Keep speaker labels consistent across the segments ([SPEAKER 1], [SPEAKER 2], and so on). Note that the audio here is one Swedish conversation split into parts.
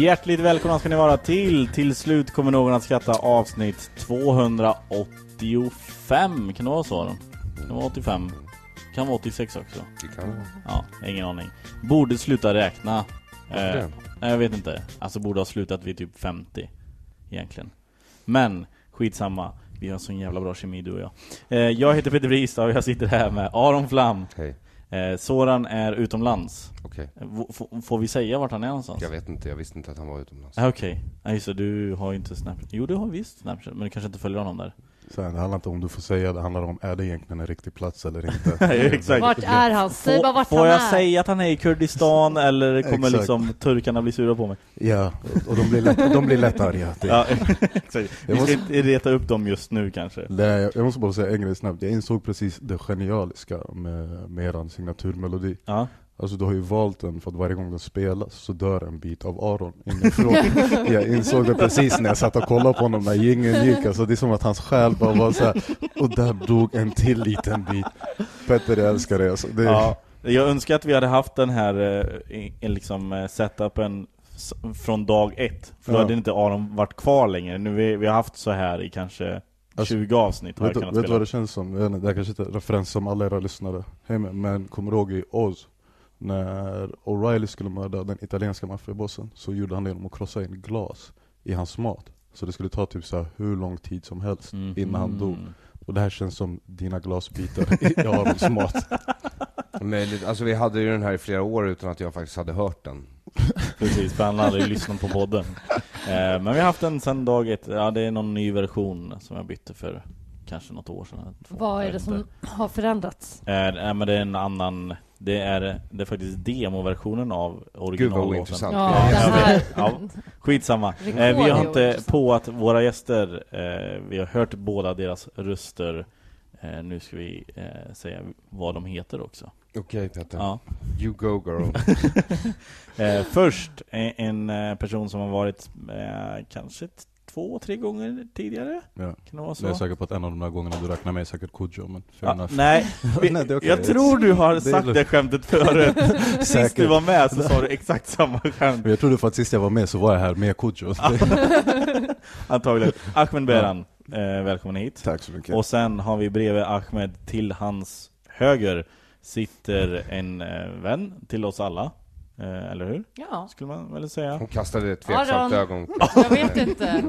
[SPEAKER 1] Hjärtligt välkomna ska ni vara till Till slut kommer någon att skratta avsnitt 285 Kan det vara så? då? Kan det vara 85? Kan vara 86 också? Ja, ingen aning Borde sluta räkna eh, nej, Jag vet inte Alltså borde ha slutat vid typ 50 Egentligen Men skitsamma Vi har sån jävla bra kemi du och jag eh, Jag heter Peter Bristad och jag sitter här med Aron Flam
[SPEAKER 2] Hej,
[SPEAKER 1] eh, Soran är utomlands
[SPEAKER 2] okej.
[SPEAKER 1] Eh, v- f- Får vi säga vart han är någonstans?
[SPEAKER 2] Jag vet inte, jag visste inte att han var utomlands.
[SPEAKER 1] Ah, Okej, okay. just det, du har ju inte Snapchat. Jo du har visst Snapchat, men du kanske inte följer honom där.
[SPEAKER 3] Sen, det handlar inte om du får säga, det handlar om är det egentligen en riktig plats eller inte.
[SPEAKER 1] Nej, exakt.
[SPEAKER 4] Vart är han? Säg bara vart
[SPEAKER 1] får
[SPEAKER 4] han
[SPEAKER 1] jag
[SPEAKER 4] är.
[SPEAKER 1] säga att han är i Kurdistan eller kommer
[SPEAKER 3] Exakt.
[SPEAKER 1] liksom turkarna bli sura på mig?
[SPEAKER 3] ja, och de blir lätt, de blir lätt arga. Det,
[SPEAKER 1] Ja, exakt. Vi ska
[SPEAKER 3] måste- Mm.
[SPEAKER 1] inte reta upp dem just nu kanske.
[SPEAKER 3] det, jag- jag måste bara säga en grej snabbt, jag insåg precis det genialiska med, med eran signaturmelodi.
[SPEAKER 1] Ja.
[SPEAKER 3] Alltså du har ju valt den för att varje gång den spelas så dör en bit av Aron inifrån. jag insåg det precis när jag satt och kollade på honom när jingeln gick, alltså det är som att hans själ bara var såhär, och där dog en till liten bit. Petter jag älskar dig alltså. Det,
[SPEAKER 1] ja. Jag önskar att vi hade haft den här eh, i- i liksom eh, setupen s- från dag ett. För då
[SPEAKER 3] Ja.
[SPEAKER 1] hade inte Aron varit kvar längre. Nu vi, vi har haft så här i kanske
[SPEAKER 3] Alltså,
[SPEAKER 1] 20 avsnitt. har
[SPEAKER 3] Vet,
[SPEAKER 1] jag
[SPEAKER 3] du-
[SPEAKER 1] kunnat
[SPEAKER 3] vet du
[SPEAKER 1] spela.
[SPEAKER 3] vad det känns som? Jag vet inte, Det här kanske inte är referens som alla era lyssnare hej med, men kommer du ihåg i Oz? När O'Reilly skulle mörda den italienska maffiabossen så gjorde han det genom att krossa in glas i hans mat. Så det skulle ta typ så här hur lång tid som helst
[SPEAKER 1] Mhm.
[SPEAKER 3] innan han dog. Och det här känns som dina glasbitar i Arons mat.
[SPEAKER 2] Möjligt, alltså vi hade ju den här i flera år utan att jag faktiskt hade hört den.
[SPEAKER 1] Precis, för han har aldrig lyssnat på podden. Eh, men vi har haft den sedan dag ett. Ja, det är någon ny version som jag bytte för kanske något år sedan. eller två,
[SPEAKER 4] Vad
[SPEAKER 1] jag
[SPEAKER 4] är det
[SPEAKER 1] vet
[SPEAKER 4] som
[SPEAKER 1] inte.
[SPEAKER 4] har förändrats?
[SPEAKER 1] Eh, nej, men det är en annan... Det är, det är faktiskt demoversionen av
[SPEAKER 2] Gud vad
[SPEAKER 1] originallåten.
[SPEAKER 2] ointressant.
[SPEAKER 4] Ja,
[SPEAKER 2] Ja.
[SPEAKER 4] den här.
[SPEAKER 1] Ja, skitsamma. Eh, vi har inte på att våra gäster, eh, vi har hört båda deras röster. Eh, nu ska vi eh, säga vad de heter också.
[SPEAKER 2] Okej Petter,
[SPEAKER 1] Ja.
[SPEAKER 2] you go girl.
[SPEAKER 1] Eh, först en, en eh, person som har varit eh, kanske t- två, tre gånger tidigare.
[SPEAKER 3] Ja.
[SPEAKER 1] Kan det vara så?
[SPEAKER 3] Jag är säker på att en av de där gångerna du räknar med är säkert Kodjo, men fair
[SPEAKER 1] Alltså? Ja,
[SPEAKER 3] enough.
[SPEAKER 1] nej, vi,
[SPEAKER 3] Nej, det är okej.
[SPEAKER 1] jag tror du har
[SPEAKER 3] Det är
[SPEAKER 1] sagt
[SPEAKER 3] lugnt.
[SPEAKER 1] det skämtet förut. Sist du
[SPEAKER 3] Säkert.
[SPEAKER 1] var med så sa du exakt samma skämt.
[SPEAKER 3] Men jag trodde för att sist jag var med så var jag här med Kodjo.
[SPEAKER 1] Antagligen. Ahmed Beran, eh, välkommen hit.
[SPEAKER 3] Tack så mycket.
[SPEAKER 1] Och sen har vi bredvid Ahmed, till hans höger sitter en eh, vän till oss alla. Eh, eller hur?
[SPEAKER 4] Ja,
[SPEAKER 1] Skulle man väl säga.
[SPEAKER 2] Hon kastade ett tveksamt
[SPEAKER 4] Aron.
[SPEAKER 2] ögon.
[SPEAKER 4] jag vet inte.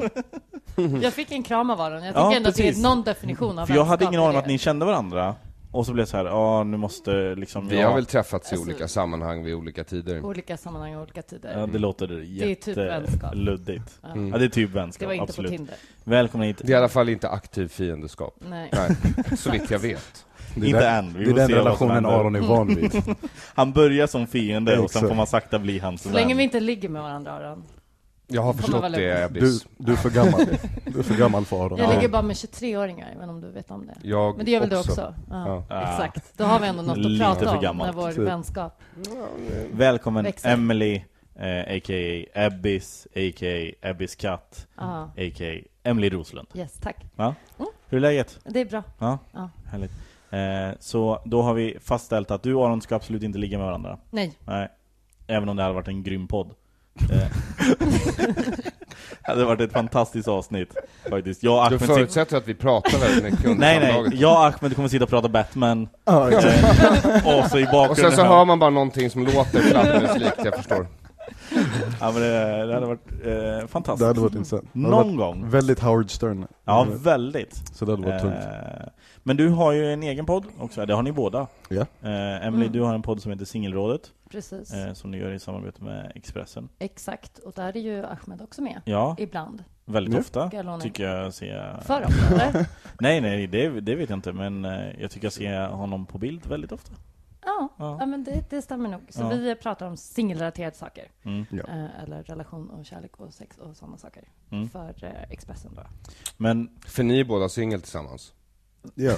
[SPEAKER 4] Jag fick en kram av Aron. Jag tycker
[SPEAKER 1] Ja,
[SPEAKER 4] ändå att det
[SPEAKER 1] precis.
[SPEAKER 4] är någon definition av
[SPEAKER 1] För jag hade
[SPEAKER 4] vänskap
[SPEAKER 1] ingen
[SPEAKER 4] i
[SPEAKER 1] aning om
[SPEAKER 4] det.
[SPEAKER 1] att ni kände varandra. Och så blev det så här, ja nu måste liksom
[SPEAKER 2] Vi
[SPEAKER 1] jag...
[SPEAKER 2] har väl träffats i
[SPEAKER 4] Alltså-
[SPEAKER 2] olika sammanhang vid olika tider.
[SPEAKER 4] Olika sammanhang och olika tider.
[SPEAKER 1] Ja, det låter
[SPEAKER 4] är typ vänskap.
[SPEAKER 1] jätteluddigt.
[SPEAKER 4] Ja.
[SPEAKER 1] Ja, det är typ vänskap,
[SPEAKER 4] Det var inte på
[SPEAKER 1] absolut.
[SPEAKER 4] Tinder.
[SPEAKER 1] Välkommen hit.
[SPEAKER 2] Det är i alla fall inte aktiv fiendeskap.
[SPEAKER 4] Nej.
[SPEAKER 2] Nej, så vitt jag vet.
[SPEAKER 3] Det är
[SPEAKER 1] Inte
[SPEAKER 3] där-
[SPEAKER 1] än, vi
[SPEAKER 3] Det är
[SPEAKER 1] får
[SPEAKER 3] den
[SPEAKER 1] se vad som
[SPEAKER 3] relationen
[SPEAKER 1] händer. Mm.
[SPEAKER 3] Aron är van vid.
[SPEAKER 1] Han börjar som fiende och sen
[SPEAKER 3] Exakt.
[SPEAKER 1] får man sakta bli hans
[SPEAKER 4] Så länge
[SPEAKER 1] vän.
[SPEAKER 4] vi inte ligger med varandra Aron.
[SPEAKER 2] Jag har
[SPEAKER 4] vara
[SPEAKER 2] förstått det,
[SPEAKER 4] lugn.
[SPEAKER 3] Du,
[SPEAKER 2] Ebbis.
[SPEAKER 3] du är för gammal. Du är för gammal för Aron.
[SPEAKER 4] Jag ligger bara med 23-åringar, men om du vet om det.
[SPEAKER 2] Jag
[SPEAKER 4] Men det gör väl du
[SPEAKER 2] också.
[SPEAKER 4] också? Ja,
[SPEAKER 1] Ja. Ah.
[SPEAKER 4] Exakt. Då har vi ändå något
[SPEAKER 1] Lite
[SPEAKER 4] att
[SPEAKER 1] för
[SPEAKER 4] prata om
[SPEAKER 1] gammalt.
[SPEAKER 4] när vår
[SPEAKER 3] Typ.
[SPEAKER 4] vänskap...
[SPEAKER 1] Välkommen
[SPEAKER 4] Växer.
[SPEAKER 1] Emily, eh, a.k.a. Ebbis, a.k.a. Ebbis katt,
[SPEAKER 4] Ja.
[SPEAKER 1] a.k.a. Emily Roslund.
[SPEAKER 4] Ah. Yes, tack.
[SPEAKER 1] Hur är läget?
[SPEAKER 4] Det är bra.
[SPEAKER 1] Ja,
[SPEAKER 4] Mm. Ja.
[SPEAKER 1] härligt. Eh, så då har vi fastställt att du och Aron ska absolut inte ligga med varandra.
[SPEAKER 4] Nej.
[SPEAKER 1] Nej. Även om det hade varit en grym podd. Eh. det hade varit ett fantastiskt avsnitt faktiskt. Jag och
[SPEAKER 2] Du
[SPEAKER 1] Ahmed sitter...
[SPEAKER 2] förutsätter att vi pratar väldigt mycket under
[SPEAKER 1] typ- Nej nej,
[SPEAKER 2] samlaget.
[SPEAKER 1] jag och Ahmed kommer sitta och prata Batman. Eh, och så i bakgrunden.
[SPEAKER 2] Och sen så hör man bara någonting som låter fladdermus likt, jag förstår.
[SPEAKER 1] Ja, men det, det hade varit eh, fantastiskt.
[SPEAKER 3] Det hade varit intressant. Det hade
[SPEAKER 1] Någon
[SPEAKER 3] varit
[SPEAKER 1] gång.
[SPEAKER 3] Väldigt Howard Stern.
[SPEAKER 1] Ja, väldigt.
[SPEAKER 3] Så det hade varit tungt.
[SPEAKER 1] Eh, men du har ju en egen podd också, det har ni båda.
[SPEAKER 3] Ja.
[SPEAKER 1] Eh, Emily,
[SPEAKER 4] Mm.
[SPEAKER 1] du har en podd som heter Singelrådet,
[SPEAKER 4] Precis.
[SPEAKER 1] eh, som ni gör i samarbete med Expressen.
[SPEAKER 4] Exakt. Och där är ju Ahmed också med.
[SPEAKER 1] Ja,
[SPEAKER 4] Ibland.
[SPEAKER 1] väldigt
[SPEAKER 3] Nu?
[SPEAKER 1] ofta
[SPEAKER 4] Mm. Ska jag låna
[SPEAKER 1] tycker jag ser...
[SPEAKER 4] För ofta, eller?
[SPEAKER 1] Nej, nej, det, det vet jag inte, men eh, jag tycker jag ser honom på bild väldigt ofta.
[SPEAKER 4] Ja,
[SPEAKER 1] Ja.
[SPEAKER 4] ja. men det, det stämmer nog. Så
[SPEAKER 1] Ja.
[SPEAKER 4] vi pratar om singelrelaterade saker.
[SPEAKER 1] Mm.
[SPEAKER 3] Ja.
[SPEAKER 4] Eh, eller relation och kärlek och sex och sådana saker.
[SPEAKER 1] Mm.
[SPEAKER 4] För eh, Expressen då.
[SPEAKER 1] Men
[SPEAKER 2] För ni är båda singel tillsammans.
[SPEAKER 3] Ja.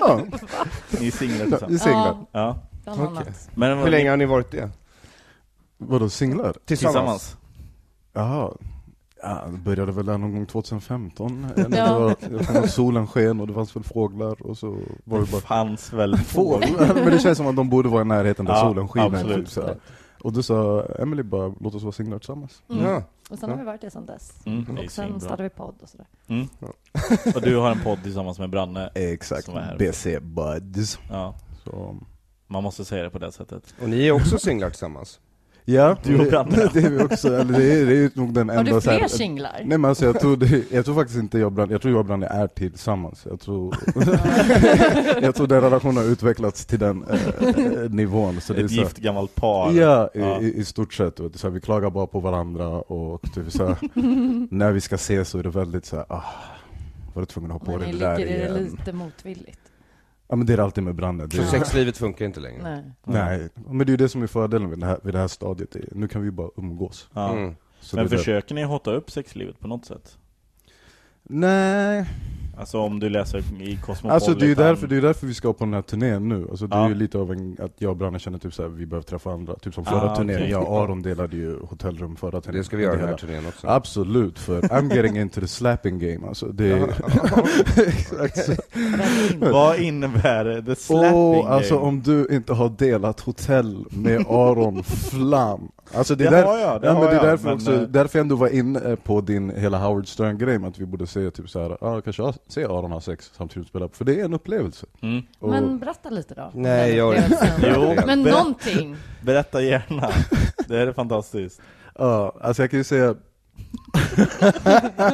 [SPEAKER 3] ja,
[SPEAKER 1] ni är singlar
[SPEAKER 3] vi
[SPEAKER 1] tillsammans.
[SPEAKER 3] singlar.
[SPEAKER 1] Ja.
[SPEAKER 4] Bland annat.
[SPEAKER 1] Men,
[SPEAKER 2] Hur länge har ni varit det?
[SPEAKER 3] Vadå singlar?
[SPEAKER 1] Tillsammans.
[SPEAKER 3] Jaha. Ja, det började väl där någon gång 2015. När
[SPEAKER 4] Ja.
[SPEAKER 3] det var, jag tror att solen sken och det fanns väl fåglar och så var det bara
[SPEAKER 1] Fanns väl
[SPEAKER 3] fåglar. Men det känns som att de borde vara i närheten där
[SPEAKER 1] Ja,
[SPEAKER 3] solen skiner.
[SPEAKER 1] absolut.
[SPEAKER 3] Typ, så här. och då sa Emily bara, låt oss vara singlar tillsammans.
[SPEAKER 4] Mm.
[SPEAKER 2] Ja.
[SPEAKER 4] Och sen har vi varit det sedan dess.
[SPEAKER 1] Mm, det är
[SPEAKER 4] Och sen
[SPEAKER 1] svinbra.
[SPEAKER 4] startade vi podd och sådär.
[SPEAKER 1] Mm. Och du har en podd tillsammans med Branne.
[SPEAKER 3] Exakt,
[SPEAKER 1] Som är här.
[SPEAKER 3] BC Buds.
[SPEAKER 1] Ja,
[SPEAKER 3] Så,
[SPEAKER 1] man måste säga det på det sättet.
[SPEAKER 2] Och ni är också singlar tillsammans?
[SPEAKER 3] ja,
[SPEAKER 1] Du och
[SPEAKER 3] det-
[SPEAKER 1] Branne.
[SPEAKER 3] det är vi också, eller det är, det är ju nog den
[SPEAKER 4] Har
[SPEAKER 3] enda
[SPEAKER 4] du
[SPEAKER 3] så här-
[SPEAKER 4] fler singlar?
[SPEAKER 3] Nej men alltså jag tror, det, jag tror faktiskt inte jag och Branne, jag tror jag och Branne är tillsammans. Jag tror, jag tror den relationen har utvecklats till den eh, nivån. Så det är
[SPEAKER 1] Ett
[SPEAKER 3] så här-
[SPEAKER 1] gift gammalt par.
[SPEAKER 3] Ja, i,
[SPEAKER 1] Ja.
[SPEAKER 3] I, i stort sett. vet du, Så här, vi klagar bara på varandra och typ, så här, när vi ska ses så är det väldigt så här, ah, var du tvungen att ha på
[SPEAKER 4] Men
[SPEAKER 3] dig
[SPEAKER 4] ni
[SPEAKER 3] det där
[SPEAKER 4] ligger i det
[SPEAKER 3] igen?
[SPEAKER 4] lite motvilligt.
[SPEAKER 3] Ja men det är det alltid med Branne. Det
[SPEAKER 2] Så
[SPEAKER 3] är,
[SPEAKER 2] sexlivet funkar inte längre?
[SPEAKER 4] Nej.
[SPEAKER 3] Nej, men det är ju det som är fördelen vid det här, vid det här stadiet. Det är- Nu kan vi ju bara umgås.
[SPEAKER 1] Ja.
[SPEAKER 2] Mm.
[SPEAKER 3] Så
[SPEAKER 1] Men
[SPEAKER 3] det är det.
[SPEAKER 1] försöker ni hotta upp sexlivet på något sätt?
[SPEAKER 3] Nej,
[SPEAKER 1] Alltså om du läser i Cosmopolitan?
[SPEAKER 3] Alltså det är ju därför, det är därför vi ska på den här turnén nu, alltså det
[SPEAKER 1] Ja.
[SPEAKER 3] är ju lite av en, att jag och Branne känner typ såhär, vi behöver träffa andra, typ som
[SPEAKER 1] Ah,
[SPEAKER 3] förra turnén,
[SPEAKER 1] okej.
[SPEAKER 3] jag och Aron delade ju hotellrum förra turnén
[SPEAKER 2] Det ska vi göra den här
[SPEAKER 3] Hela-
[SPEAKER 2] turnén också.
[SPEAKER 3] Absolut, för I'm getting into the slapping game alltså, det är... Exakt så.
[SPEAKER 1] Vad innebär the slapping
[SPEAKER 3] Åh, alltså
[SPEAKER 1] game?
[SPEAKER 3] om du inte har delat hotell med Aron Flam Alltså det är,
[SPEAKER 1] Det
[SPEAKER 3] där,
[SPEAKER 1] har jag, det
[SPEAKER 3] ja,
[SPEAKER 1] har
[SPEAKER 3] men det
[SPEAKER 1] jag,
[SPEAKER 3] är därför,
[SPEAKER 1] men, eh,
[SPEAKER 3] också, därför jag ändå var inne på din hela Howard Stern-grej, att vi borde se typ såhär, ja kanske jag ser Aron ha sex samtidigt spela, för det är en upplevelse
[SPEAKER 1] Mm.
[SPEAKER 3] Och-
[SPEAKER 4] Men berätta lite då. om
[SPEAKER 2] Nej,
[SPEAKER 4] den
[SPEAKER 2] jag orkar
[SPEAKER 4] upplevelsen.
[SPEAKER 2] inte.
[SPEAKER 1] Jo,
[SPEAKER 2] Det-
[SPEAKER 4] Men
[SPEAKER 1] Ber-
[SPEAKER 4] någonting.
[SPEAKER 1] Berätta gärna, det här är fantastiskt
[SPEAKER 3] Ja, alltså jag kan ju säga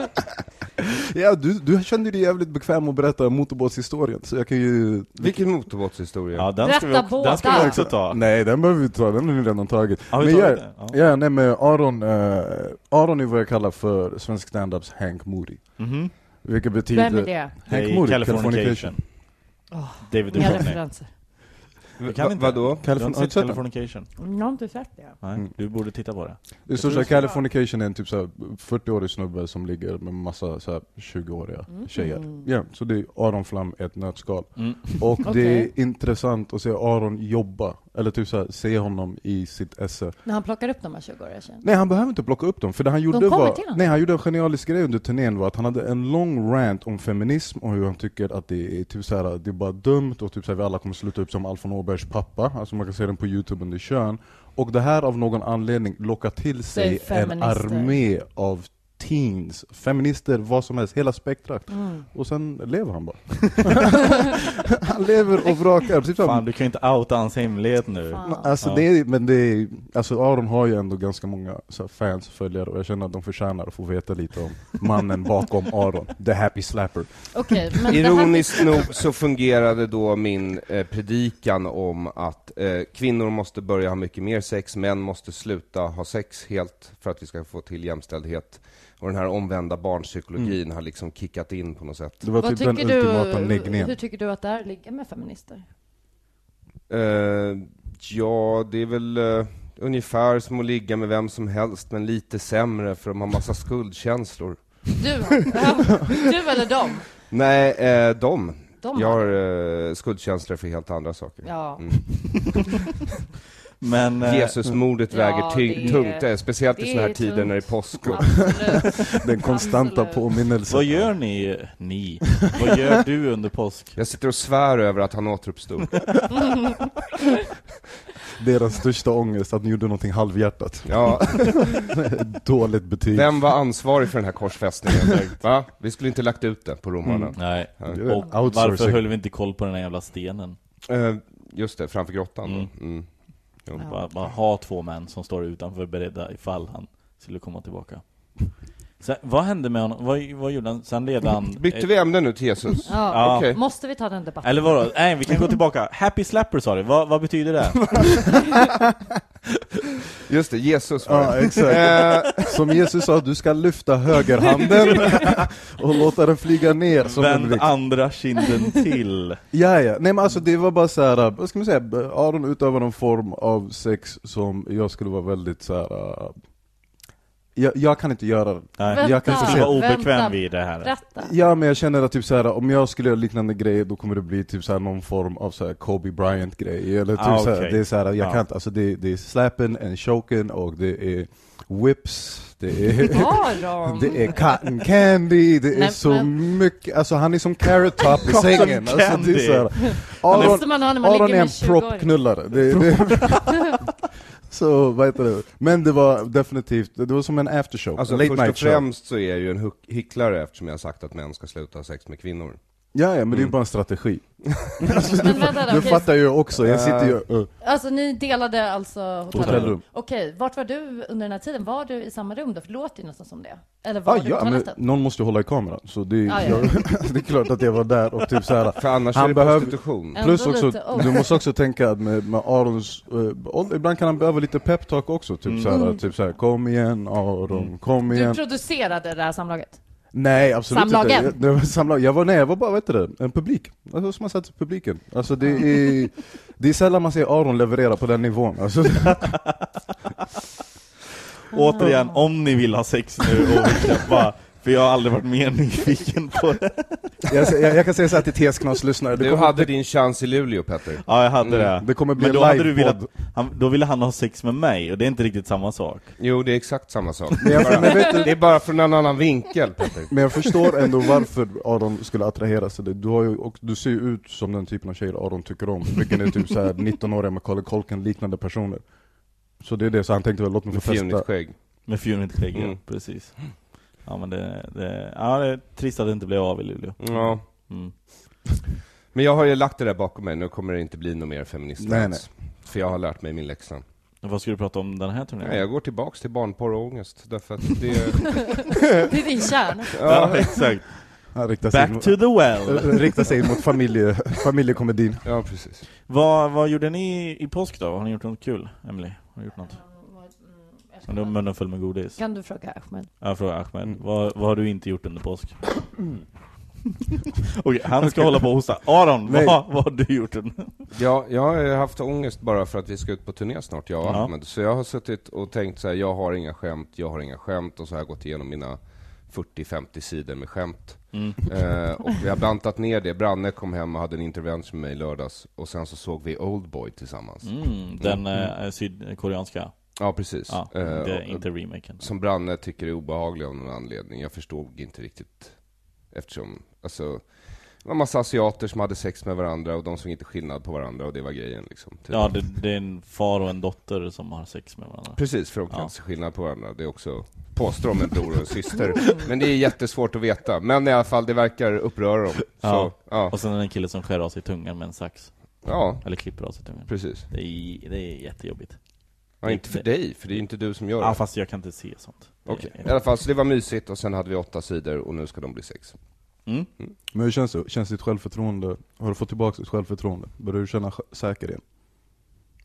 [SPEAKER 3] Ja, du, du kände dig jävligt bekväm att berätta motorbåtshistorien, så jag kan ju...
[SPEAKER 2] Vilken motorbåtshistoria?
[SPEAKER 1] Ja den ska, vi
[SPEAKER 4] Berätta
[SPEAKER 1] också, den ska vi
[SPEAKER 4] båda.
[SPEAKER 1] också ta
[SPEAKER 3] Nej, den behöver vi inte ta, den har vi redan tagit.
[SPEAKER 1] Har vi
[SPEAKER 3] men
[SPEAKER 1] tagit
[SPEAKER 3] jag,
[SPEAKER 1] det? Ja.
[SPEAKER 3] Ja, nej men Aron, eh, Aron är vad jag kallar för svensk standups Hank Moody.
[SPEAKER 1] Mhm.
[SPEAKER 3] Vilket betyder...
[SPEAKER 4] Vem är det?
[SPEAKER 1] Det är
[SPEAKER 3] Hank Moody,
[SPEAKER 1] Californication
[SPEAKER 4] Åh,
[SPEAKER 1] David
[SPEAKER 4] Inga
[SPEAKER 1] Duchovny
[SPEAKER 4] referenser.
[SPEAKER 1] Du kan inte
[SPEAKER 2] Vadå?
[SPEAKER 1] Du har
[SPEAKER 3] Californ-
[SPEAKER 1] inte
[SPEAKER 3] har du
[SPEAKER 1] sett
[SPEAKER 3] sett den?
[SPEAKER 1] Californication?
[SPEAKER 4] Jag har inte sett det.
[SPEAKER 3] Mm.
[SPEAKER 1] Nej, du borde titta på det
[SPEAKER 3] Det står såhär, Californication är en typ såhär 40-årig snubbe som ligger med massa såhär 20-åriga tjejer. Ja, så det är Aron Flam i ett nötskal.
[SPEAKER 1] Mm.
[SPEAKER 3] Och det
[SPEAKER 4] Okej.
[SPEAKER 3] är intressant att se Aron jobba, eller typ såhär, se honom i sitt esse.
[SPEAKER 4] När han plockar upp de här 20-åriga tjejerna.
[SPEAKER 3] Nej han behöver inte plocka upp dem, för det han gjorde
[SPEAKER 4] Alltså. kommer
[SPEAKER 3] var...
[SPEAKER 4] till honom.
[SPEAKER 3] Nej han gjorde en genialisk grej under turnén var att han hade en lång rant om feminism och hur han tycker att det är typ så här, det är bara dumt och typ så här, vi alla kommer sluta upp som Alf von Åbergs pappa, alltså man kan se den på youtube under kön. Och det här av någon anledning lockar till sig en
[SPEAKER 4] feminister.
[SPEAKER 3] armé av teens, feminister, vad som helst, hela spektrat.
[SPEAKER 4] Mm.
[SPEAKER 3] Och sen lever han bara. han lever och vrakar, typ så här,
[SPEAKER 1] Fan du kan ju inte outa hans hemlighet nu
[SPEAKER 3] Alltså
[SPEAKER 1] Ja.
[SPEAKER 3] det är, men det är, alltså Aron har ju ändå ganska många så här, fans och följare och jag känner att de förtjänar att få veta lite om mannen bakom Aron, the happy slapper.
[SPEAKER 4] Okej, men det här...
[SPEAKER 2] Ironiskt nog så fungerade då min eh, predikan om att eh, kvinnor måste börja ha mycket mer sex, män måste sluta ha sex helt för att vi ska få till jämställdhet. Och den här omvända barnpsykologin har liksom kickat in på något sätt.
[SPEAKER 3] Det var
[SPEAKER 4] Vad
[SPEAKER 3] typ
[SPEAKER 4] tycker
[SPEAKER 3] den
[SPEAKER 4] du,
[SPEAKER 3] ultimata
[SPEAKER 4] hur
[SPEAKER 3] neggningen.
[SPEAKER 4] tycker du att det är att ligga med feminister?
[SPEAKER 2] Eh, ja, det är väl eh, ungefär som att ligga med vem som helst, men lite sämre för de har massa skuldkänslor.
[SPEAKER 4] Du, du eller dem?
[SPEAKER 2] Nej, eh, de.
[SPEAKER 4] De
[SPEAKER 2] Jag
[SPEAKER 4] har-
[SPEAKER 2] Mm. har eh, skuldkänslor för helt andra saker.
[SPEAKER 4] Ja.
[SPEAKER 1] Men, eh,
[SPEAKER 2] Jesusmordet
[SPEAKER 4] Ja,
[SPEAKER 2] väger ty-
[SPEAKER 4] det är-
[SPEAKER 2] tungt, eh, speciellt i
[SPEAKER 4] det
[SPEAKER 2] såna här
[SPEAKER 4] är
[SPEAKER 2] tider
[SPEAKER 4] tungt.
[SPEAKER 2] när det är påsk. och-
[SPEAKER 4] Absolut.
[SPEAKER 3] Den konstanta
[SPEAKER 4] Absolut.
[SPEAKER 3] påminnelsen.
[SPEAKER 1] vad gör ni? Ni? Vad gör du under påsk?
[SPEAKER 2] Jag sitter och svär över att han återuppstod.
[SPEAKER 3] Deras största ångest, att ni gjorde någonting halvhjärtat.
[SPEAKER 2] Ja,
[SPEAKER 3] Dåligt betyg.
[SPEAKER 2] vem var ansvarig för den här korsfästningen? Va? Vi skulle inte lagt ut det på romarna.
[SPEAKER 1] Nej.
[SPEAKER 3] Det är
[SPEAKER 1] Och varför
[SPEAKER 3] outsourcing.
[SPEAKER 1] höll vi inte koll på den här jävla stenen?
[SPEAKER 2] Eh, just det, framför grottan då. Mm. Jo.
[SPEAKER 1] Bara, bara ha två män som står utanför beredda ifall han skulle komma tillbaka. Sen, vad hände med honom? Vad, vad gjorde han? Sen redan...
[SPEAKER 2] Bytte vi ämne nu till Jesus?
[SPEAKER 4] Ja.
[SPEAKER 2] Okej.
[SPEAKER 4] Måste vi ta den debatten?
[SPEAKER 1] Eller vadå? Nej, vi kan gå tillbaka. Happy slapper sa du. Vad, vad betyder det?
[SPEAKER 2] Just det, Jesus var det.
[SPEAKER 3] Ja, Eh, exakt. Som Jesus sa, du ska lyfta högerhanden och låta den flyga ner som en
[SPEAKER 1] Vänd
[SPEAKER 3] blixt.
[SPEAKER 1] andra kinden till.
[SPEAKER 3] Ja, ja. Nej men alltså det var bara så här, vad ska man säga, Aron utövar någon form av sex som jag skulle vara väldigt så här. äh, Jag, jag kan inte göra det.
[SPEAKER 1] Nej,
[SPEAKER 4] Vänta.
[SPEAKER 3] Jag kan
[SPEAKER 1] jag
[SPEAKER 3] inte
[SPEAKER 1] skulle
[SPEAKER 3] se.
[SPEAKER 1] vara
[SPEAKER 4] Vänta.
[SPEAKER 1] obekväm vid det här.
[SPEAKER 4] Berätta.
[SPEAKER 3] Ja men jag känner att typ så här, om jag skulle göra liknande grejer då kommer det bli typ så här någon form av så här Kobe Bryant grej eller typ
[SPEAKER 1] Ah,
[SPEAKER 3] så här,
[SPEAKER 1] okej.
[SPEAKER 3] det är så här, jag
[SPEAKER 1] Ja.
[SPEAKER 3] kan inte, alltså det, det är slapping and choking och det är whips, det är
[SPEAKER 4] Aron!
[SPEAKER 3] Det är cotton candy, det är
[SPEAKER 4] Men-
[SPEAKER 3] så
[SPEAKER 4] men-
[SPEAKER 3] mycket, alltså han är som carrot top i sängen. Alltså, det är så här, Aron,
[SPEAKER 4] Måste man ha när man
[SPEAKER 3] Aron
[SPEAKER 4] ligger
[SPEAKER 3] är en
[SPEAKER 4] med 20 år?
[SPEAKER 3] proppknullare. Det, det, så vad heter det? Men det var definitivt, det var som en aftershow,
[SPEAKER 2] Alltså
[SPEAKER 3] en late
[SPEAKER 2] först
[SPEAKER 3] night
[SPEAKER 2] och
[SPEAKER 3] show.
[SPEAKER 2] främst så är jag ju en huck- hycklare eftersom jag har sagt att män ska sluta ha sex med kvinnor.
[SPEAKER 3] Ja, ja, men
[SPEAKER 2] Mm.
[SPEAKER 3] det är ju bara en strategi.
[SPEAKER 4] Men vänta då,
[SPEAKER 3] Du
[SPEAKER 4] okej.
[SPEAKER 3] fattar ju också, jag sitter ju... Uh,
[SPEAKER 4] Alltså ni delade alltså hotellrum?
[SPEAKER 3] Hotellrum.
[SPEAKER 4] Okej, vart var du under den här tiden? Var du i samma rum då? För det låter ju nästan som det. Eller
[SPEAKER 3] ah,
[SPEAKER 4] var du på
[SPEAKER 3] ja, men
[SPEAKER 4] toaletten?
[SPEAKER 3] någon måste ju hålla i kameran, så det, är-
[SPEAKER 4] Ah, ja.
[SPEAKER 3] jag, det är klart att jag var där och typ såhär
[SPEAKER 2] För annars
[SPEAKER 3] Han
[SPEAKER 2] är det
[SPEAKER 3] behöver-
[SPEAKER 2] prostitution.
[SPEAKER 4] Ändå
[SPEAKER 3] Plus också,
[SPEAKER 4] lite old.
[SPEAKER 3] du måste också tänka att med, med Arons eh, ålder, ibland kan han behöva lite peptalk också, typ
[SPEAKER 2] Mm.
[SPEAKER 3] såhär, typ såhär, kom igen Aron, kom
[SPEAKER 4] Mm. Du
[SPEAKER 3] igen.
[SPEAKER 4] producerade det här samlaget?
[SPEAKER 3] Nej absolut
[SPEAKER 4] Samlagen.
[SPEAKER 3] inte. Jag, jag, samlag, jag var, nej jag var bara, vet du det, en publik. Alltså som man satt i publiken. Alltså det är, det är sällan man ser Aron leverera på den nivån. Alltså,
[SPEAKER 1] Mm. Återigen, om ni vill ha sex nu och vill köpa, för jag har aldrig varit mer nyfiken på det.
[SPEAKER 3] jag, jag, jag kan säga såhär till TS-knaslyssnare, det
[SPEAKER 2] Du
[SPEAKER 3] kommer,
[SPEAKER 2] hade din chans i Luleå Petter. Mm.
[SPEAKER 1] Ja, jag hade det.
[SPEAKER 3] det kommer bli
[SPEAKER 1] Men då,
[SPEAKER 3] en
[SPEAKER 1] hade du
[SPEAKER 3] livepodd.
[SPEAKER 1] velat, han, då ville han ha sex med mig, och det är inte riktigt samma sak.
[SPEAKER 2] Jo, det är exakt samma sak.
[SPEAKER 3] Men jag-
[SPEAKER 2] Bara-
[SPEAKER 3] men vet
[SPEAKER 2] Det är bara från en annan vinkel Petter.
[SPEAKER 3] men jag förstår ändå varför Aron skulle attraheras till dig. Du, har ju, och du ser ju ut som den typen av tjejer Aron tycker om, vilken är typ såhär 19-åriga Macaulay Culkin-liknande personer. Så det är det, så han tänkte väl låt mig få
[SPEAKER 2] Med
[SPEAKER 3] testa.
[SPEAKER 2] fjunigt skägg.
[SPEAKER 1] Med fjunigt skägg, ja,
[SPEAKER 2] Mm.
[SPEAKER 1] precis. Ja men det, det, ja, det är trist att det inte blev av i Luleå.
[SPEAKER 2] Ja.
[SPEAKER 1] Mm.
[SPEAKER 2] Men jag har ju lagt det där bakom mig, nu kommer det inte bli någon mer feminist
[SPEAKER 3] Nej,
[SPEAKER 2] alls. För jag har lärt mig min läxa.
[SPEAKER 1] Vad ska du prata om den här turnén?
[SPEAKER 2] Nej, jag går tillbaks till barnporr och ångest, därför att det...
[SPEAKER 4] Det är din kärna.
[SPEAKER 1] Ja, exakt.
[SPEAKER 3] Han riktar sig, in
[SPEAKER 1] Back
[SPEAKER 3] mot,
[SPEAKER 1] to the well!
[SPEAKER 3] riktar sig in mot familje, familjekomedin.
[SPEAKER 2] Ja, precis.
[SPEAKER 1] vad, vad gjorde ni i påsk då? Har ni gjort något kul? Emily? har du gjort något? Har du munnen full med godis?
[SPEAKER 4] Kan du fråga Ahmed?
[SPEAKER 1] Jag frågar Ahmed, vad, vad har du inte gjort under påsk? Okej, han ska hålla på och hosta. Aron,
[SPEAKER 3] Nej.
[SPEAKER 1] vad, vad har du gjort? under-
[SPEAKER 2] Ja, jag har ju haft ångest bara för att vi ska ut på turné snart, jag och
[SPEAKER 1] Ja.
[SPEAKER 2] Ahmed. Så jag har suttit och tänkt så här, jag har inga skämt, jag har inga skämt, och så har jag gått igenom mina 40-50 sidor med skämt.
[SPEAKER 1] Mm.
[SPEAKER 2] Eh, och vi har bantat ner det. Branne kom hem och hade en intervention med mig i lördags, och sen så såg vi Oldboy tillsammans.
[SPEAKER 1] Mm, den eh, sydkoreanska?
[SPEAKER 2] Ja, precis.
[SPEAKER 1] Ja,
[SPEAKER 2] Eh,
[SPEAKER 1] inte,
[SPEAKER 2] och-
[SPEAKER 1] inte remaken.
[SPEAKER 2] som Branne tycker är obehaglig av någon anledning. Jag förstod inte riktigt eftersom, alltså, det var en massa asiater som hade sex med varandra och de såg inte skillnad på varandra och det var grejen liksom. Typ.
[SPEAKER 1] Ja, det, det är en far och en dotter som har sex med varandra.
[SPEAKER 2] Precis, för de kan
[SPEAKER 1] Ja.
[SPEAKER 2] inte se skillnad på varandra. Det är också, påstår de, en bror och en syster. Men det är jättesvårt att veta. Men i alla fall, det verkar uppröra dem. Så, ja.
[SPEAKER 1] Ja.
[SPEAKER 2] Ja,
[SPEAKER 1] Och sen är det en kille som skär av sig tungan med en sax. Eller klipper av sig tungan.
[SPEAKER 2] precis.
[SPEAKER 1] Det är, det är jättejobbigt.
[SPEAKER 2] Ja, inte för dig, för det är ju inte du som gör
[SPEAKER 1] Ja,
[SPEAKER 2] det.
[SPEAKER 1] fast jag kan inte se sånt. Det
[SPEAKER 2] Okej,
[SPEAKER 1] är-
[SPEAKER 2] i alla fall, så det var mysigt och sen hade vi åtta sidor och nu ska de bli sex.
[SPEAKER 1] Mm.
[SPEAKER 3] Men hur känns det? Känns ditt självförtroende, har du fått tillbaka ditt självförtroende? Börjar du känna sj- säker igen?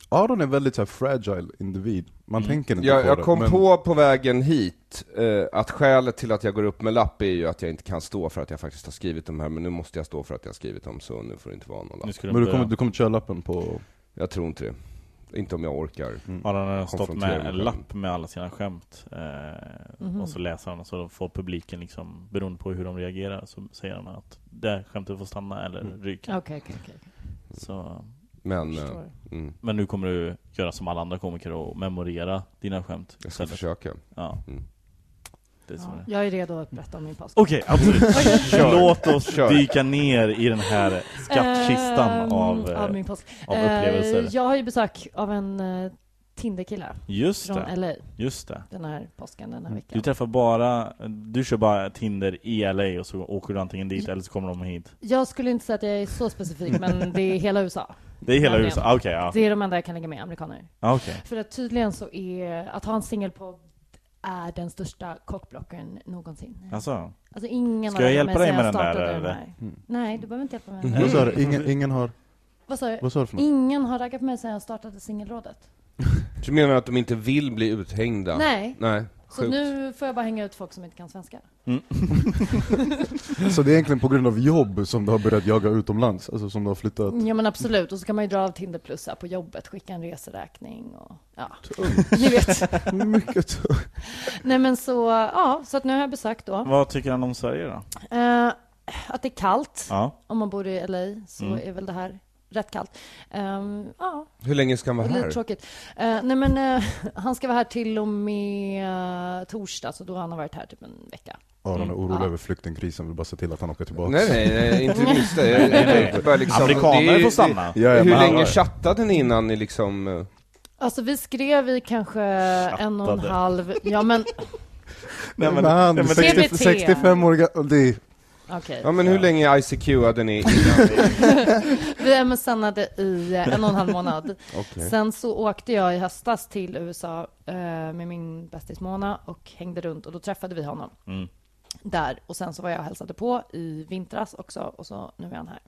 [SPEAKER 3] Aron är väldigt så här fragile individ, man tänker inte
[SPEAKER 2] Jag,
[SPEAKER 3] på
[SPEAKER 2] Mm. jag
[SPEAKER 3] det.
[SPEAKER 2] kom
[SPEAKER 3] men-
[SPEAKER 2] på på vägen hit eh, att skälet till att jag går upp med lapp är ju att jag inte kan stå för att jag faktiskt har skrivit dem här, men nu måste jag stå för att jag har skrivit dem, så nu får det inte vara någon lapp.
[SPEAKER 1] Nu ska
[SPEAKER 3] Men du kommer,
[SPEAKER 1] börja.
[SPEAKER 3] du kommer köra lappen på...
[SPEAKER 2] Jag tror inte det. Inte om jag orkar.
[SPEAKER 1] Har han eh, stått
[SPEAKER 2] konfrontera
[SPEAKER 1] med
[SPEAKER 2] mig
[SPEAKER 1] en
[SPEAKER 2] själv.
[SPEAKER 1] lapp med alla sina skämt eh,
[SPEAKER 4] Mhm.
[SPEAKER 1] och så läser han och så får publiken liksom, beroende på hur de
[SPEAKER 2] Mm.
[SPEAKER 1] reagerar, så säger han att det här skämtet får stanna eller ryka.
[SPEAKER 4] Okej, okej, okej.
[SPEAKER 1] Så
[SPEAKER 2] Men, eh,
[SPEAKER 4] Förstår.
[SPEAKER 2] mm,
[SPEAKER 1] Men nu kommer du göra som alla andra komiker och memorera dina skämt
[SPEAKER 2] jag ska
[SPEAKER 1] istället.
[SPEAKER 2] försöka.
[SPEAKER 1] Ja.
[SPEAKER 2] Mm.
[SPEAKER 1] Det är så det är.
[SPEAKER 4] Jag är redo att berätta om min påsk.
[SPEAKER 1] Okej, absolut.
[SPEAKER 2] Kör.
[SPEAKER 1] Låt oss
[SPEAKER 2] Kör.
[SPEAKER 1] dyka ner i den här skattkistan
[SPEAKER 4] Ehm,
[SPEAKER 1] av, eh,
[SPEAKER 4] min påsk.
[SPEAKER 1] av
[SPEAKER 4] Eh,
[SPEAKER 1] upplevelser.
[SPEAKER 4] Jag har ju besök av en eh, Tinderkille
[SPEAKER 1] Just
[SPEAKER 4] från
[SPEAKER 1] det,
[SPEAKER 4] LA
[SPEAKER 1] just det.
[SPEAKER 4] den här påsken, den här
[SPEAKER 1] Du
[SPEAKER 4] veckan.
[SPEAKER 1] träffar bara, du kör bara Tinder i LA och så åker du antingen dit
[SPEAKER 4] Mm.
[SPEAKER 1] eller så kommer de hit.
[SPEAKER 4] Jag skulle inte säga att jag är så specifik, men det är hela USA.
[SPEAKER 1] Det är hela
[SPEAKER 4] Nämligen.
[SPEAKER 1] USA, Ah, okej ja.
[SPEAKER 4] Det är de enda jag kan lägga med, amerikaner.
[SPEAKER 1] Ah, okej.
[SPEAKER 4] För att tydligen så är, att ha en singelpodd är den största kockblocken någonsin.
[SPEAKER 1] Alltså,
[SPEAKER 4] Alltså ingen
[SPEAKER 1] Ska jag
[SPEAKER 4] har lärt
[SPEAKER 1] hjälpa dig
[SPEAKER 4] mig sedan
[SPEAKER 1] med
[SPEAKER 4] jag
[SPEAKER 1] den där,
[SPEAKER 4] startade
[SPEAKER 1] eller? Mm.
[SPEAKER 4] här. Nej, du behöver inte hjälpa mig.
[SPEAKER 3] Vad sa du? Ingen, ingen har...
[SPEAKER 4] Vad sa du?
[SPEAKER 3] Vad sa du för något?
[SPEAKER 4] Ingen har raggat på mig sedan jag startade singelrådet.
[SPEAKER 2] Så menar du att de inte vill bli uthängda?
[SPEAKER 4] Nej.
[SPEAKER 2] Nej,
[SPEAKER 4] Så
[SPEAKER 2] sjukt.
[SPEAKER 4] nu får jag bara hänga ut folk som inte kan svenska.
[SPEAKER 3] Så det är egentligen på grund av jobb som du har börjat jaga utomlands? Alltså som du har flyttat?
[SPEAKER 4] Ja men absolut, och så kan man ju dra av Tinder plus här på jobbet, skicka en reseräkning och ja, ni vet.
[SPEAKER 3] Mycket tungt.
[SPEAKER 4] Nej men så, ja, så att nu har jag besökt då.
[SPEAKER 1] vad tycker han om Sverige då?
[SPEAKER 4] Eh, att det är kallt,
[SPEAKER 1] Ja.
[SPEAKER 4] om man bor i LA så
[SPEAKER 1] Mm.
[SPEAKER 4] är väl det här rätt kallt. Ehm, ja,
[SPEAKER 2] Hur länge ska han
[SPEAKER 4] och
[SPEAKER 2] vara
[SPEAKER 4] lite
[SPEAKER 2] här?
[SPEAKER 4] tråkigt. Eh, nej men eh, han ska vara här till och med eh, torsdag, så då har han varit här typ en vecka.
[SPEAKER 3] Aron är orolig
[SPEAKER 4] Ja.
[SPEAKER 3] över flyktingkrisen, vill bara se till att han åker tillbaka.
[SPEAKER 2] Nej, nej, nej, inte det minsta. Jag- jag-
[SPEAKER 1] nej.
[SPEAKER 2] jag bara liksom- det
[SPEAKER 1] Amerikaner
[SPEAKER 2] är-
[SPEAKER 1] får stanna.
[SPEAKER 3] Ja, ja,
[SPEAKER 2] Hur
[SPEAKER 3] men han-
[SPEAKER 2] länge chattade ni innan ni liksom... eh,
[SPEAKER 4] Alltså vi skrev i kanske en och en
[SPEAKER 1] Chattade.
[SPEAKER 4] halv, ja men
[SPEAKER 1] Nej, men-
[SPEAKER 3] han,
[SPEAKER 1] nej, men-
[SPEAKER 3] 60,
[SPEAKER 4] TBT.
[SPEAKER 3] 65 år gammal, det är
[SPEAKER 4] okej.
[SPEAKER 2] Ja men hur länge ICQ-ade ni innan?
[SPEAKER 4] Vi MSNade i eh, en och en halv månad.
[SPEAKER 2] Okej.
[SPEAKER 4] Sen så åkte jag i höstas till USA eh, med min bästis Mona och hängde runt och då träffade vi honom
[SPEAKER 1] Mm.
[SPEAKER 4] där. Och sen så var jag och hälsade på i vintras också och så nu är han här.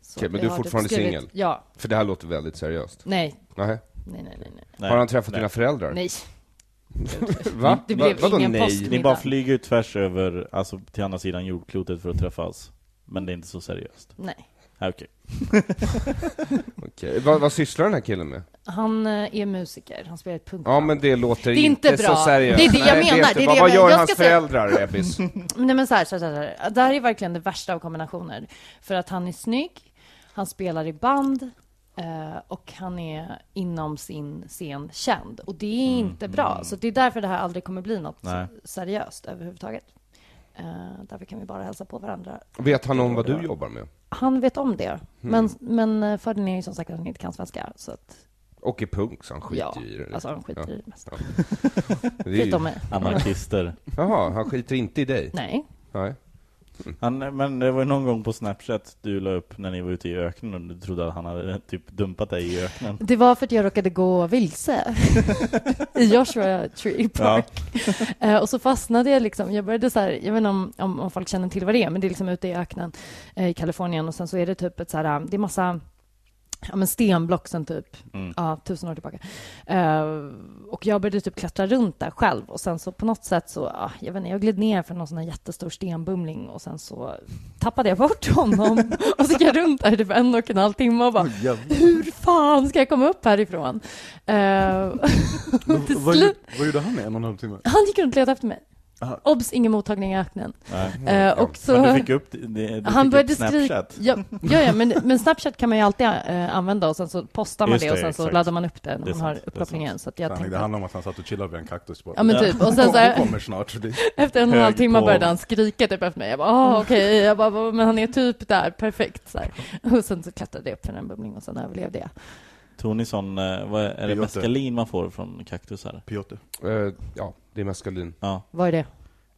[SPEAKER 4] Så
[SPEAKER 2] Okej, men du
[SPEAKER 4] vi
[SPEAKER 2] är
[SPEAKER 4] har typ
[SPEAKER 2] fortfarande
[SPEAKER 4] skrivit-
[SPEAKER 2] singel?
[SPEAKER 4] Ja.
[SPEAKER 2] För det här låter väldigt seriöst.
[SPEAKER 4] Nej,
[SPEAKER 2] Nej.
[SPEAKER 4] nej, nej, nej. nej.
[SPEAKER 1] Nej.
[SPEAKER 2] Har han träffat
[SPEAKER 1] Nej.
[SPEAKER 2] dina föräldrar?
[SPEAKER 4] nej.
[SPEAKER 2] Va?
[SPEAKER 4] Det blev
[SPEAKER 2] vadå
[SPEAKER 4] ingen
[SPEAKER 2] nej?
[SPEAKER 4] post.
[SPEAKER 1] Ni bara flyger tvärs över, alltså till andra sidan jordklotet för att träffas. Men det är inte så seriöst.
[SPEAKER 4] nej.
[SPEAKER 1] Ja, Okej.
[SPEAKER 2] Okej. Vad, vad sysslar den här killen med?
[SPEAKER 4] Han eh, är musiker, han spelar ett punkband.
[SPEAKER 2] Ja men det låter
[SPEAKER 4] Det är inte
[SPEAKER 2] så
[SPEAKER 4] bra.
[SPEAKER 2] seriöst.
[SPEAKER 4] Det är det jag menar,
[SPEAKER 2] inte
[SPEAKER 4] det är
[SPEAKER 2] bra.
[SPEAKER 4] det jag
[SPEAKER 2] Vad
[SPEAKER 4] menar.
[SPEAKER 2] gör
[SPEAKER 4] Jag
[SPEAKER 2] hans
[SPEAKER 4] ska säga-
[SPEAKER 2] föräldrar, Ebbis?
[SPEAKER 4] Nej men så här, så här, så här. Det här är verkligen det värsta av kombinationer. För att han är snygg, han spelar i band eh, och han är inom sin scen känd. Och det är inte bra. Så det är därför det här aldrig kommer bli något
[SPEAKER 1] Nej.
[SPEAKER 4] seriöst överhuvudtaget. Eh, därför kan vi bara hälsa på varandra.
[SPEAKER 2] Vet han om vad du jobbar med?
[SPEAKER 4] Han vet om det. Men, men eh, fördelen är ju som sagt att han inte kan svenska. Så att,
[SPEAKER 2] Och i punk, så han skiter
[SPEAKER 4] ja,
[SPEAKER 2] i det.
[SPEAKER 4] alltså han skiter
[SPEAKER 2] Ja.
[SPEAKER 4] i det mesta.
[SPEAKER 2] det. är
[SPEAKER 4] Skit om
[SPEAKER 2] ju-
[SPEAKER 4] mig. Mm.
[SPEAKER 1] Anarkister.
[SPEAKER 2] Jaha, han skiter inte i dig?
[SPEAKER 4] Nej.
[SPEAKER 2] Nej.
[SPEAKER 1] Han, men det var ju någon gång på snapchat du la upp när ni var ute i öknen och du trodde att han hade typ dumpat dig i öknen.
[SPEAKER 4] Det var för att jag råkade gå vilse i Joshua Tree Park. Eh, och så fastnade jag liksom. Jag började så här, jag vet inte om, om, om folk känner till vad det är, men det är liksom ute i öknen eh, i Kalifornien och sen så är det typ ett så här, det är massa Ja, men stenblock sen typ
[SPEAKER 1] Mm.
[SPEAKER 4] ja, tusen år tillbaka. Eh, och jag började typ klättra runt där själv och sen så på något sätt så, ja, jag vet inte, jag gled ner för någon sån här jättestor stenbumling och sen så tappade jag bort honom och så gick jag runt där i typ en och en halv timme och bara, hur fan ska jag komma upp härifrån? Eh,
[SPEAKER 3] Men
[SPEAKER 4] Till
[SPEAKER 3] vad,
[SPEAKER 4] slut-
[SPEAKER 3] gjorde- vad gjorde han i en och en halv timme?
[SPEAKER 4] han gick runt och letade efter mig.
[SPEAKER 3] Aha.
[SPEAKER 4] Obs, ingen mottagning i öknen.
[SPEAKER 1] Nej.
[SPEAKER 4] Eh, och så,
[SPEAKER 1] Mm. Men du fick upp det, det, du
[SPEAKER 4] han
[SPEAKER 1] fick
[SPEAKER 4] började
[SPEAKER 1] upp
[SPEAKER 4] skrika.
[SPEAKER 1] snapchat.
[SPEAKER 4] Ja, ja, ja men, men Snapchat kan man ju alltid eh, använda och sen så postar man
[SPEAKER 1] Just
[SPEAKER 4] det, och
[SPEAKER 1] det,
[SPEAKER 4] sen så
[SPEAKER 1] exakt.
[SPEAKER 4] laddar man upp det när
[SPEAKER 1] Det är
[SPEAKER 4] man har
[SPEAKER 1] sant, det är
[SPEAKER 4] uppkopplingen. Så att jag
[SPEAKER 3] Fan,
[SPEAKER 4] tänkte,
[SPEAKER 3] det handlar om att han satt och chillade vid en kaktus bara.
[SPEAKER 4] ja men typ. Och sen så
[SPEAKER 3] Hon
[SPEAKER 4] här,
[SPEAKER 3] kommer snart. Det...
[SPEAKER 4] efter en och en halv
[SPEAKER 1] Hög
[SPEAKER 4] timme
[SPEAKER 1] på.
[SPEAKER 4] började han skrika typ efter mig. Jag bara, ah, okej, jag bara, "Vad- men han är typ där, perfekt. Så här. Och sen så klättrade jag upp för en bumling och sen överlevde jag.
[SPEAKER 1] Tog ni sån, eh, vad är, är det
[SPEAKER 3] Peyote.
[SPEAKER 1] meskalin man får från kaktusar?
[SPEAKER 3] Piotr.
[SPEAKER 2] Eh, ja, det är meskalin.
[SPEAKER 1] Ja.
[SPEAKER 4] Vad är det?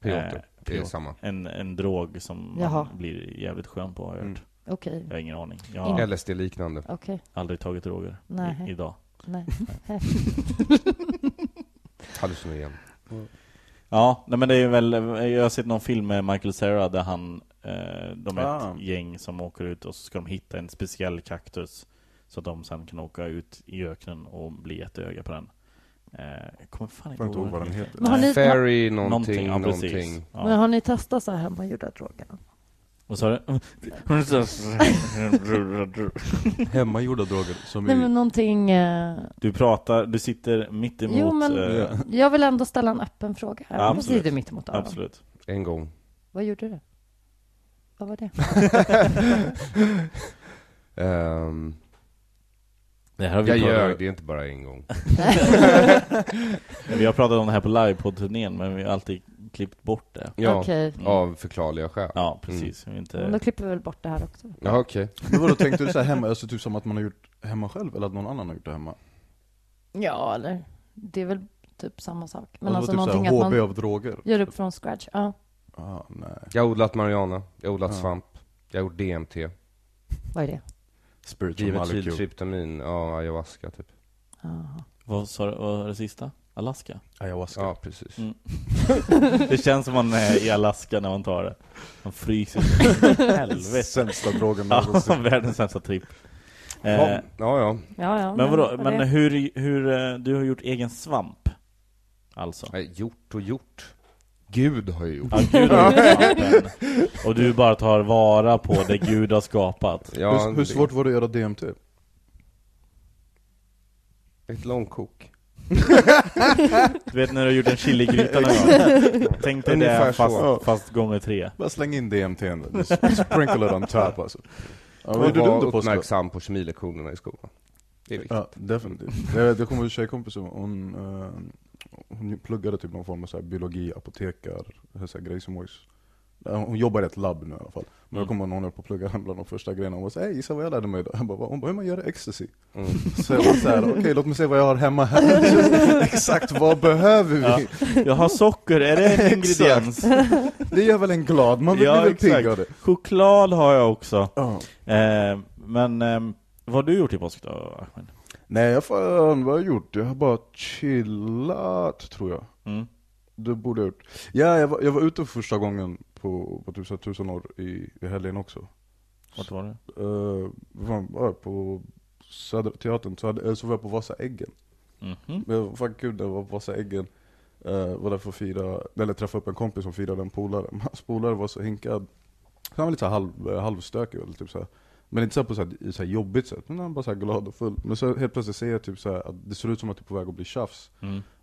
[SPEAKER 2] Piotr. det är
[SPEAKER 1] peyote.
[SPEAKER 2] samma.
[SPEAKER 1] En, en drog som
[SPEAKER 4] Jaha.
[SPEAKER 1] man blir jävligt skön på har jag hört.
[SPEAKER 2] Mm.
[SPEAKER 4] Okej,
[SPEAKER 1] Jag har ingen aning. Jag har
[SPEAKER 4] Mm.
[SPEAKER 2] LSD-liknande.
[SPEAKER 4] okej,
[SPEAKER 1] aldrig tagit droger
[SPEAKER 4] Nej.
[SPEAKER 1] I, idag.
[SPEAKER 4] nej.
[SPEAKER 2] Hallucinogen.
[SPEAKER 1] Ja, nej men det är väl, jag har sett någon film med Michael Cera där han, eh, de är
[SPEAKER 3] Ah.
[SPEAKER 1] ett gäng som åker ut och så ska de hitta en speciell kaktus Så att de sen kan åka ut i öknen och bli jättehöga på den eh, jag kommer fan
[SPEAKER 3] Jag
[SPEAKER 1] inte
[SPEAKER 3] kommer inte ihåg vad den heter.
[SPEAKER 4] Men har ni,
[SPEAKER 2] Eh, Fairy
[SPEAKER 1] Någonting,
[SPEAKER 2] någonting,
[SPEAKER 1] ja,
[SPEAKER 2] någonting.
[SPEAKER 1] precis.
[SPEAKER 4] men
[SPEAKER 1] Ja.
[SPEAKER 4] har ni testat så här hemmagjorda droger?
[SPEAKER 1] Vad sa du?
[SPEAKER 3] Hemmagjorda droger som
[SPEAKER 4] Nej
[SPEAKER 3] är...
[SPEAKER 4] men någonting, eh,
[SPEAKER 1] Du pratar, du sitter mitt emot
[SPEAKER 4] Jo, men-
[SPEAKER 1] eh,
[SPEAKER 3] Ja.
[SPEAKER 4] jag vill ändå ställa en öppen fråga.
[SPEAKER 1] Ja,
[SPEAKER 4] här. Nu
[SPEAKER 1] absolut.
[SPEAKER 4] sitter mitt emot Aron.
[SPEAKER 1] Absolut
[SPEAKER 2] En gång.
[SPEAKER 4] Vad gjorde du? Vad var det?
[SPEAKER 2] Ehm,
[SPEAKER 1] Det här har
[SPEAKER 2] Jag
[SPEAKER 1] vi,
[SPEAKER 2] ljög,
[SPEAKER 1] pratat,
[SPEAKER 2] det är inte bara en gång.
[SPEAKER 1] vi har pratat om det här på livepodd-turnén men vi har alltid klippt bort det.
[SPEAKER 2] Ja,
[SPEAKER 4] Okej.
[SPEAKER 2] av förklarliga skäl. Ja,
[SPEAKER 1] Ja, precis. Vi
[SPEAKER 4] Men då
[SPEAKER 1] Inte...
[SPEAKER 4] klipper vi väl bort det här också.
[SPEAKER 2] okej.
[SPEAKER 3] Men vadå, tänkte du så här hemma, alltså typ som att man har gjort hemma själv eller att någon annan har gjort det hemma?
[SPEAKER 4] Ja, eller det är väl typ samma sak. Men
[SPEAKER 3] Men alltså,
[SPEAKER 4] alltså,
[SPEAKER 3] typ
[SPEAKER 4] någonting
[SPEAKER 3] såhär,
[SPEAKER 4] att
[SPEAKER 3] HB
[SPEAKER 4] man
[SPEAKER 3] av droger?
[SPEAKER 4] gör upp från scratch. Ja.
[SPEAKER 3] Ah, nej.
[SPEAKER 2] Jag har odlat marijuana, jag har odlat svamp, jag har gjort DMT,
[SPEAKER 4] Vad är det?
[SPEAKER 3] Spiritual
[SPEAKER 2] dimetryl,
[SPEAKER 3] molecule.
[SPEAKER 2] tryptamin, ja, ayahuasca typ.
[SPEAKER 1] Vad sa du, vad var det sista? Alaska?
[SPEAKER 3] Ayahuasca.
[SPEAKER 2] Ja, precis.
[SPEAKER 1] Mm. Det känns som man är i Alaska när man tar det. Man fryser. Helvete.
[SPEAKER 3] Sämsta drogen
[SPEAKER 1] Ja,
[SPEAKER 3] någonsin.
[SPEAKER 1] världens sämsta tripp. Eh,
[SPEAKER 2] Ja, ja, ja.
[SPEAKER 4] Ja, ja.
[SPEAKER 1] men vadå,
[SPEAKER 4] vad är
[SPEAKER 1] men
[SPEAKER 4] det?
[SPEAKER 1] hur, hur, eh, du har gjort egen svamp? Alltså?
[SPEAKER 2] Nej, gjort och gjort. Gud har ju gjort.
[SPEAKER 1] Ja, Gud har gjort svampen. Och du bara tar vara på det Gud har skapat.
[SPEAKER 2] Ja,
[SPEAKER 3] hur, hur svårt var det att göra DMT?
[SPEAKER 2] det- Ett långkok.
[SPEAKER 1] Du vet när du har gjort en chiligryta någon gång? Tänk dig
[SPEAKER 2] Ungefär
[SPEAKER 1] det
[SPEAKER 2] så. Ja.
[SPEAKER 1] fast, fast gånger tre.
[SPEAKER 3] Bara släng in DMT ändå, sprinkle it on top alltså. Ja, vad
[SPEAKER 2] Och
[SPEAKER 3] gjorde du under
[SPEAKER 2] var
[SPEAKER 3] påsken?
[SPEAKER 2] uppmärksam på kemilektionerna i skolan. Det är viktigt.
[SPEAKER 3] Ja, definitivt. Jag, vet, jag kommer ihåg en tjejkompis, som- hon, eh, hon pluggade typ någon form av så här biologi, apotekar, så här grej som hon- Eh, Hon jobbar i ett labb nu i alla fall. Men jag kommer ihåg när hon höll på att plugga, bland de första grejerna, hon var såhär, gissa vad jag lärde mig idag? Jag bara, "Va?" hon bara, hur man gör ecstasy. Så jag var såhär, okej låt mig se vad jag har hemma här. Exakt, vad behöver vi?
[SPEAKER 1] Ja. Jag har socker, är det en ingrediens?
[SPEAKER 3] Det gör väl en glad, man blir väl pigg av det.
[SPEAKER 1] Choklad har jag också.
[SPEAKER 3] Ja.
[SPEAKER 1] Eh, men ehm, vad har du gjort i påsk då, Ahmed?
[SPEAKER 3] Nej, jag fan, vad har jag gjort? Jag har bara chillat, tror jag.
[SPEAKER 1] Mm.
[SPEAKER 3] Det borde jag ha gjort. Ja, jag var, jag var ute för första gången på, på typ så här tusen år i, i helgen också.
[SPEAKER 1] Vart var du?
[SPEAKER 3] Eh, vad fan var jag? På Södra Teatern, så, hade, eh, så var jag på Vasaäggen.
[SPEAKER 1] Mhm.
[SPEAKER 3] Men vad fan kul, det var på Vasaäggen. Uh, var där för att fira, eller träffa upp en kompis som firade en polare. Men Hans polare var så hinkad. Så han var lite så här halv, eh, halvstökig eller typ så här. Men inte så här på så här, så här jobbigt sätt, men han var så här glad och full. Men så helt plötsligt ser jag typ så här, att det ser ut som att det är på väg att bli tjafs.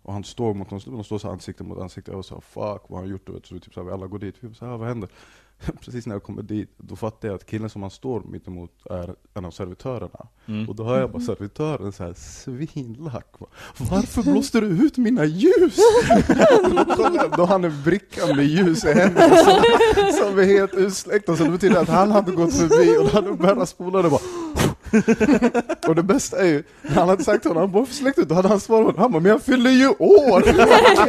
[SPEAKER 3] Och han står mot någon snubbe, de står så här ansikte mot ansikte. Jag var så här, fuck vad har han gjort? Du vet, så det är typ så här, vi alla går dit, vi var så här, vad händer? Precis när jag kommer dit, då fattar jag att killen som han står mitt emot är en av servitörerna. Och då hör jag bara servitören så här svinlack. va. Varför blåste du ut mina ljus? Då kollar jag, då har han en bricka med ljus i händerna som, som är helt utsläckt. Och så det betyder att han hade gått förbi och då hade börjat spola och bara och det bästa är ju, när han hade sagt till honom, han bara, varför släckte du? Då hade han svarat, han bara, men jag fyller ju år!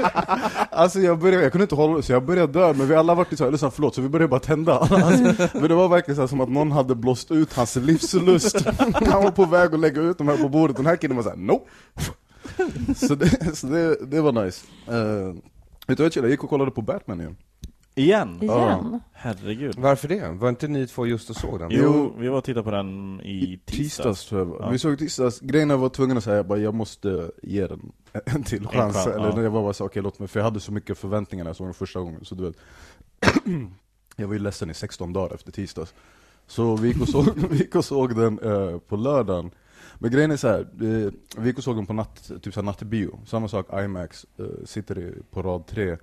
[SPEAKER 3] alltså jag började, jag kunde inte hålla det, så jag började dö, men vi alla varit såhär, lyssna förlåt, så vi började bara tända. Alltså, men det var verkligen så här, som att någon hade blåst ut hans livslust. han var på väg att lägga ut dem här på bordet, den här killen var såhär, nope. så det, så det, det var nice. Uh, vet du vad jag gick och kollade på Batman igen.
[SPEAKER 1] Igen?
[SPEAKER 4] Igen?
[SPEAKER 1] Herregud.
[SPEAKER 2] Varför det? Var inte ni två just och såg den?
[SPEAKER 1] Jo, vi var och tittade på den i
[SPEAKER 3] tisdags
[SPEAKER 1] tisdags.
[SPEAKER 3] tror jag det var.
[SPEAKER 1] Ja.
[SPEAKER 3] Vi såg tisdags, grejen är att jag var tvungen att säga jag bara, jag måste ge den en till chans.
[SPEAKER 1] chans,
[SPEAKER 3] Eller
[SPEAKER 1] ja.
[SPEAKER 3] jag var bara så, okej låt mig, för jag hade så mycket förväntningar när jag såg den första gången. Så du vet. jag var ju ledsen i 16 dagar efter tisdags. Så vi gick och såg, vi gick och såg den eh, på lördagen. Men grejen är så här, eh, vi gick och såg den på natt, typ så här nattbio. Samma sak, IMAX, eh, sitter i, på rad tre.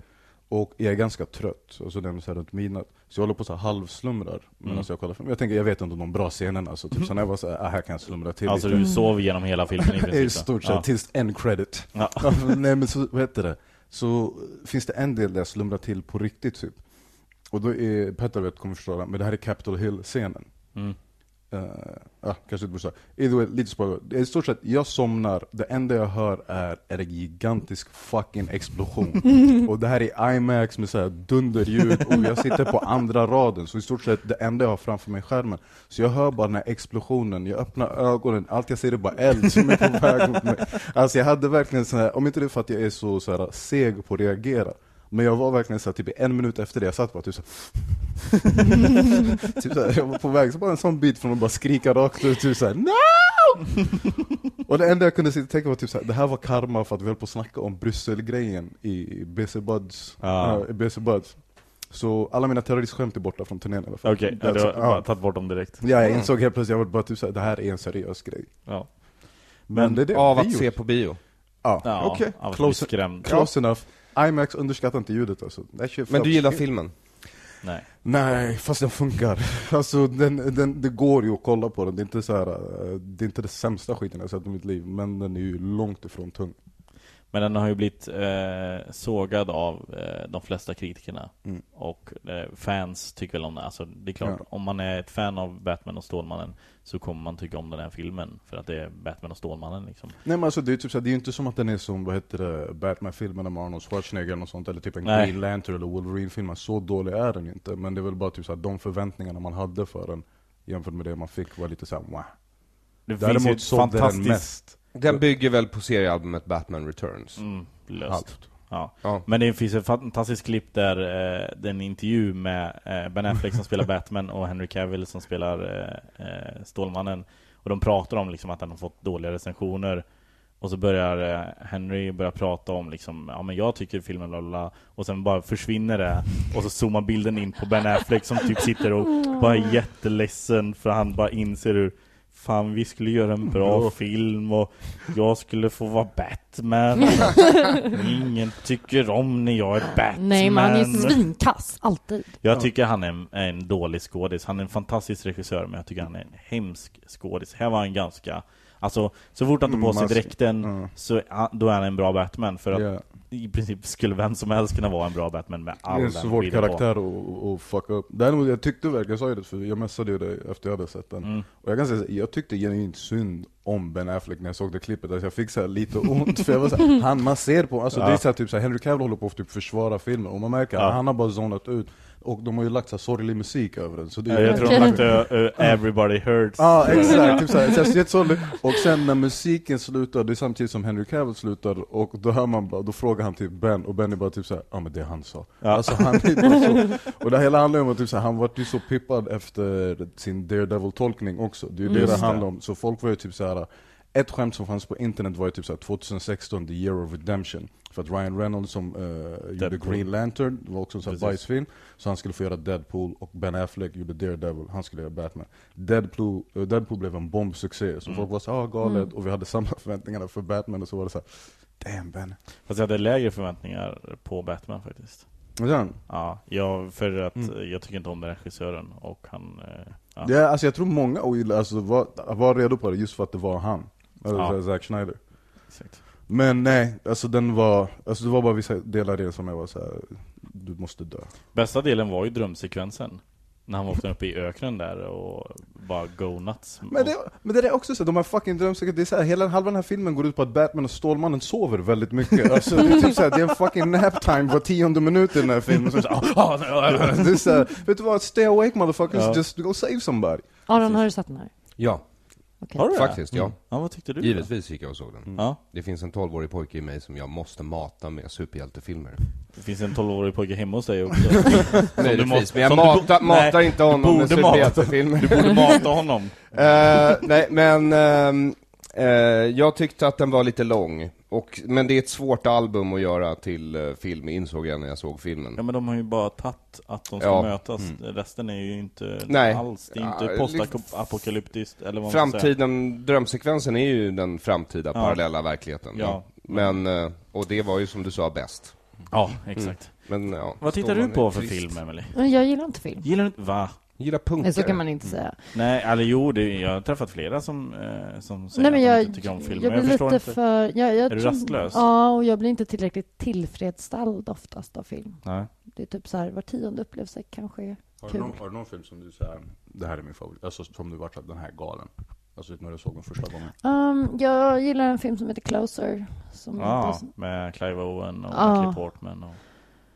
[SPEAKER 3] Och jag är ganska trött, alltså den är så här runt midnatt. Så jag håller på så här halvslumrar medan
[SPEAKER 1] Mm.
[SPEAKER 3] jag kollar film. Jag tänker, jag vet inte om de bra scenerna, så typ så när jag var så här, ah, här kan jag slumra till
[SPEAKER 1] Alltså
[SPEAKER 3] lite.
[SPEAKER 1] du sov genom hela filmen i princip?
[SPEAKER 3] I stort sett,
[SPEAKER 1] ja.
[SPEAKER 3] tills en credit.
[SPEAKER 1] Ja.
[SPEAKER 3] Nej men så, vad heter det? Så finns det en del där jag slumrar till på riktigt typ. Och då är, Petter vet, kommer förstå det, men det här är Capitol Hill-scenen.
[SPEAKER 1] Mm.
[SPEAKER 3] Eh, ah, kanske inte borde säga. Either way, lite spoiler. Det är I stort sett, jag somnar, det enda jag hör är, är en gigantisk fucking explosion. och det här är IMAX med så här dunderljud och jag sitter på andra raden, så i stort sett det enda jag har framför mig är skärmen. Så jag hör bara den här explosionen, jag öppnar ögonen, allt jag ser är bara eld som är på väg mot mig. Alltså jag hade verkligen så här, om inte det är för att jag är så, så här, seg på att reagera, men jag var verkligen så här, typ en minut efter det, jag satt bara typ så här, typ såhär, jag var på väg, så bara en sån bit från att bara skrika rakt ut, typ såhär NO! och det enda jag kunde sitta och tänka var typ såhär, det här var karma för att vi höll på att snacka om Brysselgrejen i BC Buds.
[SPEAKER 1] Ja.
[SPEAKER 3] eh, i BC Buds. Så alla mina terroristskämt är borta från turnén i alla fall.
[SPEAKER 1] Okej,
[SPEAKER 3] Det är
[SPEAKER 1] ja, du
[SPEAKER 3] alltså-
[SPEAKER 1] har bara tagit bort dem direkt.
[SPEAKER 3] ja, jag insåg helt plötsligt, jag var bara typ såhär, det här är en seriös grej.
[SPEAKER 1] Ja.
[SPEAKER 3] Men, det är det
[SPEAKER 2] Av
[SPEAKER 3] vi
[SPEAKER 2] att
[SPEAKER 3] gjorde.
[SPEAKER 2] se på bio.
[SPEAKER 3] Ja,
[SPEAKER 1] Ja,
[SPEAKER 3] okej.
[SPEAKER 1] jag var
[SPEAKER 3] Close,
[SPEAKER 1] skrämd.
[SPEAKER 3] close enough. IMAX underskattar inte ljudet alltså. That shit
[SPEAKER 2] Men du
[SPEAKER 3] felt-
[SPEAKER 2] gillar filmen?
[SPEAKER 1] Nej.
[SPEAKER 3] Nej, fast den funkar. Alltså, den, den, det går ju att kolla på den. Det är inte, så här, eh, det, är inte det sämsta skiten jag sett i mitt liv, men den är ju långt ifrån tung.
[SPEAKER 1] Men den har ju blivit eh, sågad av eh, de flesta kritikerna
[SPEAKER 3] Mm.
[SPEAKER 1] Och eh, fans tycker väl om den, alltså det är klart
[SPEAKER 3] Ja.
[SPEAKER 1] Om man är ett fan av Batman och Stålmannen Så kommer man tycka om den här filmen För att det är Batman och Stålmannen liksom
[SPEAKER 3] Nej men alltså det är ju typ såhär, det är ju inte som att den är som, vad heter det, Batman-filmerna med Arnold Schwarzenegger eller sånt, eller typ en
[SPEAKER 1] Nej.
[SPEAKER 3] Green Lantern eller Wolverine-filmen. Så dålig är den ju inte, men det är väl bara typ såhär, de förväntningarna man hade för den jämfört med det man fick var lite såhär, wow.
[SPEAKER 1] Det
[SPEAKER 3] Däremot
[SPEAKER 1] finns ju
[SPEAKER 3] sålde den
[SPEAKER 1] fantastiskt
[SPEAKER 3] mest.
[SPEAKER 2] Den bygger väl på seriealbumet Batman Returns?
[SPEAKER 1] mm, löst
[SPEAKER 3] Halvt.
[SPEAKER 1] Ja.
[SPEAKER 2] Ja.
[SPEAKER 1] Men det finns ett fantastiskt klipp där eh, det är en intervju med eh, Ben Affleck som spelar Batman och Henry Cavill som spelar eh, eh, Stålmannen. Och de pratar om liksom, att han har fått dåliga recensioner. Och så börjar eh, Henry börja prata om liksom, ja men jag tycker filmen bla bla, bla Och sen bara försvinner det Och så zoomar bilden in på Ben Affleck som typ sitter och bara är jätteledsen För han bara inser hur Fan vi skulle göra en bra film och jag skulle få vara Batman Ingen tycker om när jag är Batman
[SPEAKER 4] Nej, men han är ju svinkass, alltid.
[SPEAKER 1] Jag tycker han är en, en dålig skådis Han är en fantastisk regissör men jag tycker han är en hemsk skådis Här var han ganska Alltså så fort han tar på
[SPEAKER 3] Mm,
[SPEAKER 1] sig
[SPEAKER 3] alltså,
[SPEAKER 1] dräkten
[SPEAKER 3] ja.
[SPEAKER 1] så är han- då är han en bra Batman för att
[SPEAKER 3] Ja.
[SPEAKER 1] i princip skulle vem som helst kunna vara en bra Batman med all
[SPEAKER 3] det är en
[SPEAKER 1] den
[SPEAKER 3] svår
[SPEAKER 1] skiten
[SPEAKER 3] karaktär att- att fucka upp. Däremot jag tyckte verkligen, jag sa ju det, för jag messade ju dig efter jag hade sett den.
[SPEAKER 1] Mm.
[SPEAKER 3] Och jag kan säga så här, jag tyckte genuint synd om Ben Affleck när jag såg det klippet, alltså jag fick så här lite ont, för jag var så här, han man ser på alltså det är så här, typ så här, Henry Cavill håller på att typ försvara filmen, och man märker att
[SPEAKER 1] Ja.
[SPEAKER 3] han har bara zonat ut, och de har ju lagt så här, sorglig musik över den. Så
[SPEAKER 1] på.
[SPEAKER 3] det är
[SPEAKER 1] Jag tror de har lagt ö- ö, 'Everybody Hurts'
[SPEAKER 3] Ja, exakt. Typ såhär, såhär, såhär, såhär, och sen när musiken slutar, det är samtidigt som Henry Cavill slutar, och då hör man bara, då frågar han typ Ben, och Ben är bara typ såhär, ja men det han sa. Alltså han är bara så. Och det hela handlar ju om att typ såhär, han vart ju så pippad efter sin Daredevil-tolkning också, det är ju det Mm. det handlar om. Så folk var ju typ såhär, ett skämt som fanns på internet var ju typ såhär 2016, the year of redemption. För att Ryan Reynolds som eh, gjorde
[SPEAKER 1] Deadpool.
[SPEAKER 3] Green Lantern, det var också en sån här
[SPEAKER 1] Precis.
[SPEAKER 3] bajsfilm. Så han skulle få göra Deadpool och Ben Affleck gjorde Daredevil, han skulle göra Batman. Deadpool, eh, Deadpool blev en bombsuccé, så folk var såhär ah, galet, och vi hade samma förväntningar för Batman och så var det såhär Damn Ben.
[SPEAKER 1] Fast jag hade lägre förväntningar på Batman faktiskt
[SPEAKER 3] Och sen,
[SPEAKER 1] Ja, jag, för att eh,
[SPEAKER 3] Mm.
[SPEAKER 1] jag tycker inte om den regissören och han... eh, Ja.
[SPEAKER 3] ja, alltså jag tror många ogillar, alltså var, var redo på det just för att det var han. Eller
[SPEAKER 1] Ja.
[SPEAKER 3] såhär Zack Snyder.
[SPEAKER 1] Exakt.
[SPEAKER 3] Men nej, alltså den var, alltså det var bara vissa delar i den som jag var såhär, du måste dö.
[SPEAKER 1] Bästa delen var ju drömsekvensen. När han vaknade upp i öknen där och bara go nuts.
[SPEAKER 3] Men det, men det är också så, de här fucking drömsäkert, det är så här, hela halva den här filmen går ut på att Batman och Stålmannen sover väldigt mycket. Alltså, det är typ så här, det är en fucking naptime var tionde minut i den här filmen. Så, så, ah, ah, ah. det är så här, vet du vad, stay awake motherfuckers,
[SPEAKER 1] Ja.
[SPEAKER 3] just go save somebody.
[SPEAKER 4] Aron, har du sett den här?
[SPEAKER 2] Ja,
[SPEAKER 4] Okej.
[SPEAKER 1] Har du det? Mm.
[SPEAKER 2] faktiskt ja.
[SPEAKER 1] Ja, vad tyckte du? Mm.
[SPEAKER 2] Givetvis gick jag och såg den.
[SPEAKER 1] Ja.
[SPEAKER 2] Det finns en 12-årig pojke i mig som jag måste mata med superhjältefilmer.
[SPEAKER 1] Det finns en 12-årig pojke hemma hos dig också. du
[SPEAKER 2] Möjligtvis,
[SPEAKER 1] måste-
[SPEAKER 2] men jag
[SPEAKER 1] som du bo-
[SPEAKER 2] matar, matar
[SPEAKER 1] Nej,
[SPEAKER 2] inte honom med
[SPEAKER 1] borde mata.
[SPEAKER 2] superhjältefilmer.
[SPEAKER 1] Du borde mata honom.
[SPEAKER 2] Eh, nej, men ehm, eh, jag tyckte att den var lite lång. Och, men det är ett svårt album att göra till eh, film, insåg jag när jag såg filmen.
[SPEAKER 1] Ja men de har ju bara tagit att de ska
[SPEAKER 2] Ja. Mm.
[SPEAKER 1] mötas. Resten är ju inte
[SPEAKER 2] Nej.
[SPEAKER 1] alls. Det är inte
[SPEAKER 2] Ja,
[SPEAKER 1] postapokalyptiskt eller vad man ska säga.
[SPEAKER 2] Framtiden, drömsekvensen är ju den framtida
[SPEAKER 1] Ja.
[SPEAKER 2] parallella verkligheten.
[SPEAKER 1] Ja.
[SPEAKER 2] Men, eh, och det var ju som du sa bäst.
[SPEAKER 1] Ja, exakt.
[SPEAKER 2] Men, ja,
[SPEAKER 1] Vad tittar
[SPEAKER 2] Stålman
[SPEAKER 1] du på
[SPEAKER 2] är
[SPEAKER 1] för
[SPEAKER 2] Mm. trist.
[SPEAKER 1] film, Emily?
[SPEAKER 4] Men Jag gillar inte film.
[SPEAKER 1] Gillar du inte... Va?
[SPEAKER 2] Gillar
[SPEAKER 4] Nej,
[SPEAKER 2] punkare.
[SPEAKER 4] så kan man inte säga.
[SPEAKER 1] Nej, eller jo, det, jag har träffat flera som, eh, som säger
[SPEAKER 4] Nej, men
[SPEAKER 1] att
[SPEAKER 4] jag,
[SPEAKER 1] de inte tycker om film.
[SPEAKER 4] jag
[SPEAKER 1] men jag
[SPEAKER 4] blir
[SPEAKER 1] förstår
[SPEAKER 4] lite
[SPEAKER 1] inte.
[SPEAKER 4] för... Jag, jag
[SPEAKER 1] Är du
[SPEAKER 4] tror-
[SPEAKER 1] rastlös?
[SPEAKER 4] Ja, och jag blir inte tillräckligt tillfredsställd oftast av film.
[SPEAKER 1] Nej.
[SPEAKER 4] Det är typ så här, var tionde upplevelse kanske är
[SPEAKER 3] Har
[SPEAKER 4] kul.
[SPEAKER 3] du, någon, har du någon film som du säger, det här är min favorit, alltså som du vart den här galen? Alltså när du såg den första gången.
[SPEAKER 4] Ehm, jag gillar en film som heter Closer. Som
[SPEAKER 1] Ja,
[SPEAKER 4] heter
[SPEAKER 1] Ah, med Clive Owen och
[SPEAKER 4] Mm, Ja.
[SPEAKER 1] Natalie Portman och...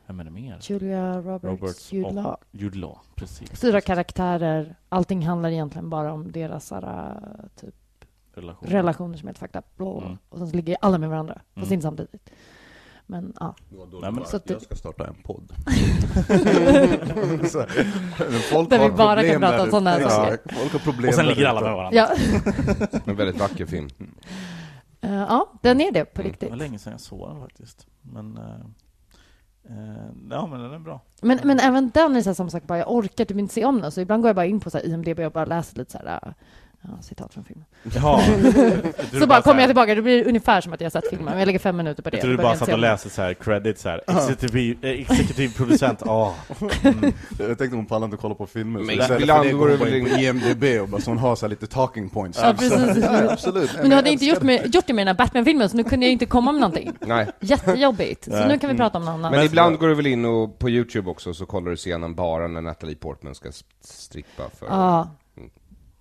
[SPEAKER 1] Vem är det mer?
[SPEAKER 4] Julia Roberts,
[SPEAKER 1] Roberts
[SPEAKER 4] Jude
[SPEAKER 1] och-
[SPEAKER 4] Law.
[SPEAKER 1] Jude Law, precis.
[SPEAKER 4] Fyra karaktärer. Allting handlar egentligen bara om deras såhär, typ,
[SPEAKER 1] Relation.
[SPEAKER 4] relationer som är ett fakta. Bla, bla, bla.
[SPEAKER 1] Mm.
[SPEAKER 4] Och sen så ligger alla med varandra, fast
[SPEAKER 1] Mm.
[SPEAKER 4] inte samtidigt. Men ja.
[SPEAKER 1] Nej, men-
[SPEAKER 4] Så att
[SPEAKER 3] jag
[SPEAKER 4] det-
[SPEAKER 3] ska starta en podd. Så här, folk
[SPEAKER 4] Där vi
[SPEAKER 3] har
[SPEAKER 4] bara kan
[SPEAKER 3] problem
[SPEAKER 4] prata om
[SPEAKER 3] där
[SPEAKER 4] sådana här
[SPEAKER 3] ute.
[SPEAKER 4] saker.
[SPEAKER 3] Ja, Folk har problem
[SPEAKER 1] Och sen
[SPEAKER 3] där
[SPEAKER 1] ligger alla
[SPEAKER 3] ute.
[SPEAKER 1] med varandra.
[SPEAKER 4] Ja.
[SPEAKER 2] En väldigt vacker film.
[SPEAKER 4] Eh, ja, den är det på
[SPEAKER 2] Mm.
[SPEAKER 1] Det
[SPEAKER 4] riktigt.
[SPEAKER 1] var länge sedan jag såg den faktiskt. Men... Eh, eh, ja, men den är bra.
[SPEAKER 4] Men, men även den är så här, som sagt bara, jag orkar typ inte se om den. Så ibland går jag bara in på så här, IMDB och bara läser lite så här, Ja, citat från filmen.
[SPEAKER 5] Jaha.
[SPEAKER 4] Så bara kommer jag tillbaka, det blir ungefär som att jag har sett filmen, men jag lägger fem minuter på det.
[SPEAKER 1] Jag tror du bara
[SPEAKER 4] Då behöver
[SPEAKER 1] satt
[SPEAKER 4] jag
[SPEAKER 1] och
[SPEAKER 4] inte
[SPEAKER 1] läste så här, credits så här. Exekutiv, eh, exekutiv producent, ja. Mm.
[SPEAKER 3] Jag tänkte hon pallar inte kolla på filmer.
[SPEAKER 2] Men
[SPEAKER 3] så istället
[SPEAKER 2] ibland
[SPEAKER 3] för det
[SPEAKER 2] går
[SPEAKER 3] går
[SPEAKER 2] det
[SPEAKER 3] hon bara in
[SPEAKER 2] väl
[SPEAKER 3] på IMDB och bara så hon har så här lite talking points.
[SPEAKER 4] Ja, precis.
[SPEAKER 3] ja, ja, absolut.
[SPEAKER 4] se den. Men du hade inte gjort, med, gjort det med den här Batman-filmen, så nu kunde jag inte komma med någonting.
[SPEAKER 2] Nej.
[SPEAKER 4] Jättejobbigt. Så nu kan
[SPEAKER 1] Mm.
[SPEAKER 4] vi prata om något annat.
[SPEAKER 2] Men ibland går du väl in och på Youtube också så kollar du scenen bara när Natalie Portman ska s- strippa för...
[SPEAKER 4] Ja,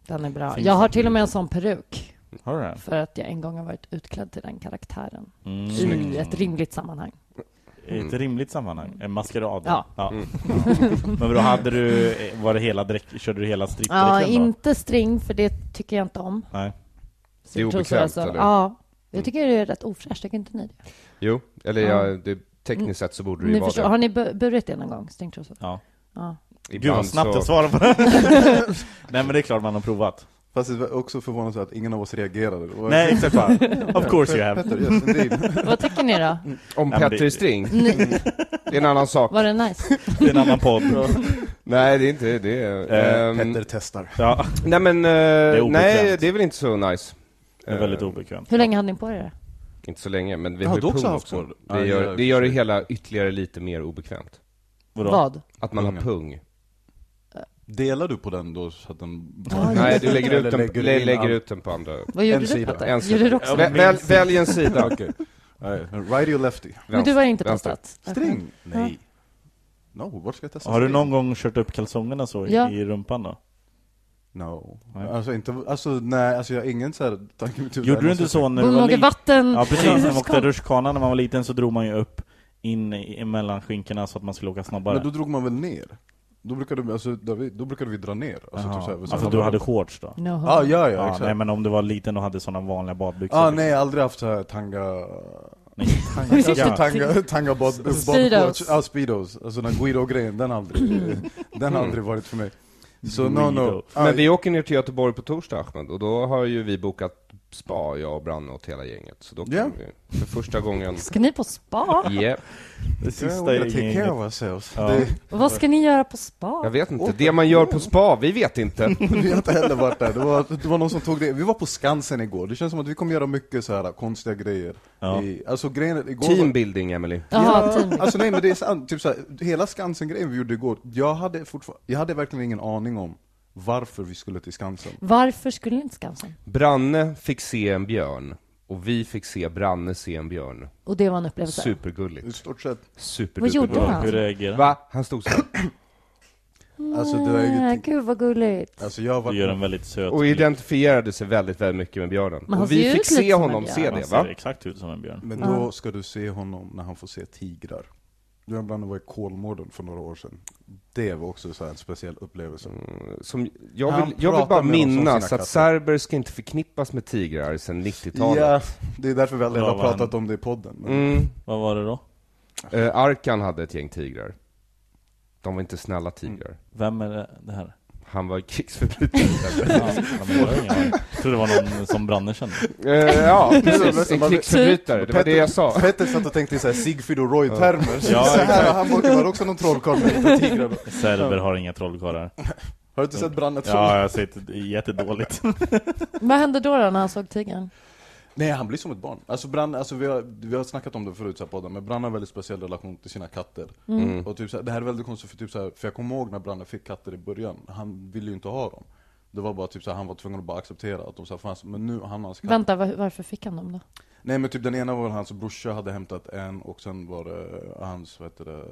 [SPEAKER 4] den är bra. Jag har till och med en sån peruk,
[SPEAKER 1] Har du det?
[SPEAKER 4] för att jag en gång har varit utklädd till den karaktären.
[SPEAKER 1] Mm.
[SPEAKER 4] I ett rimligt sammanhang.
[SPEAKER 1] I Mm. ett rimligt sammanhang? En maskerad?
[SPEAKER 4] Ja.
[SPEAKER 1] Men vadå, hade du, eh, var det hela dräkt, körde du hela strippdräkten
[SPEAKER 4] Ja,
[SPEAKER 1] då?
[SPEAKER 4] inte string, för det tycker jag inte om.
[SPEAKER 1] Nej.
[SPEAKER 4] Så
[SPEAKER 2] Det är
[SPEAKER 4] jag tror
[SPEAKER 2] obekvämt,
[SPEAKER 4] alltså-
[SPEAKER 2] eller?
[SPEAKER 1] Mm.
[SPEAKER 4] Ja. Jag tycker det är rätt ofräscht, tycker inte ni det?
[SPEAKER 2] Jo, eller
[SPEAKER 4] Ja.
[SPEAKER 2] ja, det, tekniskt sett så borde det ju
[SPEAKER 4] Ah. Ni
[SPEAKER 2] vara
[SPEAKER 4] förstår,
[SPEAKER 2] det.
[SPEAKER 4] har ni bu- burit det någon gång, stringtrosor?
[SPEAKER 1] Ja.
[SPEAKER 4] Ja.
[SPEAKER 1] Gud vad snabbt jag svarade på det. Nej men det är klart man har provat.
[SPEAKER 3] Fast det var också förvånansvärt att ingen av oss reagerade. Det var-
[SPEAKER 1] Nej exakt bara. Of course you have.
[SPEAKER 3] Petter, yes, indeed.
[SPEAKER 4] Vad tycker ni då?
[SPEAKER 2] Om
[SPEAKER 1] Ja, men
[SPEAKER 2] Petter
[SPEAKER 1] det-
[SPEAKER 2] i string? Det är en annan sak.
[SPEAKER 4] Var det nice?
[SPEAKER 1] Det är en annan podd.
[SPEAKER 2] Nej, det är inte det.
[SPEAKER 1] Eh,
[SPEAKER 2] Ehm,
[SPEAKER 3] Petter testar.
[SPEAKER 1] Ja.
[SPEAKER 2] Nej men, eh,
[SPEAKER 1] obekvämt.
[SPEAKER 2] nej det är väl inte så nice. Eh,
[SPEAKER 1] Det är väldigt obekvämt.
[SPEAKER 4] Hur länge hade ni på er det?
[SPEAKER 2] Inte så länge, men vi
[SPEAKER 3] Ja,
[SPEAKER 2] har ju
[SPEAKER 3] du
[SPEAKER 2] pung
[SPEAKER 3] också
[SPEAKER 2] också.
[SPEAKER 3] haft pung. Ja,
[SPEAKER 2] Det,
[SPEAKER 3] ja,
[SPEAKER 2] gör, det gör det
[SPEAKER 3] precis.
[SPEAKER 2] hela ytterligare lite mer obekvämt.
[SPEAKER 1] Vadå?
[SPEAKER 4] Vad?
[SPEAKER 2] Att man har
[SPEAKER 3] Pungen.
[SPEAKER 2] pung.
[SPEAKER 3] Delar du på den då så att den...
[SPEAKER 2] Nej, du lägger ut
[SPEAKER 3] Eller
[SPEAKER 2] den,
[SPEAKER 3] lägger du
[SPEAKER 2] lä-
[SPEAKER 3] in
[SPEAKER 2] lägger
[SPEAKER 3] all-
[SPEAKER 2] ut den på andra.
[SPEAKER 4] Vad gjorde
[SPEAKER 3] En
[SPEAKER 4] du
[SPEAKER 3] sida.
[SPEAKER 4] Petter?
[SPEAKER 2] En
[SPEAKER 4] Gjorde du
[SPEAKER 2] sida.
[SPEAKER 4] också?
[SPEAKER 2] Vä- väl, välj en sida.
[SPEAKER 3] Okej. Nej, Righty och lefty?
[SPEAKER 4] Men du har inte
[SPEAKER 2] Vänster.
[SPEAKER 4] testat?
[SPEAKER 3] String? Nej. No, vart ska jag testa
[SPEAKER 1] Har du
[SPEAKER 3] string?
[SPEAKER 1] någon gång kört upp kalsongerna så i,
[SPEAKER 4] Ja.
[SPEAKER 1] i rumpan då?
[SPEAKER 3] No.
[SPEAKER 1] Nej.
[SPEAKER 3] Alltså inte, alltså nej, alltså jag har ingen så här tanke i mitt huvud. Alltså,
[SPEAKER 1] Gjorde du inte så när du
[SPEAKER 4] Hon
[SPEAKER 1] var
[SPEAKER 4] åker
[SPEAKER 1] liten?
[SPEAKER 4] vatten.
[SPEAKER 1] Ja precis, när man åkte
[SPEAKER 4] Rutschkana.
[SPEAKER 1] rutschkana när man var liten så drog man ju upp in i- emellan skinkorna så att man skulle åka snabbare.
[SPEAKER 3] Men då drog man väl ner? Då brukade, alltså, då, vi- då brukade vi dra ner. Alltså,
[SPEAKER 1] Jaha.
[SPEAKER 3] typ så här, så
[SPEAKER 1] alltså du hade shorts då?
[SPEAKER 4] No homo.
[SPEAKER 3] Ah, ja, ja,
[SPEAKER 1] Ja,
[SPEAKER 3] exakt.
[SPEAKER 1] nej men om du var liten och hade sådana vanliga badbyxor
[SPEAKER 3] ah,
[SPEAKER 1] liksom.
[SPEAKER 3] nej, jag har aldrig haft så här tanga...
[SPEAKER 1] Nej,
[SPEAKER 3] Alltså,
[SPEAKER 1] Ja.
[SPEAKER 3] tanga, tanga bad,
[SPEAKER 4] Speedos.
[SPEAKER 3] badshorts, ah, speedos. Alltså den Guido-grejen, den har aldrig, den har aldrig varit för mig. Så no,
[SPEAKER 1] Mm. Guido.
[SPEAKER 3] no. Ah,
[SPEAKER 2] Men vi åker ner till Göteborg på torsdag, Ahmed, och då har ju vi bokat spa, jag och Branne och hela gänget. Så då kan
[SPEAKER 3] Ja.
[SPEAKER 2] vi för första gången...
[SPEAKER 4] Ska ni på spa?
[SPEAKER 2] Yeah.
[SPEAKER 1] det
[SPEAKER 3] yeah,
[SPEAKER 1] sista
[SPEAKER 3] we're
[SPEAKER 1] är
[SPEAKER 3] gonna take care
[SPEAKER 1] inget.
[SPEAKER 3] of ourselves.
[SPEAKER 1] Ja.
[SPEAKER 3] Det,
[SPEAKER 4] Och vad ska ni göra på
[SPEAKER 2] Jag
[SPEAKER 4] spa?
[SPEAKER 2] vet inte. Det man gör på spa, vi vet inte.
[SPEAKER 3] Vi har inte heller varit där. Det var, det var någon som tog det. Vi var på Skansen igår. Det känns som att vi kommer göra mycket så här konstiga grejer.
[SPEAKER 1] Ja.
[SPEAKER 3] I, alltså grejen är- igår var-
[SPEAKER 2] Teambuilding, Emily.
[SPEAKER 4] Jaha, team.
[SPEAKER 3] Alltså nej men det är sant, typ så här, hela Skansen-grejen vi gjorde igår, jag hade fortfarande, jag hade verkligen ingen aning om varför vi skulle till Skansen.
[SPEAKER 4] Varför skulle ni inte Skansen?
[SPEAKER 2] Branne fick se en björn, och vi fick se Branne se en björn.
[SPEAKER 4] Och det var en upplevelse.
[SPEAKER 3] I
[SPEAKER 2] Supergulligt.
[SPEAKER 3] stort sett.
[SPEAKER 4] Vad
[SPEAKER 2] Superdupergulligt.
[SPEAKER 4] gjorde han?
[SPEAKER 1] Hur reagerar han?
[SPEAKER 2] Va? Han stod så här
[SPEAKER 3] Alltså det var
[SPEAKER 4] Nej,
[SPEAKER 1] typ-
[SPEAKER 3] inget,
[SPEAKER 4] Ah, gud vad gulligt.
[SPEAKER 3] alltså jag
[SPEAKER 1] Du gör
[SPEAKER 3] var
[SPEAKER 1] en väldigt söt
[SPEAKER 2] och
[SPEAKER 1] blick.
[SPEAKER 2] identifierade sig väldigt, väldigt mycket med björnen.
[SPEAKER 4] Men han
[SPEAKER 2] Och vi
[SPEAKER 4] ser ju
[SPEAKER 2] fick
[SPEAKER 4] ut lite
[SPEAKER 2] se
[SPEAKER 4] som en
[SPEAKER 2] honom
[SPEAKER 4] björn.
[SPEAKER 2] se
[SPEAKER 1] Han
[SPEAKER 2] det,
[SPEAKER 1] ser
[SPEAKER 2] va?
[SPEAKER 1] exakt ut som en björn.
[SPEAKER 3] men då ska du se honom när han får se tigrar. Jag och Branne var i Kolmården för några år sedan. Det var också så här en speciell upplevelse.
[SPEAKER 1] Mm,
[SPEAKER 2] Som,
[SPEAKER 3] Han
[SPEAKER 2] jag, vill, jag
[SPEAKER 3] pratar
[SPEAKER 2] vill bara
[SPEAKER 3] med dem som
[SPEAKER 2] minnas
[SPEAKER 3] sina
[SPEAKER 2] att
[SPEAKER 3] katter.
[SPEAKER 2] serber ska inte förknippas med tigrar sedan 90-talet.
[SPEAKER 3] Ja, det är därför vi aldrig
[SPEAKER 1] Bra,
[SPEAKER 3] har
[SPEAKER 1] va?
[SPEAKER 3] pratat om det i podden. Men
[SPEAKER 2] Mm.
[SPEAKER 1] Vad var det då?
[SPEAKER 2] Eh, Arkan hade ett gäng tigrar. De var inte snälla tigrar.
[SPEAKER 1] Vem är det- det här?
[SPEAKER 2] Han var krigsförbrytare.
[SPEAKER 1] Ja, men jag, har ingen aning. jag trodde det var någon som Branne kände.
[SPEAKER 2] Eh, ja, precis.
[SPEAKER 3] Som
[SPEAKER 2] En
[SPEAKER 3] var-
[SPEAKER 2] krigsförbrytare, det var det jag sa.
[SPEAKER 3] Petter satt och tänkte i så här Sigfrid och Roy-termer. Så
[SPEAKER 1] Ja,
[SPEAKER 3] här, han var var också någon trollkarl med lite tigrar. då.
[SPEAKER 1] Serber har inga trollkarlar.
[SPEAKER 3] Har du inte sett Branne
[SPEAKER 1] Ja, jag har sett det är jättedåligt.
[SPEAKER 4] Vad hände då, då när han såg tigern?
[SPEAKER 3] Nej, han blir som ett barn. Alltså, Branne, alltså vi, har, vi har snackat om det förut så här på podden, men Branne har en väldigt speciell relation till sina katter. Och typ så här, det här är väldigt konstigt, för, typ så här, för jag kommer ihåg när Branne fick katter i början, han ville ju inte ha dem. Det var bara typ så här, han var tvungen att bara acceptera att de så här, fanns, men nu han och hans katt.
[SPEAKER 4] Vänta, var, varför fick han dem då?
[SPEAKER 3] Nej men typ den ena var väl hans brorsa hade hämtat en och sen var det hans vad heter det,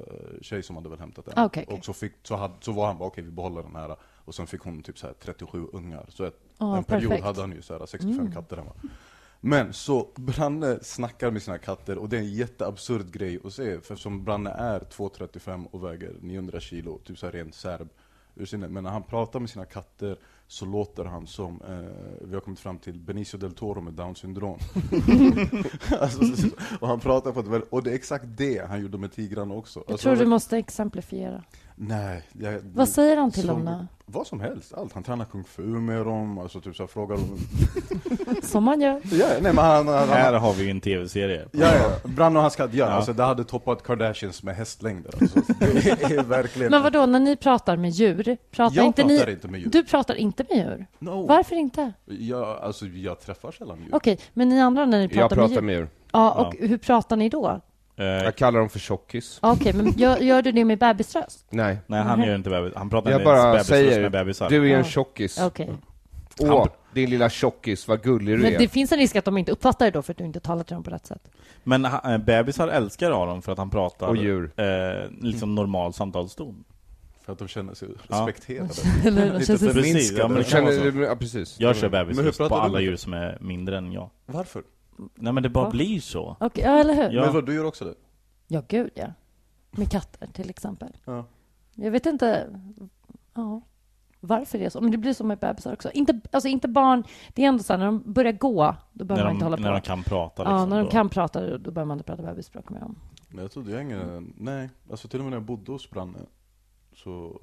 [SPEAKER 3] tjej som hade väl hämtat en.
[SPEAKER 4] Ah, okej, okej.
[SPEAKER 3] Och så, fick, så, hade, så var han bara okej vi behåller den här. Och sen fick hon typ så här 37 ungar. Så ett,
[SPEAKER 4] Ah,
[SPEAKER 3] en period
[SPEAKER 4] perfekt. Mm.
[SPEAKER 3] hade han ju så här 65 katter hemma. Men så Branne snackar med sina katter och det är en jätteabsurd grej att se. För som Branne är 2,35 och väger 900 kilo, typ så här rent serb. Ur sinne. Men när han pratar med sina katter så låter han som, eh, vi har kommit fram till, Benicio del Toro med Downs syndrom. Alltså, så- och han pratar på ett väldigt, och det är exakt det han gjorde med tigrarna också.
[SPEAKER 4] Jag
[SPEAKER 3] Alltså,
[SPEAKER 4] tror du
[SPEAKER 3] han-
[SPEAKER 4] måste exemplifiera.
[SPEAKER 3] Nej. Jag,
[SPEAKER 4] Vad säger han till
[SPEAKER 3] Mm. som-
[SPEAKER 4] dem då?
[SPEAKER 3] Vad som helst. Allt. Han tränar kung fu med dem, alltså typ så här, frågar dem.
[SPEAKER 4] Som man gör.
[SPEAKER 3] Ja, nej men han... han,
[SPEAKER 6] Här
[SPEAKER 3] han
[SPEAKER 6] har vi ju en tv-serie.
[SPEAKER 3] Ja, ja. Brann och hans kattgöra,
[SPEAKER 6] Ja.
[SPEAKER 3] alltså det hade toppat Kardashians med hästlängder. Alltså. Det är verkligen...
[SPEAKER 4] Men vadå, när ni pratar med djur, pratar
[SPEAKER 3] Jag
[SPEAKER 4] inte
[SPEAKER 3] pratar
[SPEAKER 4] ni...
[SPEAKER 3] inte med djur. Oh.
[SPEAKER 4] Du pratar inte med djur?
[SPEAKER 3] No.
[SPEAKER 4] Varför inte?
[SPEAKER 3] Jag, alltså, jag träffar sällan djur.
[SPEAKER 4] Okej, men ni andra när ni pratar,
[SPEAKER 2] Jag pratar
[SPEAKER 4] med
[SPEAKER 2] med djur.
[SPEAKER 4] Ja, och hur pratar ni då?
[SPEAKER 6] Eh,
[SPEAKER 2] Jag kallar dem för tjockis.
[SPEAKER 4] Ja, Okej, men gör, gör du det med bebisröst?
[SPEAKER 2] Nej.
[SPEAKER 6] nej,
[SPEAKER 4] Mm-hmm.
[SPEAKER 6] han gör inte bebis. Han pratar
[SPEAKER 2] Jag
[SPEAKER 6] med
[SPEAKER 2] bara
[SPEAKER 6] bebisar
[SPEAKER 2] säger,
[SPEAKER 6] med bebisar.
[SPEAKER 2] du är en
[SPEAKER 4] Ja.
[SPEAKER 2] tjockis.
[SPEAKER 4] Okej.
[SPEAKER 2] Åh, din lilla tjockis, vad gullig du
[SPEAKER 4] Men det
[SPEAKER 2] Mm. är.
[SPEAKER 4] finns en risk att de inte uppfattar det då för att du inte talar till dem på rätt sätt.
[SPEAKER 6] Men ha- eh, bebisar älskar Aron för att han pratar
[SPEAKER 2] Och djur.
[SPEAKER 6] Eh,
[SPEAKER 4] Mm.
[SPEAKER 6] liksom normal samtalston.
[SPEAKER 3] För att de känner sig
[SPEAKER 6] Ja.
[SPEAKER 3] respekterade.
[SPEAKER 4] Eller de
[SPEAKER 3] Inte
[SPEAKER 4] känner sig-
[SPEAKER 6] Precis, ja, men
[SPEAKER 3] förminskade.
[SPEAKER 6] det
[SPEAKER 2] Jag
[SPEAKER 6] kan vara så.
[SPEAKER 2] känner, ja, precis.
[SPEAKER 6] Jag kör
[SPEAKER 3] Men hur
[SPEAKER 6] bebisröst
[SPEAKER 3] pratar
[SPEAKER 6] på
[SPEAKER 3] du
[SPEAKER 6] alla
[SPEAKER 3] med-
[SPEAKER 6] djur som är mindre än jag.
[SPEAKER 3] Varför?
[SPEAKER 6] Nej men det bara
[SPEAKER 4] Va?
[SPEAKER 6] blir så.
[SPEAKER 4] Okej, ja eller hur?
[SPEAKER 6] Ja.
[SPEAKER 3] Men vad, du gör också det?
[SPEAKER 4] Ja, gud ja. Med katter till exempel.
[SPEAKER 3] Ja.
[SPEAKER 4] Jag vet inte ja, varför det är så. Men det blir så med bebisar också. Inte, alltså inte barn. Det är ändå så här, när de börjar gå, då behöver
[SPEAKER 6] När
[SPEAKER 4] man
[SPEAKER 6] de,
[SPEAKER 4] inte hålla på.
[SPEAKER 6] när de kan prata
[SPEAKER 4] ja,
[SPEAKER 6] liksom,
[SPEAKER 4] när de
[SPEAKER 6] då.
[SPEAKER 4] kan prata, då då behöver man inte prata bebisspråk med dem.
[SPEAKER 3] Nej, jag trodde jag ingen... Nej, alltså till och med när jag bodde hos Branne så...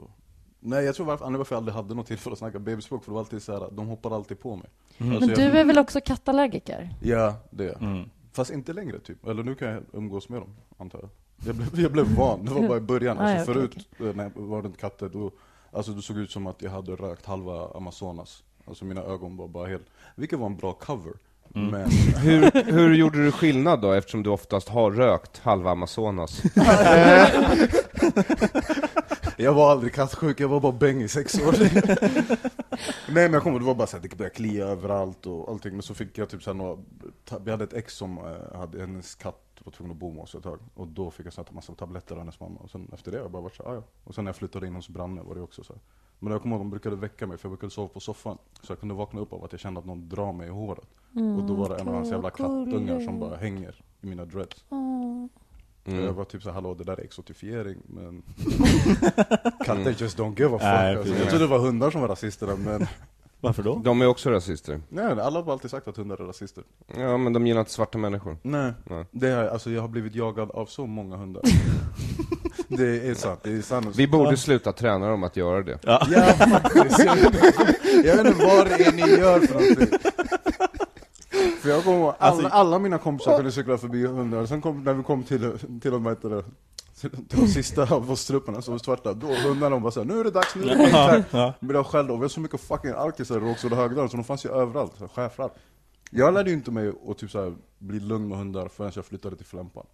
[SPEAKER 3] Nej, jag tror varför, anledningen varför jag aldrig hade något tillfälle att snacka bebisspråk, för det var alltid så här, de hoppar alltid på mig. Alltså,
[SPEAKER 4] Men
[SPEAKER 3] jag-
[SPEAKER 4] du är väl också kattallergiker?
[SPEAKER 3] Ja, det är
[SPEAKER 1] Mm.
[SPEAKER 3] jag.
[SPEAKER 6] Mm.
[SPEAKER 3] Fast inte längre typ. Eller nu kan jag umgås med dem, antar jag. Jag blev, jag blev van, det var bara i början.
[SPEAKER 4] Ah, ja,
[SPEAKER 3] Alltså,
[SPEAKER 4] okej,
[SPEAKER 3] förut eh, när jag var runt katter, då, alltså, det såg ut som att jag hade rökt halva Amazonas. Alltså mina ögon var bara helt... Vilket var en bra cover. Men...
[SPEAKER 2] Hur, hur gjorde du skillnad då, eftersom du oftast har rökt halva Amazonas?
[SPEAKER 3] Jag var aldrig kattsjuk, jag var bara bäng i sex år. Nej men jag kommer, det var bara så här, det började klia överallt och allting. Men så fick jag typ så här några, ta- vi hade ett ex som eh, hade, hennes katt var tvungen att bo med oss ett tag. Och då fick jag så här, ta massa tabletter av hennes mamma. Och sen efter det har jag bara varit så här, "Ah, ja. Och sen när jag flyttade in hos Branne var det också så här. Men jag kommer ihåg, de brukade väcka mig för jag brukade sova på soffan. Så jag kunde vakna upp av att jag kände att någon drar mig i håret. och då var det en av hans jävla kattungar som bara hänger i mina dreads. Och
[SPEAKER 6] Mm.
[SPEAKER 3] Jag var typ såhär, hallå det där är exotifiering men Katter just don't give a fuck
[SPEAKER 6] Nej,
[SPEAKER 3] alltså.
[SPEAKER 6] precis.
[SPEAKER 3] Jag trodde det var hundar som var rasisterna men
[SPEAKER 6] Varför då?
[SPEAKER 2] De är också rasister.
[SPEAKER 3] Nej alla har alltid sagt att hundar är rasister
[SPEAKER 2] Ja, men de gillar inte svarta människor.
[SPEAKER 3] Nej,
[SPEAKER 2] Nej.
[SPEAKER 3] Det är, alltså, jag har blivit jagad av så många hundar Det är sant, det är sant
[SPEAKER 2] Vi borde sluta träna dem att göra det.
[SPEAKER 3] Ja faktiskt, jag, jag vet inte vad det är ni gör för någonting för jag kommer ihåg, alla, alla mina kompisar kunde cykla förbi hundar, sen kom, när vi kom till, till de, vad heter det, till de sista av oss trupperna som var svarta, då hundarna bara såhär 'Nu är det dags, nu är det dags'
[SPEAKER 6] ja.
[SPEAKER 3] Men jag själv då, vi har så mycket fucking alkisar i Rågsved och Högdalen så de fanns ju överallt, så här, schäfrar Jag lärde ju inte mig att typ så här, bli lugn med hundar förrän jag flyttade till Flämpan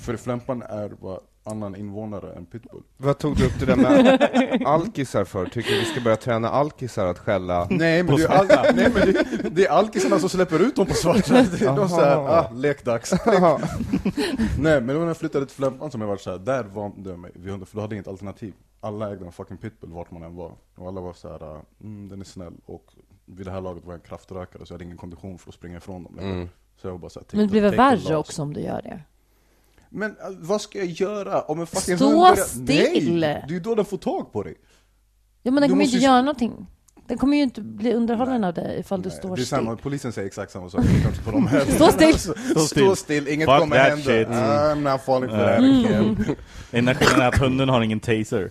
[SPEAKER 3] För Flämpan är vad annan invånare än pitbull
[SPEAKER 2] Vad tog du upp det där med alkisar för? Tycker du vi ska börja träna alkisar att skälla?
[SPEAKER 3] Nej men, det är, al- nej, men det, det är alkisarna som släpper ut dem på svarta, det är de såhär, ah, lekdags
[SPEAKER 2] Jaha.
[SPEAKER 3] Nej men det var när jag flyttade till Flämpan som jag var såhär, där vande jag mig vid hundar, för då hade jag inget alternativ Alla ägde en fucking pitbull vart man än var, och alla var såhär, ah, mm, den är snäll och vid det här laget var jag en kraftrökare så jag hade ingen kondition för att springa ifrån dem längre. Så jag var bara såhär,
[SPEAKER 4] Men det blir väl
[SPEAKER 3] take the
[SPEAKER 4] värre
[SPEAKER 3] loss.
[SPEAKER 4] också om du gör det?
[SPEAKER 3] Men eh, vad ska jag göra om en fucking
[SPEAKER 4] Stå
[SPEAKER 3] hund börjar-
[SPEAKER 4] still!
[SPEAKER 3] Nej! Det är ju då den får tag på dig!
[SPEAKER 4] Ja, men den
[SPEAKER 3] Du
[SPEAKER 4] kommer ju
[SPEAKER 3] måste
[SPEAKER 4] inte
[SPEAKER 3] ju-
[SPEAKER 4] göra någonting. Den kommer ju inte bli underhållen av dig ifall du
[SPEAKER 3] Nej,
[SPEAKER 4] står
[SPEAKER 3] det är
[SPEAKER 4] still.
[SPEAKER 3] samma, polisen säger exakt samma sak, jag kanske på dem här. Alltså,
[SPEAKER 4] Stå still!
[SPEAKER 3] Stå
[SPEAKER 6] still.
[SPEAKER 3] still, inget
[SPEAKER 6] Fuck
[SPEAKER 3] kommer
[SPEAKER 6] that
[SPEAKER 3] hända. Ah,
[SPEAKER 6] shit.
[SPEAKER 3] I'm not falling for that again.
[SPEAKER 6] Enda skillnaden är att hunden har ingen taser.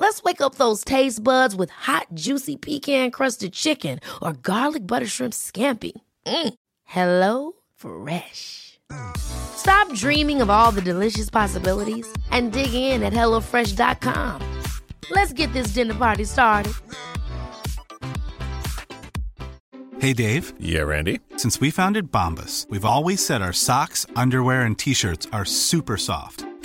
[SPEAKER 7] Let's wake up those taste buds with hot, juicy pecan-crusted chicken or garlic butter shrimp scampi. Mm. Hello Fresh. Stop dreaming of all the delicious possibilities and dig in at HelloFresh.com. Let's get this dinner party started.
[SPEAKER 8] Hey, Dave.
[SPEAKER 9] Yeah, Randy.
[SPEAKER 8] Since we founded Bombus, we've always said our socks, underwear, and t shirts are super soft.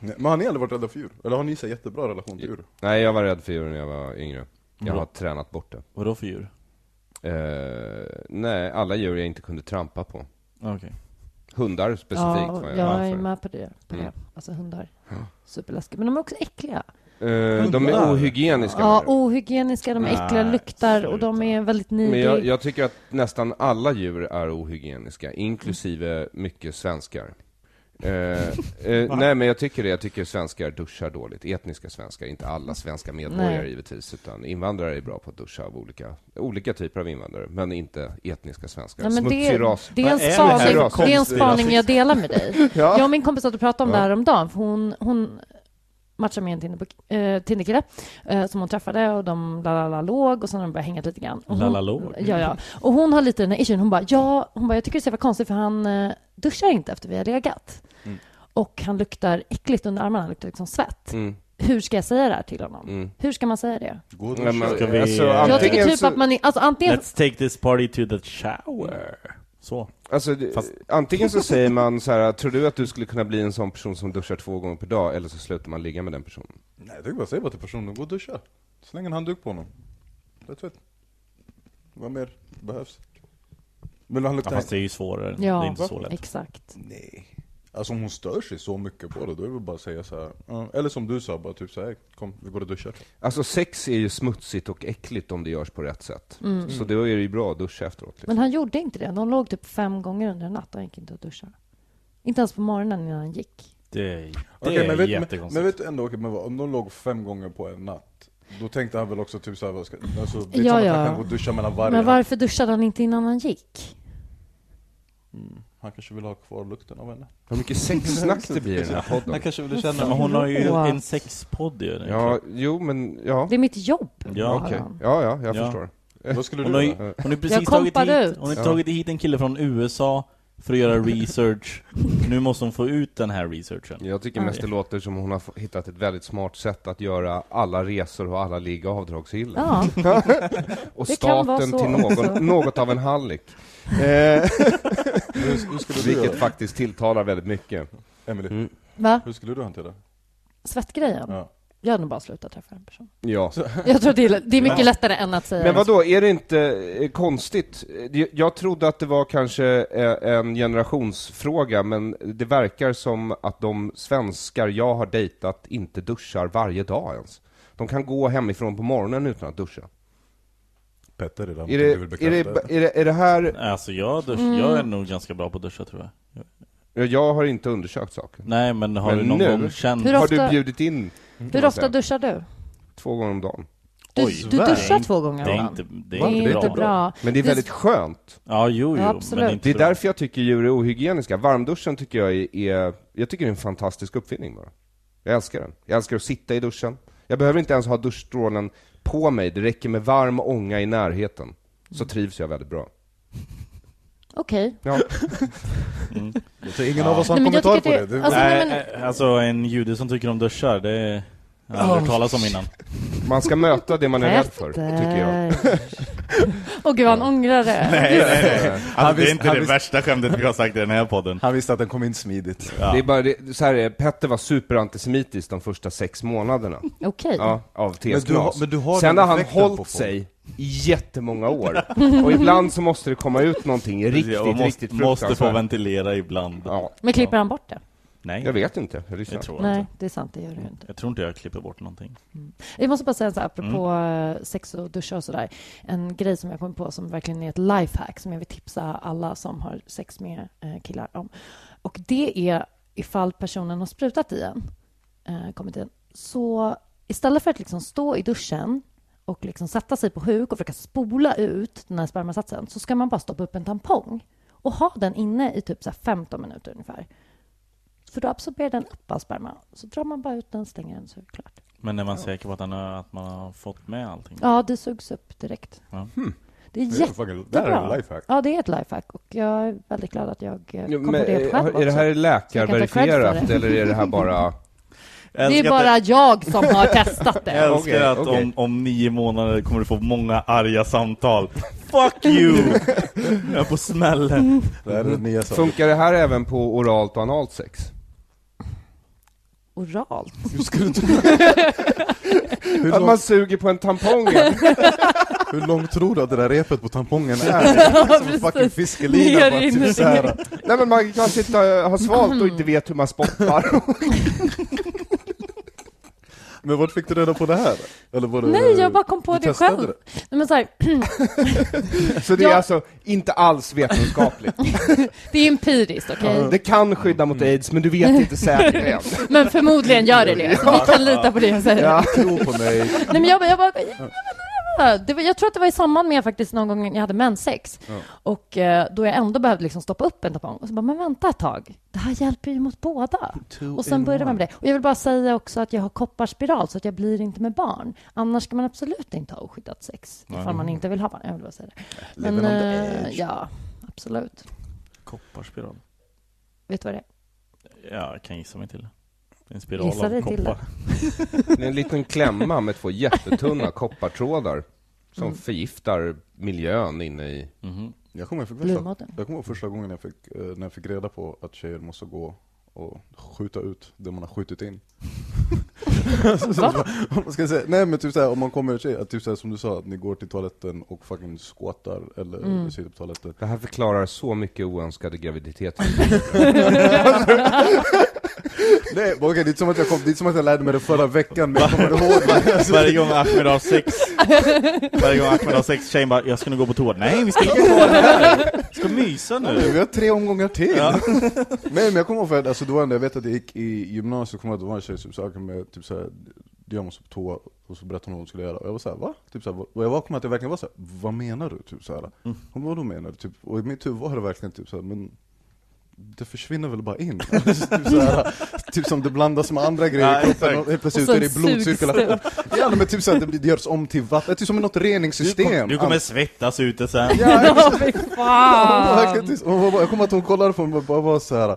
[SPEAKER 3] Nej, Men har ni aldrig varit rädda för djur? Eller har ni så jättebra relation till djur?
[SPEAKER 2] Nej, jag var rädd för djur när jag var yngre. Jag
[SPEAKER 1] Bra.
[SPEAKER 2] har tränat bort det.
[SPEAKER 1] Vadå för djur?
[SPEAKER 2] Eh, nej, alla djur jag inte kunde trampa på.
[SPEAKER 1] Okej.
[SPEAKER 2] Hundar specifikt var jag
[SPEAKER 4] jag
[SPEAKER 2] rädd
[SPEAKER 4] är
[SPEAKER 2] för.
[SPEAKER 4] med på det. På det.
[SPEAKER 2] Mm.
[SPEAKER 4] Alltså hundar. Superläskiga. Men de är också äckliga.
[SPEAKER 2] Eh, de är
[SPEAKER 1] Hundar?
[SPEAKER 2] ohygieniska.
[SPEAKER 4] Ja,
[SPEAKER 2] menar du?
[SPEAKER 4] ohygieniska, de är äckliga,
[SPEAKER 1] Nej,
[SPEAKER 4] luktar och
[SPEAKER 1] sluta.
[SPEAKER 4] de är väldigt
[SPEAKER 2] Men
[SPEAKER 4] nidiga.
[SPEAKER 2] jag, jag tycker att nästan alla djur är ohygieniska, inklusive mycket svenskar. Eh, eh, nej men jag tycker det, jag tycker svenskar duschar dåligt, etniska svenskar, inte alla svenska medborgare
[SPEAKER 4] Nej.
[SPEAKER 2] givetvis, utan invandrare är bra på att duscha av olika, olika typer av invandrare, men inte etniska svenskar.
[SPEAKER 4] Ja, men det,
[SPEAKER 2] Smutsig ras.
[SPEAKER 4] det, är en
[SPEAKER 1] Vad är det
[SPEAKER 2] här
[SPEAKER 4] spaning,
[SPEAKER 2] för
[SPEAKER 4] det är en
[SPEAKER 1] konstig
[SPEAKER 4] spaning jag
[SPEAKER 1] rasism?
[SPEAKER 4] delar med dig. Jag och min kompis satt och pratade om det
[SPEAKER 2] Ja.
[SPEAKER 4] här om dagen, för hon, hon matchade med en Tinder- eh, Tinderkille eh, som hon träffade och de la, la, la, låg och sen har de börjat hänga lite grann. Och hon-
[SPEAKER 1] La, la, låg?
[SPEAKER 4] Ja, ja. Och hon har lite den här issuen. Hon bara, ja, hon bara, jag tycker det är så jävla konstigt för han eh, duschar inte efter vi har legat.
[SPEAKER 1] Mm.
[SPEAKER 4] Och han luktar äckligt under armarna, han luktar liksom svett.
[SPEAKER 2] Mm,
[SPEAKER 4] Hur ska jag säga det här till honom?
[SPEAKER 2] mm.
[SPEAKER 4] Hur ska man säga det?
[SPEAKER 3] Gå och
[SPEAKER 2] Nej, men,
[SPEAKER 3] duscha.
[SPEAKER 1] Ska vi-
[SPEAKER 2] alltså,
[SPEAKER 1] Jag
[SPEAKER 4] Jag tycker
[SPEAKER 2] antingen
[SPEAKER 4] typ
[SPEAKER 2] så-
[SPEAKER 4] att man är, alltså antingen
[SPEAKER 1] Let's take this party to the shower. Så.
[SPEAKER 2] Alltså, det-
[SPEAKER 1] Fast-
[SPEAKER 2] antingen så säger man så här, tror du att du skulle kunna bli en sån person som duschar två gånger per dag, eller så slutar man ligga med den personen.
[SPEAKER 3] Nej, jag tycker bara säg bara till personen, gå och duscha. Släng en handduk på honom. That's it. Vad mer behövs? Men han
[SPEAKER 1] Ja,
[SPEAKER 3] luktar...
[SPEAKER 1] fast det är ju svårare.
[SPEAKER 4] Ja,
[SPEAKER 1] det är inte så lätt.
[SPEAKER 4] exakt.
[SPEAKER 3] Nej. Alltså om hon stör sig så mycket på det, då är det väl bara att säga så här. ja, Eller som du sa, bara typ så här. kom vi går och duschar.
[SPEAKER 2] Alltså sex är ju smutsigt och äckligt om det görs på rätt sätt. Så då är det ju bra att duscha efteråt. Liksom.
[SPEAKER 4] Men han gjorde inte det. De låg typ fem gånger under en natt och han gick inte och duschade. Inte ens på morgonen innan han gick.
[SPEAKER 1] Det är, det
[SPEAKER 3] Okej,
[SPEAKER 1] är
[SPEAKER 3] men, vet, men,
[SPEAKER 1] jättekonstigt.
[SPEAKER 3] men vet du ändå, okej, men vad, om de låg fem gånger på en natt, då tänkte han väl också typ såhär, alltså, det är som
[SPEAKER 4] Ja,
[SPEAKER 3] att
[SPEAKER 4] ja.
[SPEAKER 3] han kan gå och duscha mellan varje
[SPEAKER 4] Men
[SPEAKER 3] natt.
[SPEAKER 4] varför duschade han inte innan han gick?
[SPEAKER 3] Han kanske vill ha kvar lukten av henne.
[SPEAKER 2] Vad mycket sexsnack det blir i den här podden.
[SPEAKER 3] kanske vill
[SPEAKER 1] Nej, men hon har ju
[SPEAKER 4] Wow.
[SPEAKER 1] en sexpodd ju.
[SPEAKER 2] Ja, jo men, ja.
[SPEAKER 4] Det är mitt jobb.
[SPEAKER 1] Ja.
[SPEAKER 2] Okej. Ja, ja, jag
[SPEAKER 1] Ja.
[SPEAKER 2] förstår.
[SPEAKER 3] Vad skulle du
[SPEAKER 1] Hon har ju
[SPEAKER 3] göra?
[SPEAKER 1] hon har ju
[SPEAKER 4] Jag
[SPEAKER 1] precis tagit
[SPEAKER 4] kompade ut.
[SPEAKER 1] hit, hon har
[SPEAKER 2] Ja.
[SPEAKER 1] tagit hit en kille från USA för att göra research. nu måste hon få ut den här researchen.
[SPEAKER 2] Jag tycker mest det låter som hon har f- hittat ett väldigt smart sätt att göra alla resor och alla ligga avdragsgilla.
[SPEAKER 4] Ja,
[SPEAKER 2] och
[SPEAKER 4] det kan vara
[SPEAKER 2] staten
[SPEAKER 4] så
[SPEAKER 2] till någon,
[SPEAKER 4] också.
[SPEAKER 2] något av en hallick. Eh,
[SPEAKER 3] Hur, hur skulle du
[SPEAKER 2] Vilket
[SPEAKER 3] göra?
[SPEAKER 2] faktiskt tilltalar väldigt mycket.
[SPEAKER 3] Emily,
[SPEAKER 2] Mm.
[SPEAKER 4] va?
[SPEAKER 3] hur skulle du hantera det?
[SPEAKER 4] Svettgrejen?
[SPEAKER 3] Ja.
[SPEAKER 4] Jag hade nog bara slutat träffa den personen.
[SPEAKER 2] Ja.
[SPEAKER 4] Jag tror det är, det är mycket lättare än att säga
[SPEAKER 2] Men vad då är det inte eh, konstigt? Eh, det- Jag trodde att det var kanske eh, en generationsfråga, men det verkar som att de svenskar jag har dejtat inte duschar varje dag ens. De kan gå hemifrån på morgonen utan att duscha.
[SPEAKER 3] Petter redan,
[SPEAKER 2] Är det,
[SPEAKER 3] du vill
[SPEAKER 2] är det,
[SPEAKER 3] bekräfta
[SPEAKER 2] är det, är det här...
[SPEAKER 1] Alltså jag, dusch,
[SPEAKER 4] Mm.
[SPEAKER 1] jag är nog ganska bra på att duscha tror jag.
[SPEAKER 2] Jag har inte undersökt saken.
[SPEAKER 1] Nej men har
[SPEAKER 2] Men
[SPEAKER 1] du någon
[SPEAKER 2] nu-
[SPEAKER 1] gång känt...
[SPEAKER 4] Hur
[SPEAKER 2] Har
[SPEAKER 4] ofta-
[SPEAKER 2] du bjudit in
[SPEAKER 4] Hur ofta duschar du?
[SPEAKER 2] två gånger om dagen?
[SPEAKER 4] Du,
[SPEAKER 1] Oj,
[SPEAKER 4] du
[SPEAKER 1] det är
[SPEAKER 4] duschar
[SPEAKER 1] inte-
[SPEAKER 4] två gånger
[SPEAKER 1] Det
[SPEAKER 4] om
[SPEAKER 1] är
[SPEAKER 4] dagen.
[SPEAKER 1] inte, det
[SPEAKER 4] Det
[SPEAKER 1] är inte, bra.
[SPEAKER 2] Men det är
[SPEAKER 4] Det-
[SPEAKER 2] väldigt skönt.
[SPEAKER 1] Ja jo, jo
[SPEAKER 4] Ja,
[SPEAKER 1] men
[SPEAKER 4] absolut.
[SPEAKER 1] det är inte
[SPEAKER 2] Det är
[SPEAKER 1] bra.
[SPEAKER 2] därför jag tycker djur är ohygieniska. Varmduschen tycker jag är, är, jag tycker det är en fantastisk uppfinning bara. Jag älskar den. Jag älskar att sitta i duschen. Jag behöver inte ens ha duschstrålen på mig, det räcker med varm ånga i närheten. Så trivs jag väldigt bra.
[SPEAKER 4] Okej.
[SPEAKER 2] Mm. Ja. Mm.
[SPEAKER 3] Så ingen av oss har
[SPEAKER 4] Nej,
[SPEAKER 3] en
[SPEAKER 4] men jag
[SPEAKER 3] kommentar på
[SPEAKER 4] tycker
[SPEAKER 3] det?
[SPEAKER 4] att det-
[SPEAKER 3] det
[SPEAKER 4] alltså-
[SPEAKER 1] Nej,
[SPEAKER 4] nej,
[SPEAKER 1] eh, alltså en jude som tycker om duschar, det har jag aldrig hört talas om innan.
[SPEAKER 2] Man ska möta det man är rädd för,
[SPEAKER 4] Petter.
[SPEAKER 2] tycker jag.
[SPEAKER 4] Åh gud, han ångrar det.
[SPEAKER 1] Alltså, det är
[SPEAKER 3] visst-
[SPEAKER 1] inte
[SPEAKER 3] han
[SPEAKER 1] det
[SPEAKER 3] visst-
[SPEAKER 1] värsta skämtet vi har sagt i den här podden.
[SPEAKER 3] Han visste att den kom in smidigt.
[SPEAKER 2] Det är bara det, så här är, Petter var superantisemitisk de första sex månaderna.
[SPEAKER 4] Okej.
[SPEAKER 2] Ja, av TS
[SPEAKER 3] Men du har-
[SPEAKER 2] Knas.
[SPEAKER 3] men du har
[SPEAKER 2] Sen
[SPEAKER 3] den
[SPEAKER 2] har han
[SPEAKER 3] effekten på
[SPEAKER 2] hållit
[SPEAKER 3] folk.
[SPEAKER 2] sig i jättemånga år. Och ibland så måste det komma ut någonting riktigt,
[SPEAKER 1] Jag måste,
[SPEAKER 2] riktigt
[SPEAKER 1] måste få
[SPEAKER 2] fruktansvärt.
[SPEAKER 1] ventilera ibland.
[SPEAKER 2] Ja,
[SPEAKER 4] Men klipper han bort det?
[SPEAKER 1] Nej,
[SPEAKER 2] jag vet inte. Jag lyssnar.
[SPEAKER 1] det tror jag
[SPEAKER 4] Nej,
[SPEAKER 1] inte.
[SPEAKER 4] det är sant. Det gör det ju inte.
[SPEAKER 1] Jag tror inte jag klipper bort någonting.
[SPEAKER 4] Jag måste bara säga så här, apropå eh, sex och duscha och sådär. En grej som jag kom på som verkligen är ett lifehack som jag vill tipsa alla som har sex med eh, killar om. Och det är ifall personen har sprutat i en, eh, kommit i en. Så istället för att liksom stå i duschen och liksom sätta sig på huk och försöka spola ut den här spermasatsen så ska man bara stoppa upp en tampong och ha den inne i typ så här 15 minuter ungefär. För då absorberar den upp all sperma. Så drar man bara ut den, stänger den så är det klart.
[SPEAKER 1] Men är man säker på att, han har, att man har fått med allting?
[SPEAKER 4] Ja, det sugs upp direkt.
[SPEAKER 1] Ja.
[SPEAKER 4] Det är
[SPEAKER 3] Det är fucking- det här är en
[SPEAKER 4] jättebra.
[SPEAKER 3] lifehack.
[SPEAKER 4] Ja, det är ett lifehack och jag är väldigt glad att jag eh,
[SPEAKER 2] Jo,
[SPEAKER 4] kom
[SPEAKER 2] men,
[SPEAKER 4] på det
[SPEAKER 2] eh,
[SPEAKER 4] själv
[SPEAKER 2] har- är det här
[SPEAKER 4] också. Så jag kan ta
[SPEAKER 2] läkarverifierat
[SPEAKER 4] cred för
[SPEAKER 2] eller är det här bara...
[SPEAKER 4] Det är bara jag som har testat
[SPEAKER 1] Jag
[SPEAKER 4] det.
[SPEAKER 1] älskar
[SPEAKER 2] Okej,
[SPEAKER 1] att
[SPEAKER 2] okej.
[SPEAKER 1] Om, om nio månader kommer du få många arga samtal. Fuck you! Jag är på
[SPEAKER 4] Mm.
[SPEAKER 1] smällen.
[SPEAKER 3] Det här är det nya saker.
[SPEAKER 2] Funkar det här även på oralt och analt sex?
[SPEAKER 4] Oralt.
[SPEAKER 3] Hur skulle du hur,
[SPEAKER 2] Att
[SPEAKER 3] lång,
[SPEAKER 2] man suger på en tampong?
[SPEAKER 3] hur långt tror du att det där repet på tampongen är? Som en fucking
[SPEAKER 4] precis.
[SPEAKER 3] fiskelina
[SPEAKER 4] Ner
[SPEAKER 3] bara
[SPEAKER 4] in i
[SPEAKER 3] typ såhär.
[SPEAKER 2] Nej men man kan sitta har svalt och inte vet hur man spottar.
[SPEAKER 3] Men vart fick du reda på det här? Eller var det,
[SPEAKER 4] Nej, jag bara kom på
[SPEAKER 3] du
[SPEAKER 4] det
[SPEAKER 3] testade
[SPEAKER 4] själv. Nej, men så här,
[SPEAKER 2] Så det är
[SPEAKER 4] Ja.
[SPEAKER 2] alltså inte alls vetenskapligt.
[SPEAKER 4] det är empiriskt, okej?
[SPEAKER 2] Det kan skydda
[SPEAKER 3] Mm.
[SPEAKER 2] mot aids, men du vet inte säkert än.
[SPEAKER 4] Men förmodligen gör det det, så ni kan lita på det jag säger.
[SPEAKER 3] Ja, tro på mig.
[SPEAKER 4] Nej, men jag, bara- jag, bara, det var, jag tror att det var i samband med faktiskt någon gång jag hade menssex. Och eh, då jag ändå behövde liksom stoppa upp en tampong. Och så bara, men vänta ett tag. Det här hjälper ju mot båda. och sen började man med det. Och jag vill bara säga också att jag har kopparspiral så att jag blir inte med barn. Annars ska man absolut inte ha oskyddat sex. Ifall man inte vill ha barn. Jag vill bara säga det. Men,
[SPEAKER 3] Living on the
[SPEAKER 4] eh,
[SPEAKER 3] edge.
[SPEAKER 4] ja, absolut.
[SPEAKER 1] Kopparspiral.
[SPEAKER 4] Vet du vad det är?
[SPEAKER 1] Ja, jag kan gissa mig till det. Det är En spiral
[SPEAKER 4] Gissa
[SPEAKER 1] av
[SPEAKER 4] dig till
[SPEAKER 1] koppar.
[SPEAKER 2] Det är en liten klämma med två jättetunna koppartrådar som förgiftar miljön inne i...
[SPEAKER 1] Mhm.
[SPEAKER 3] Jag kommer, ihåg första,
[SPEAKER 4] Livmodern.
[SPEAKER 3] jag kommer ihåg första gången jag fick, eh, när jag fick reda på att tjejer måste gå och skjuta ut det man har skjutit in. Så- så- om man ska säga, nej men typ såhär, om man kommer en tjej, att typ såhär, som du sa, att ni går till toaletten och fucking squattar eller
[SPEAKER 4] Mm.
[SPEAKER 3] sitter på toaletten.
[SPEAKER 2] Det här förklarar så mycket oönskade graviditeter.
[SPEAKER 3] Nej, men okej, det är inte som att jag kom, det är inte som att jag lärde mig det förra veckan, men jag kommer ihåg
[SPEAKER 1] Varje gång Ahmed har sex, varje gång Ahmed har sex, tjejen bara 'Jag ska nu gå på toa' Nej, vi ska inte gå på toa här! Vi ska mysa
[SPEAKER 3] Nu,
[SPEAKER 1] nu!
[SPEAKER 3] vi har tre omgångar till!
[SPEAKER 1] Ja.
[SPEAKER 3] Nej men jag kommer ihåg för att, alltså det var ändå, jag vet att jag gick i gymnasiet, kommer jag ihåg att det var en tjej som sa med typ såhär, jag måste på toa, och så berättade hon vad hon skulle göra, och jag var såhär va? Typ såhär, och jag var- kommer ihåg att jag verkligen var såhär, vad menar du? Typ såhär.
[SPEAKER 1] Mm.
[SPEAKER 3] Hon bara, vadå menar du? Typ, och i mitt huvud var det verkligen typ såhär, men det försvinner väl bara in? typ, såhär, typ som det blandas med andra
[SPEAKER 1] Ja,
[SPEAKER 3] grejer i kroppen,
[SPEAKER 1] exakt.
[SPEAKER 3] och helt plötsligt
[SPEAKER 4] Och
[SPEAKER 3] är det
[SPEAKER 4] sen sugs det
[SPEAKER 3] blodcirkulation. Ja men typ såhär, det, blir- det görs om till vatten, typ som något reningssystem.
[SPEAKER 1] Du kommer svettas ute sen.
[SPEAKER 3] Ja,
[SPEAKER 4] Ja, fy
[SPEAKER 3] Hon var verkligen
[SPEAKER 4] fan!
[SPEAKER 3] tyst. Hon var bara, jag kommer att hon kollade på mig och bara var såhär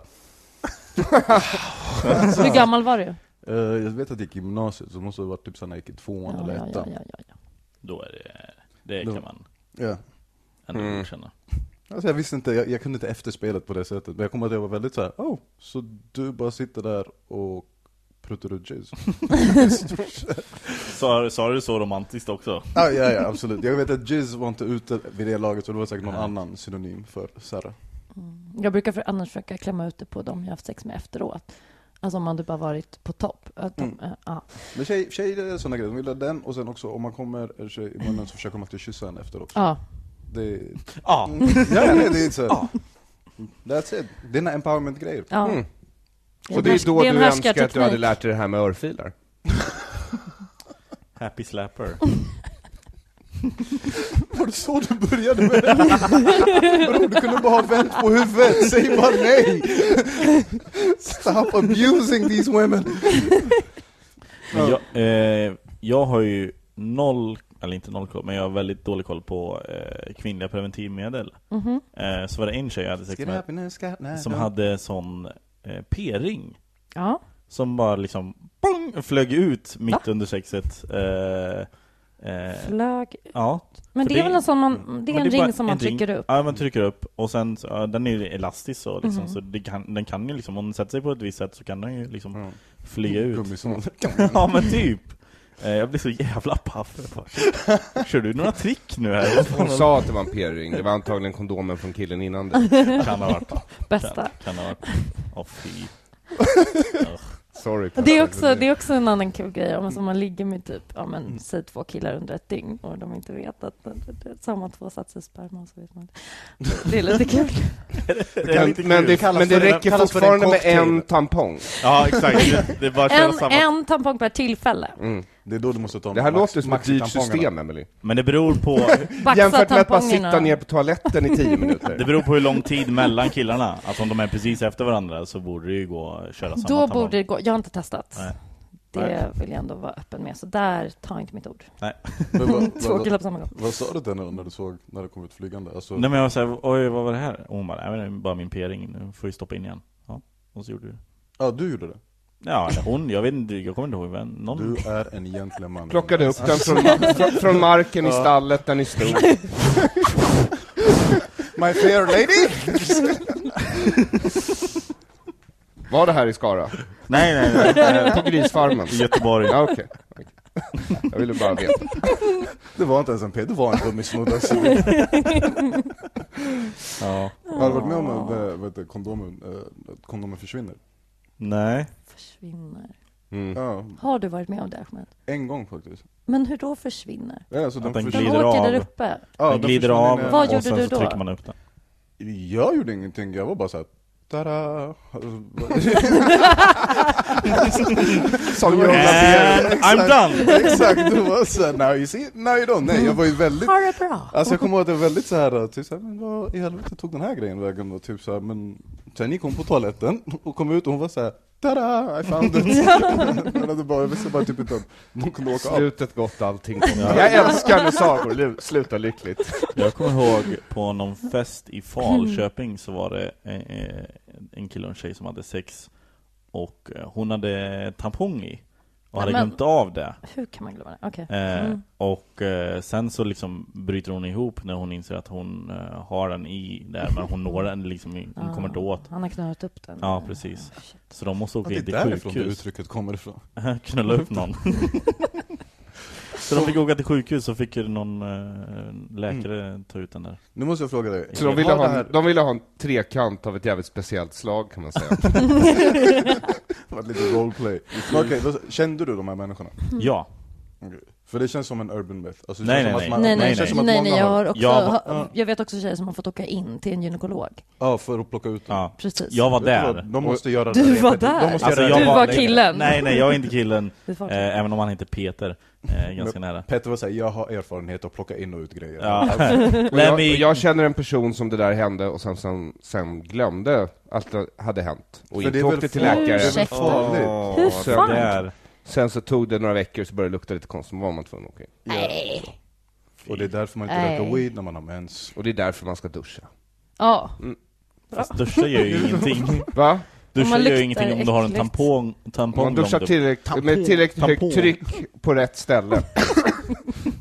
[SPEAKER 4] Hur gammal var du?
[SPEAKER 3] eh, Jag vet att jag gick i gymnasiet, så det måste ha varit typ såhär när jag gick i tvåan
[SPEAKER 4] Ja,
[SPEAKER 3] eller
[SPEAKER 4] ja, ja,
[SPEAKER 3] ettan
[SPEAKER 4] ja, ja.
[SPEAKER 1] Då är det, det kan man
[SPEAKER 3] ja.
[SPEAKER 1] ändå
[SPEAKER 2] Mm.
[SPEAKER 1] godkänna.
[SPEAKER 3] Alltså jag visste inte, jag, jag kunde inte efterspelet på det sättet Men jag kommer att jag var väldigt såhär, oh, så du bara sitter där och pruttar ut jizz?
[SPEAKER 1] Sa, sa du det så romantiskt också?
[SPEAKER 3] ah, ja, ja, absolut. Jag vet att jizz var inte ute vid det laget, så det var säkert någon annan synonym för Sarah
[SPEAKER 4] Jag brukar för, annars försöka klämma ut det på dem jag haft sex med efteråt. Alltså om man typ har varit på topp. Att de, eh, ja.
[SPEAKER 3] Men tjej, tjejer är sådana grejer, de vill ha den och sen också om man kommer en tjej i munnen så försöker man att kyssa henne efter också
[SPEAKER 4] Ja.
[SPEAKER 3] Det är,
[SPEAKER 1] Ja!
[SPEAKER 3] Mm. ja, ja, det är så. That's it. Dina empowerment-grejer.
[SPEAKER 4] ja.
[SPEAKER 2] Mm.
[SPEAKER 4] Det
[SPEAKER 2] Och det är
[SPEAKER 4] härsk-
[SPEAKER 2] då
[SPEAKER 4] det en
[SPEAKER 2] du önskar att du
[SPEAKER 4] härskarteknik.
[SPEAKER 2] hade lärt dig det här med örfilar.
[SPEAKER 1] Happy slapper.
[SPEAKER 3] Var det så du började med det här? Bro, du kunde bara ha vänt på huvudet, säg bara nej! Stop abusing these women!
[SPEAKER 1] Men jag, eh, jag har ju noll, eller inte noll koll, men jag har väldigt dålig koll på eh, kvinnliga preventivmedel.
[SPEAKER 4] Mhm.
[SPEAKER 1] Eh, så var det en tjej jag hade sex med som hade sån eh, p-ring.
[SPEAKER 4] Ja.
[SPEAKER 1] Som bara liksom bong, flög ut mitt under sexet. Eh, eh,
[SPEAKER 4] Flög.
[SPEAKER 1] ja,
[SPEAKER 4] Men
[SPEAKER 1] För
[SPEAKER 4] det är
[SPEAKER 1] det- Mm.
[SPEAKER 4] väl en sån man, det är
[SPEAKER 1] Men
[SPEAKER 4] en
[SPEAKER 1] bara
[SPEAKER 4] ring som man
[SPEAKER 1] en ring.
[SPEAKER 4] trycker upp.
[SPEAKER 1] Ja, man trycker upp och sen, så- ja, den är ju elastisk så liksom,
[SPEAKER 4] Mhm.
[SPEAKER 1] så det kan, den kan ju liksom, om den sätter sig på ett visst sätt så kan den ju liksom flyga ut.
[SPEAKER 3] Gummisån.
[SPEAKER 1] ja men typ! Eh, Jag blir så jävla paff. Jag bara, Kör du några trick nu här?
[SPEAKER 2] Hon sa att det var en p-ring, det var antagligen kondomen från killen innan det.
[SPEAKER 1] Kan ha varit.
[SPEAKER 4] Bästa.
[SPEAKER 1] Kan ha varit. Åh fy.
[SPEAKER 2] Sorry
[SPEAKER 4] Det är, också, det är också en annan kul grej, om alltså man ligger med typ, ja
[SPEAKER 1] Mm.
[SPEAKER 4] men säg två killar under ett dygn och de inte vet att att- att samma två satser sperma så vet man inte. Det är lite kul.
[SPEAKER 1] Det är lite
[SPEAKER 2] Men, men
[SPEAKER 1] kul.
[SPEAKER 2] det, men det
[SPEAKER 3] för en-
[SPEAKER 2] räcker
[SPEAKER 3] kallas för en
[SPEAKER 2] fortfarande med
[SPEAKER 3] cocktail.
[SPEAKER 2] en tampong.
[SPEAKER 1] Ja exakt, det, det är bara att köra
[SPEAKER 4] En,
[SPEAKER 1] samma.
[SPEAKER 4] en tampong per tillfälle.
[SPEAKER 3] Det är då du måste ta
[SPEAKER 2] Mm. Det här
[SPEAKER 3] max-
[SPEAKER 2] låter som ett dyrt
[SPEAKER 3] maxi-tampongerna.
[SPEAKER 2] system, Emily.
[SPEAKER 1] Men det beror på
[SPEAKER 4] Baxa
[SPEAKER 2] Jämfört med att bara
[SPEAKER 4] tampongerna.
[SPEAKER 2] sitta ner på toaletten i tio
[SPEAKER 1] Det
[SPEAKER 2] minuter.
[SPEAKER 1] beror på hur lång tid mellan killarna, alltså om de är precis efter varandra så borde det ju gå att köra samma
[SPEAKER 4] Då
[SPEAKER 1] tampong.
[SPEAKER 4] borde det gå. Jag har inte testat.
[SPEAKER 1] Nej.
[SPEAKER 4] Det
[SPEAKER 1] Nej.
[SPEAKER 4] vill jag ändå vara öppen med. Så där tar jag inte mitt ord.
[SPEAKER 1] Nej.
[SPEAKER 3] Men vad-
[SPEAKER 4] Två
[SPEAKER 3] vad-
[SPEAKER 4] killar på samma gång.
[SPEAKER 3] Vad sa du till henne när du såg, när det kom ut flygande? Alltså,
[SPEAKER 1] Nej men jag var såhär, oj vad var det här? Och hon bara, nej men det är bara min p-ring, nu får vi stoppa in igen Ja, och så gjorde vi det
[SPEAKER 3] Ja, du gjorde det.
[SPEAKER 1] Ja, eller hon, jag vet inte, jag kommer inte ihåg vem, någon
[SPEAKER 3] Du är en gentleman. Alltså,
[SPEAKER 2] Plockade upp den från, från, från marken i stallet där ni stod.
[SPEAKER 3] My fair lady!
[SPEAKER 2] Var det här i Skara?
[SPEAKER 1] Nej nej nej,
[SPEAKER 2] Eh, På Grisfarmen?
[SPEAKER 1] i Göteborg
[SPEAKER 2] Ja, okej. Okej. Jag ville bara veta.
[SPEAKER 3] Det var inte ens en P, det var en gummisnodd alltså. Jag
[SPEAKER 1] ja.
[SPEAKER 3] har du varit med om att eh, vad heter det, kondomen, eh, att kondomen försvinner.
[SPEAKER 1] Nej,
[SPEAKER 4] Försvinner.
[SPEAKER 3] Ja,
[SPEAKER 4] Har du varit med om det, Ahmed?
[SPEAKER 3] en gång faktiskt.
[SPEAKER 4] Men hur då försvinner?
[SPEAKER 3] Ja, alltså,
[SPEAKER 1] den
[SPEAKER 3] förs-
[SPEAKER 4] Den
[SPEAKER 1] Glider
[SPEAKER 4] åker där
[SPEAKER 1] av.
[SPEAKER 4] uppe.
[SPEAKER 3] ja,
[SPEAKER 1] den glider
[SPEAKER 3] försvann
[SPEAKER 1] av
[SPEAKER 3] in, eh,
[SPEAKER 4] Vad
[SPEAKER 1] och
[SPEAKER 4] gjorde
[SPEAKER 1] sen
[SPEAKER 4] du
[SPEAKER 1] så
[SPEAKER 4] då?
[SPEAKER 1] trycker man upp den
[SPEAKER 3] Jag gjorde ingenting, jag var bara såhär Tada! Alltså,
[SPEAKER 2] Som
[SPEAKER 3] Jonas
[SPEAKER 1] And I'm done!
[SPEAKER 3] Exakt, det var såhär, now you see, it, now you don't. Nej, jag var ju väldigt
[SPEAKER 10] Har det bra.
[SPEAKER 3] Alltså jag kommer ihåg att det var väldigt såhär, typ såhär, men vad i helvete tog den här grejen vägen då? Typ såhär, men sen gick hon på toaletten och kom ut och hon var såhär Tada! I found it! Men det bara, jag visste bara typ inte om de kunde åka av.
[SPEAKER 2] Slutet gott, allting gott. Jag älskar när sagor lu- slutar lyckligt.
[SPEAKER 1] Jag kommer ihåg på någon fest i Falköping så var det eh, en kille och en tjej som hade sex Och eh, hon hade tampong i och hade
[SPEAKER 4] Nämen.
[SPEAKER 1] glömt av det
[SPEAKER 4] Hur kan man glömma det? Okej.
[SPEAKER 1] Eh,
[SPEAKER 4] Mm.
[SPEAKER 1] Och eh, sen så liksom bryter hon ihop när hon inser att hon eh, har den i där men hon når den liksom, i- hon kommer inte åt
[SPEAKER 4] Ah, Han har knörat upp den. Ah,
[SPEAKER 1] Ja precis, så de måste
[SPEAKER 3] Ja,
[SPEAKER 1] åka
[SPEAKER 3] det
[SPEAKER 1] in
[SPEAKER 3] är
[SPEAKER 1] till
[SPEAKER 3] därifrån det
[SPEAKER 1] sjukhus
[SPEAKER 3] uttrycket kommer ifrån.
[SPEAKER 1] Knulla upp någon Så de fick åka till sjukhus så fick ju någon eh, läkare ta ut den där
[SPEAKER 3] Nu måste jag fråga dig.
[SPEAKER 2] Så de ville,
[SPEAKER 3] Var det
[SPEAKER 2] ha
[SPEAKER 3] här-
[SPEAKER 2] en, de ville ha en trekant av ett jävligt speciellt slag kan man säga.
[SPEAKER 3] Det var lite roleplay. Men Okej, då kände du de här människorna?
[SPEAKER 4] Mm.
[SPEAKER 1] Ja,
[SPEAKER 3] Okej. För det känns som en urban myth. Alltså, det
[SPEAKER 1] Nej, nej, Ah, nej.
[SPEAKER 3] känns som att man-
[SPEAKER 4] Nej,
[SPEAKER 3] det
[SPEAKER 4] nej,
[SPEAKER 3] känns
[SPEAKER 4] nej.
[SPEAKER 3] som att
[SPEAKER 4] nej,
[SPEAKER 3] många
[SPEAKER 4] jag,
[SPEAKER 3] har-
[SPEAKER 4] har också,
[SPEAKER 1] Jag
[SPEAKER 4] jag,
[SPEAKER 1] var-
[SPEAKER 4] jag vet också tjejer som har fått åka in till en gynekolog.
[SPEAKER 3] Ja, för att plocka ut dem.
[SPEAKER 1] ja.
[SPEAKER 4] Precis.
[SPEAKER 1] jag var
[SPEAKER 3] Vet du vad?
[SPEAKER 1] där
[SPEAKER 3] De måste göra
[SPEAKER 4] Du
[SPEAKER 3] det
[SPEAKER 4] var
[SPEAKER 3] repetitivt.
[SPEAKER 4] där.
[SPEAKER 3] De måste
[SPEAKER 1] Alltså,
[SPEAKER 3] göra
[SPEAKER 1] jag
[SPEAKER 4] du
[SPEAKER 3] det.
[SPEAKER 4] var,
[SPEAKER 1] var-
[SPEAKER 4] killen.
[SPEAKER 1] Nej nej, jag är inte killen,
[SPEAKER 4] Du var killen.
[SPEAKER 1] eh, även om han heter Peter, eh, ganska nära
[SPEAKER 3] Petter var såhär, jag har erfarenhet av att plocka in och ut grejer.
[SPEAKER 1] Ja.
[SPEAKER 2] Och
[SPEAKER 1] Nej,
[SPEAKER 2] jag, och
[SPEAKER 1] men-
[SPEAKER 2] jag känner en person som det där hände och sen, sen, sen glömde att det hade hänt och
[SPEAKER 3] För
[SPEAKER 2] inte
[SPEAKER 3] det är
[SPEAKER 2] åkte
[SPEAKER 3] väl
[SPEAKER 2] till
[SPEAKER 3] farligt.
[SPEAKER 2] läkare.
[SPEAKER 3] Det är väl
[SPEAKER 4] Ursäkta.
[SPEAKER 3] farligt.
[SPEAKER 4] Hur
[SPEAKER 2] sen,
[SPEAKER 4] fan?
[SPEAKER 1] Där.
[SPEAKER 2] sen så tog det några veckor så började det lukta lite konstigt, då var man tvungen att åka in.
[SPEAKER 3] Och det är därför man inte
[SPEAKER 4] Nej.
[SPEAKER 3] röker weed när man har mens.
[SPEAKER 2] Och det är därför man ska duscha.
[SPEAKER 4] Ja.
[SPEAKER 1] Fast duscha gör ju ingenting
[SPEAKER 2] Va?
[SPEAKER 1] Duscha
[SPEAKER 4] man
[SPEAKER 1] gör ju
[SPEAKER 4] luktar
[SPEAKER 1] ingenting om du har en
[SPEAKER 4] äckligt.
[SPEAKER 1] tampong, tampong
[SPEAKER 2] Om man duschar
[SPEAKER 1] långt upp.
[SPEAKER 2] tillräckligt, med tillräckligt
[SPEAKER 1] Tampon.
[SPEAKER 2] högt tryck på rätt ställe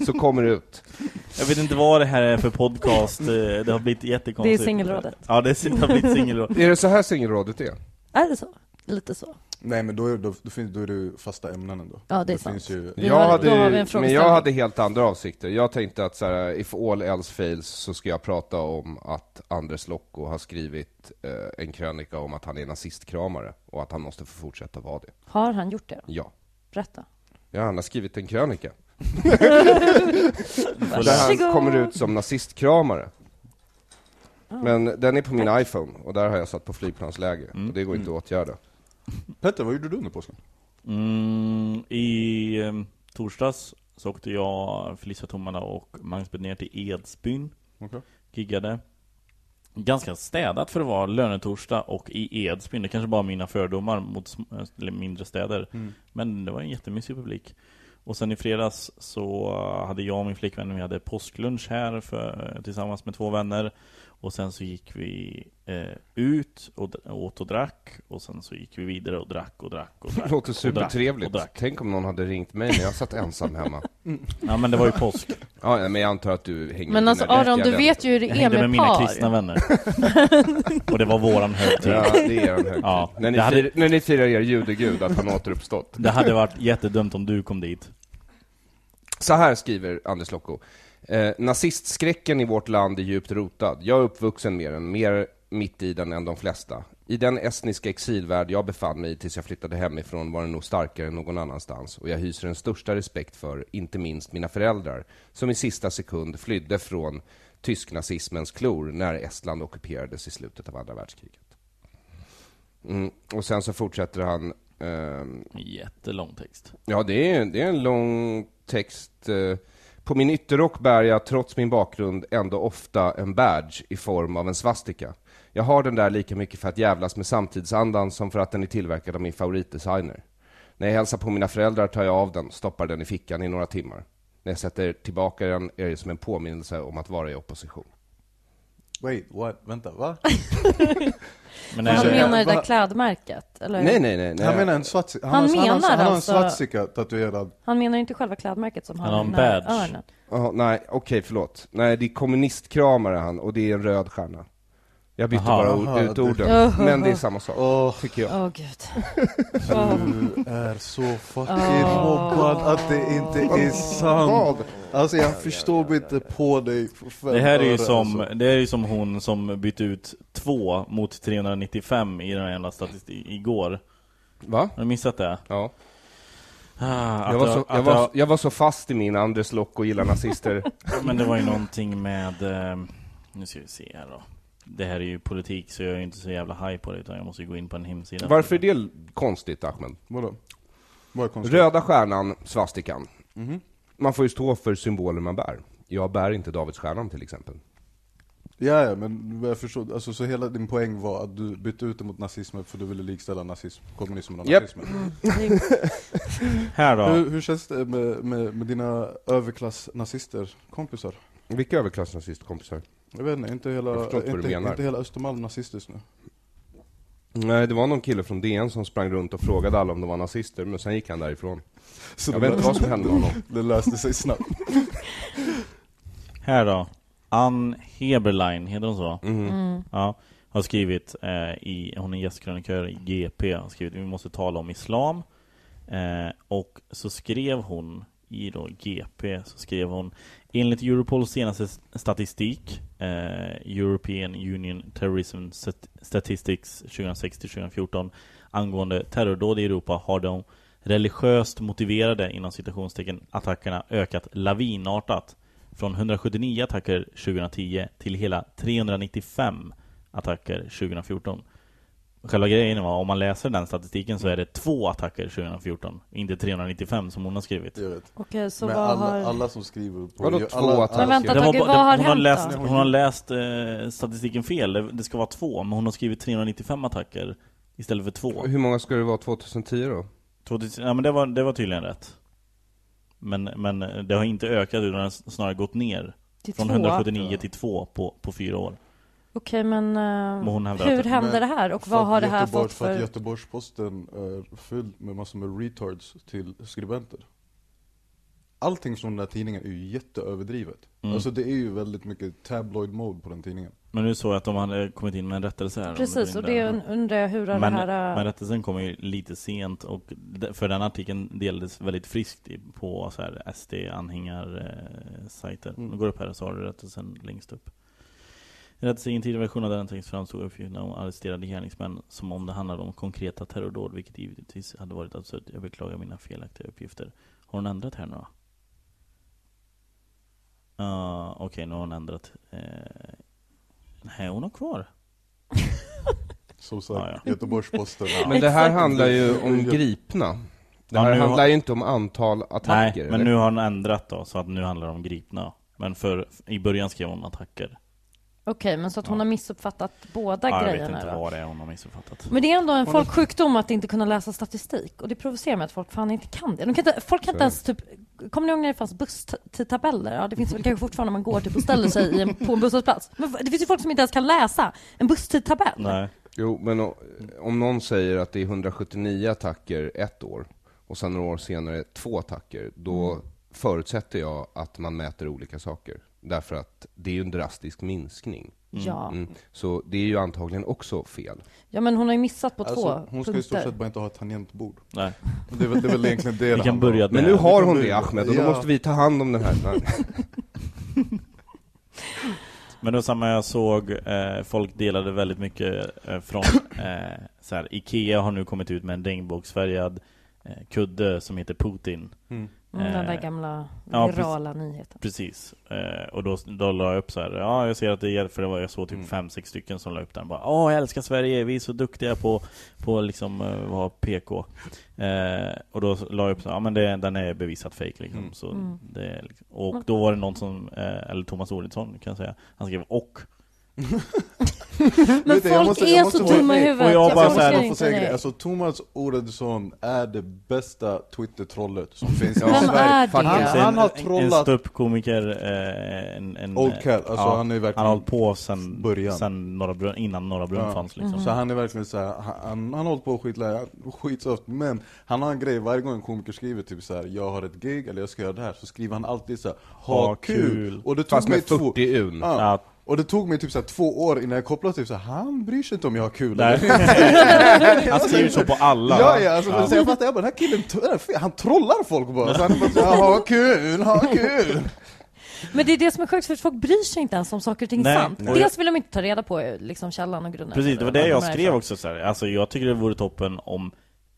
[SPEAKER 2] så kommer det ut.
[SPEAKER 1] Jag vet inte vad det här är för podcast, eh, det har blivit jättekonstigt
[SPEAKER 4] Det är singelrådet.
[SPEAKER 1] Ja det, är, sin- det har blivit singelrådet
[SPEAKER 2] Är det så här singelrådet är?
[SPEAKER 4] Är det så? Lite så.
[SPEAKER 3] Nej men då är, då, då, finns, då är det ju fasta ämnen ändå.
[SPEAKER 4] Ja, det är sant.
[SPEAKER 3] finns ju...
[SPEAKER 4] Vi har- då har vi en
[SPEAKER 2] ju- men
[SPEAKER 4] frågeställning.
[SPEAKER 2] jag hade helt andra avsikter. Jag tänkte att så här, if all else fails så ska jag prata om att Anders Locko har skrivit eh, en krönika om att han är nazistkramare och att han måste få fortsätta vara det.
[SPEAKER 4] Har han gjort det?
[SPEAKER 2] Ja.
[SPEAKER 4] Berätta.
[SPEAKER 1] Mm,
[SPEAKER 2] Ja, han har skrivit en krönika där han
[SPEAKER 4] Varsågod.
[SPEAKER 2] kommer ut som nazistkramare. Men den är på min iPhone och där har jag satt på flygplansläge och det går inte att åtgärda.
[SPEAKER 3] Petter, vad gjorde du under påsken?
[SPEAKER 1] mm, I eh, torsdags så åkte jag, Felicia Tomala och Magnus ner till Edsbyn
[SPEAKER 3] Okej.
[SPEAKER 1] Giggade Ganska städat för att vara lönetorsdag och i Edsbyn, det kanske bara är mina fördomar mot sm- eller mindre städer
[SPEAKER 2] Mm.
[SPEAKER 1] Men det var en jättemysig publik Och sen i fredags så hade jag och min flickvän, vi hade påsklunch här för, tillsammans med två vänner Och sen så gick vi eh, ut och d- åt och drack Och sen så gick vi vidare och drack och drack och drack
[SPEAKER 2] Det låter
[SPEAKER 1] och drack
[SPEAKER 2] supertrevligt.
[SPEAKER 1] och drack.
[SPEAKER 2] Tänk om någon hade ringt mig när jag satt ensam hemma.
[SPEAKER 1] Ja men det var ju påsk,
[SPEAKER 2] Ja, nej, men jag antar att du hänger
[SPEAKER 4] Men
[SPEAKER 2] med
[SPEAKER 4] alltså
[SPEAKER 2] dina
[SPEAKER 4] Aron,
[SPEAKER 2] riktiga
[SPEAKER 4] du vet ju hur det
[SPEAKER 1] jag
[SPEAKER 4] är
[SPEAKER 1] hängde med
[SPEAKER 4] med
[SPEAKER 1] mina kristna
[SPEAKER 4] par.
[SPEAKER 1] vänner Och det var våran högtid
[SPEAKER 2] Ja, det är en högtid.
[SPEAKER 1] Ja.
[SPEAKER 2] När, ni
[SPEAKER 1] Det hade-
[SPEAKER 2] fir- när ni firar er judegud, att han återuppstått.
[SPEAKER 1] Det hade varit jättedumt om du kom dit
[SPEAKER 2] Så här skriver Anders Locko. Eh, nazistskräcken i vårt land är djupt rotad. Jag är uppvuxen med den, mer mitt i den än de flesta. I den estniska exilvärld jag befann mig i tills jag flyttade hemifrån var den nog starkare än någon annanstans och jag hyser den största respekt för, inte minst mina föräldrar, som i sista sekund flydde från tysknazismens klor när Estland ockuperades i slutet av andra världskriget. Mm. Och sen så fortsätter han. Ehm,
[SPEAKER 1] Jättelång text.
[SPEAKER 2] Ja, det är, det är en lång text. eh, På min ytterrock bär jag, trots min bakgrund, ändå ofta en badge i form av en svastika. Jag har den där lika mycket för att jävlas med samtidsandan som för att den är tillverkad av min favoritdesigner. När jag hälsar på mina föräldrar tar jag av den och stoppar den i fickan i några timmar. När jag sätter tillbaka den är det som en påminnelse om att vara i opposition.
[SPEAKER 3] Wait, what? Vänta, va?
[SPEAKER 1] Men
[SPEAKER 4] Han
[SPEAKER 1] är det,
[SPEAKER 4] menar det där
[SPEAKER 3] Va?
[SPEAKER 4] klädmärket? Eller?
[SPEAKER 2] Nej, nej, nej. nej.
[SPEAKER 3] Han menar en svartsika.
[SPEAKER 4] Han
[SPEAKER 3] har- han,
[SPEAKER 4] menar
[SPEAKER 3] har, han har en
[SPEAKER 4] alltså-
[SPEAKER 3] svartsika tatuerad.
[SPEAKER 4] Han menar inte själva klädmärket som
[SPEAKER 1] Han
[SPEAKER 4] han
[SPEAKER 1] har en
[SPEAKER 4] den här
[SPEAKER 1] badge.
[SPEAKER 4] örnen.
[SPEAKER 2] Jaha, nej, okej, förlåt. Nej, det är kommunistkramare han och det är en röd stjärna. Jag bytte
[SPEAKER 1] Aha.
[SPEAKER 2] bara ord,
[SPEAKER 3] Aha,
[SPEAKER 2] ut
[SPEAKER 3] det-
[SPEAKER 2] orden,
[SPEAKER 4] Jaha.
[SPEAKER 2] men det är samma sak, tycker jag.
[SPEAKER 4] Åh gud.
[SPEAKER 3] Du är så fucking mobbad att det inte är sant.
[SPEAKER 2] Vad?
[SPEAKER 3] Alltså jag förstår mig inte på dig. för fem
[SPEAKER 1] det här är
[SPEAKER 3] öre,
[SPEAKER 1] ju som,
[SPEAKER 3] alltså.
[SPEAKER 1] det här är ju som hon som bytte ut 2 mot 395 i den här jävla statistiken igår.
[SPEAKER 2] Va?
[SPEAKER 1] Har du missat det?
[SPEAKER 2] Ja.
[SPEAKER 1] Ah, att
[SPEAKER 2] Jag var, så,
[SPEAKER 1] att
[SPEAKER 2] jag, var, jag var så fast i min Anders Lock och gillar nazister.
[SPEAKER 1] Men det var ju någonting med, eh, nu ska vi se här då. Det här är ju politik så jag är ju inte så jävla high på det utan jag måste ju gå in på en hemsida.
[SPEAKER 2] Varför är det konstigt, Ahmed?
[SPEAKER 3] Vadå? Vad är konstigt?
[SPEAKER 2] Röda stjärnan, svastikan. Man får ju stå för symboler man bär. Jag bär inte Davidsstjärnan till exempel.
[SPEAKER 3] Ja, ja, men jag förstår. Alltså, så hela din poäng var att du bytte ut det mot nazismen för du ville likställa nazism, kommunismen och
[SPEAKER 2] Japp.
[SPEAKER 3] nazismen.
[SPEAKER 1] Här då.
[SPEAKER 3] Hur, hur känns det med, med, med dina överklassnazister, kompisar?
[SPEAKER 2] Vilka överklassnazistkompisar?
[SPEAKER 3] Jag vet inte, inte
[SPEAKER 2] Jag
[SPEAKER 3] hela,
[SPEAKER 2] förstår inte vad du
[SPEAKER 3] inte,
[SPEAKER 2] menar.
[SPEAKER 3] inte hela Östermalm nazist just nu.
[SPEAKER 2] Nej, det var någon kille från DN som sprang runt och frågade alla om de var nazister, men sen gick han därifrån.
[SPEAKER 3] Så
[SPEAKER 2] Jag
[SPEAKER 3] det
[SPEAKER 2] vet inte
[SPEAKER 3] löste-
[SPEAKER 2] vad som hände med honom.
[SPEAKER 3] Det löste sig snabbt.
[SPEAKER 1] Här då. Ann Heberlein, heter hon så? Ja. Har skrivit, eh, i, hon är gästkrönikör i GP, har skrivit vi måste tala om Islam. Eh, och så skrev hon i då GP, så skrev hon Enligt Europols senaste s- statistik eh, European Union Terrorism Stat- Statistics 2006-2014 Angående terrordåd i Europa har de religiöst motiverade inom citationstecken attackerna ökat lavinartat från 179 attacker 2010 till hela 395 attacker 2014. Själva grejen var, om man läser den statistiken så är det två attacker 2014, inte 395 som hon har skrivit.
[SPEAKER 3] Jag vet.
[SPEAKER 4] Okej, så
[SPEAKER 3] Men
[SPEAKER 4] vad
[SPEAKER 3] alla,
[SPEAKER 4] har...
[SPEAKER 3] alla som skriver på...
[SPEAKER 2] Vadå
[SPEAKER 3] alla,
[SPEAKER 2] två
[SPEAKER 3] alla,
[SPEAKER 2] att-
[SPEAKER 4] Men vänta,
[SPEAKER 1] Det var
[SPEAKER 4] Tage,
[SPEAKER 1] bara-
[SPEAKER 4] vad
[SPEAKER 1] det-
[SPEAKER 4] har
[SPEAKER 1] hon har
[SPEAKER 4] hänt
[SPEAKER 1] läst,
[SPEAKER 4] då?
[SPEAKER 1] hon har läst eh, statistiken fel, det, det ska vara två, men hon har skrivit 395 attacker istället för två.
[SPEAKER 2] Hur många ska det vara 2010 då?
[SPEAKER 1] 2000, ja, men det, var, det var tydligen rätt. Men, men det har inte ökat utan det har snarare gått ner.
[SPEAKER 4] Till
[SPEAKER 1] Från
[SPEAKER 4] två?
[SPEAKER 1] 179 till två på, på fyra år.
[SPEAKER 4] Okej, men eh,
[SPEAKER 1] Men hon hävdar
[SPEAKER 4] hur
[SPEAKER 1] att-
[SPEAKER 4] hände det här och vad har det här fått
[SPEAKER 3] För att
[SPEAKER 4] för...
[SPEAKER 3] Göteborgs-Posten är fylld med massor med retards till skribenter. Allting från den här tidningen är ju jätteöverdrivet.
[SPEAKER 2] Mm.
[SPEAKER 3] Alltså det är ju väldigt mycket tabloid mode på den tidningen.
[SPEAKER 1] Men nu såg jag att de hade kommit in med en rättelse här. om
[SPEAKER 4] Precis,
[SPEAKER 1] går
[SPEAKER 4] och
[SPEAKER 1] in
[SPEAKER 4] det
[SPEAKER 1] där.
[SPEAKER 4] un- undrar jag hur har
[SPEAKER 1] men,
[SPEAKER 4] det här... eh,
[SPEAKER 1] men rättelsen kom ju lite sent och d- för den artikeln delades väldigt friskt i- på så här SD-anhängarsajter. Mm. Går upp här och så har du rättelsen längst upp. Rättelse i en tidigare version av den text framstod uppgifterna om arresterade gärningsmän som om det handlade om konkreta terrordåd, vilket givetvis hade varit absurt. Jag beklagar mina felaktiga uppgifter. Har hon ändrat här nu då? Ja, Okej, nu har hon ändrat. Eh, nej, hon har kvar.
[SPEAKER 3] Som sagt,
[SPEAKER 1] Ja,
[SPEAKER 3] Göteborgs-Posten.
[SPEAKER 2] Men det här handlar ju om gripna. Det
[SPEAKER 1] Ja,
[SPEAKER 2] här
[SPEAKER 1] nu har-
[SPEAKER 2] handlar ju inte om antal attacker.
[SPEAKER 1] Nej,
[SPEAKER 2] eller?
[SPEAKER 1] men nu har han ändrat då, så att nu handlar det om gripna. Men för, i början skrev hon attacker.
[SPEAKER 4] Okej, men så att hon har missuppfattat båda
[SPEAKER 1] Ja, jag vet
[SPEAKER 4] grejerna
[SPEAKER 1] inte
[SPEAKER 4] då?
[SPEAKER 1] vad det är hon har missuppfattat.
[SPEAKER 4] Men det är ändå en folksjukdom att inte kunna läsa statistik och det provocerar mig att folk fan inte kan det. De kan inte, folk kan inte ens typ, kommer ni ihåg när det fanns busstabeller? Ja, det finns väl kanske fortfarande när man går typ och ställer sig i en, på en busshållplats. Men det finns ju folk som inte ens kan läsa en busstidtabell.
[SPEAKER 1] Nej.
[SPEAKER 2] Jo, men o- om någon säger att det är 179 attacker ett år och sen några år senare två attacker, då förutsätter jag att man mäter olika saker. Därför att det är ju en drastisk minskning.
[SPEAKER 4] Ja.
[SPEAKER 2] Mm. Så det är ju antagligen också fel.
[SPEAKER 4] ja, men hon har ju missat på två
[SPEAKER 3] Alltså, hon ska i stort
[SPEAKER 4] punkter.
[SPEAKER 3] sett bara inte ha ett tangentbord.
[SPEAKER 1] Nej.
[SPEAKER 3] Det är väl, det är väl egentligen det
[SPEAKER 1] Vi
[SPEAKER 3] det
[SPEAKER 1] kan
[SPEAKER 3] handlar om.
[SPEAKER 1] börja där.
[SPEAKER 2] Men nu har hon
[SPEAKER 3] vi-
[SPEAKER 2] det, Ahmed, och då
[SPEAKER 3] ja.
[SPEAKER 2] måste vi ta hand om den här. Nej.
[SPEAKER 1] Men då samma jag såg, eh, folk delade väldigt mycket eh, från eh, så här, Ikea har nu kommit ut med en regnbågsfärgad eh, kudde som heter Putin.
[SPEAKER 4] Mm, den
[SPEAKER 1] Eh,
[SPEAKER 4] där gamla
[SPEAKER 1] ja,
[SPEAKER 4] virala nyheten.
[SPEAKER 1] Precis. Eh, och då, då la jag upp så här. ja jag ser att det hjälper, för det var jag
[SPEAKER 3] Mm.
[SPEAKER 1] såg typ fem, sex stycken som la upp den. Bara, Åh, jag älskar Sverige, vi är så duktiga på, på liksom, eh, vara PK. Eh, och då la jag upp så här, ja men det, den är bevisat fake liksom. Så
[SPEAKER 4] Mm.
[SPEAKER 1] Det, är liksom. Och då var det någon som, eh, eller Thomas Oredsson kan jag säga, han skrev och.
[SPEAKER 4] Men
[SPEAKER 3] Vet du, jag
[SPEAKER 4] folk
[SPEAKER 3] måste-
[SPEAKER 4] är
[SPEAKER 3] jag måste
[SPEAKER 4] så
[SPEAKER 3] vara-
[SPEAKER 4] dumma i huvudet.
[SPEAKER 1] och jag bara
[SPEAKER 3] Jag
[SPEAKER 1] så här-
[SPEAKER 3] måste
[SPEAKER 4] orkar
[SPEAKER 3] bara få
[SPEAKER 4] inte
[SPEAKER 3] säga en
[SPEAKER 4] det.
[SPEAKER 3] grej, alltså Thomas Oredsson är det bästa Twitter-trollet som finns i
[SPEAKER 4] Vem
[SPEAKER 3] Sverige
[SPEAKER 4] är
[SPEAKER 3] Faktiskt.
[SPEAKER 4] det?
[SPEAKER 3] Han, han har
[SPEAKER 1] En
[SPEAKER 3] trollat
[SPEAKER 1] ståuppkomiker, eh, en, en...
[SPEAKER 3] Old Cat, alltså
[SPEAKER 1] ja,
[SPEAKER 3] han är verkligen
[SPEAKER 1] han har hållit på sen,
[SPEAKER 3] början.
[SPEAKER 1] sen Norra Brunn, innan Norra Brunn
[SPEAKER 3] Ja.
[SPEAKER 1] fanns liksom.
[SPEAKER 3] Mm-hmm. Så han är verkligen så här, han, han har hållit på skitlänge, han- skitsöft, men han har en grej varje gång en komiker skriver typ så här, jag har ett gig eller jag ska göra det här, så skriver han alltid så här, ha
[SPEAKER 1] Ha
[SPEAKER 3] kul.
[SPEAKER 1] kul.
[SPEAKER 3] Och det tog
[SPEAKER 2] Fast
[SPEAKER 3] mig
[SPEAKER 2] med 40
[SPEAKER 3] två,
[SPEAKER 2] un.
[SPEAKER 3] Ja.
[SPEAKER 1] Ja.
[SPEAKER 3] Och det tog mig typ så här, två år innan jag kopplade typ så här, han bryr sig inte om jag har kul
[SPEAKER 1] Nej.
[SPEAKER 3] eller inte.
[SPEAKER 1] Han skriver så på alla.
[SPEAKER 3] Ja, ja, alltså, Så jag fattar, jag bara, den här killen, t- den här fe- han trollar folk bara, så han är bara så här, ha kul, ha kul!
[SPEAKER 4] Men det är det som är sjukt, för folk bryr sig inte ens om saker och ting
[SPEAKER 1] Nej.
[SPEAKER 4] sant.
[SPEAKER 1] Nej.
[SPEAKER 4] Dels vill de inte ta reda på eh, liksom, källan och grunden.
[SPEAKER 1] Precis, det var
[SPEAKER 4] Eller
[SPEAKER 1] det jag
[SPEAKER 4] vad de är
[SPEAKER 1] skrev
[SPEAKER 4] ifrån.
[SPEAKER 1] också så här. Alltså jag tycker det vore toppen om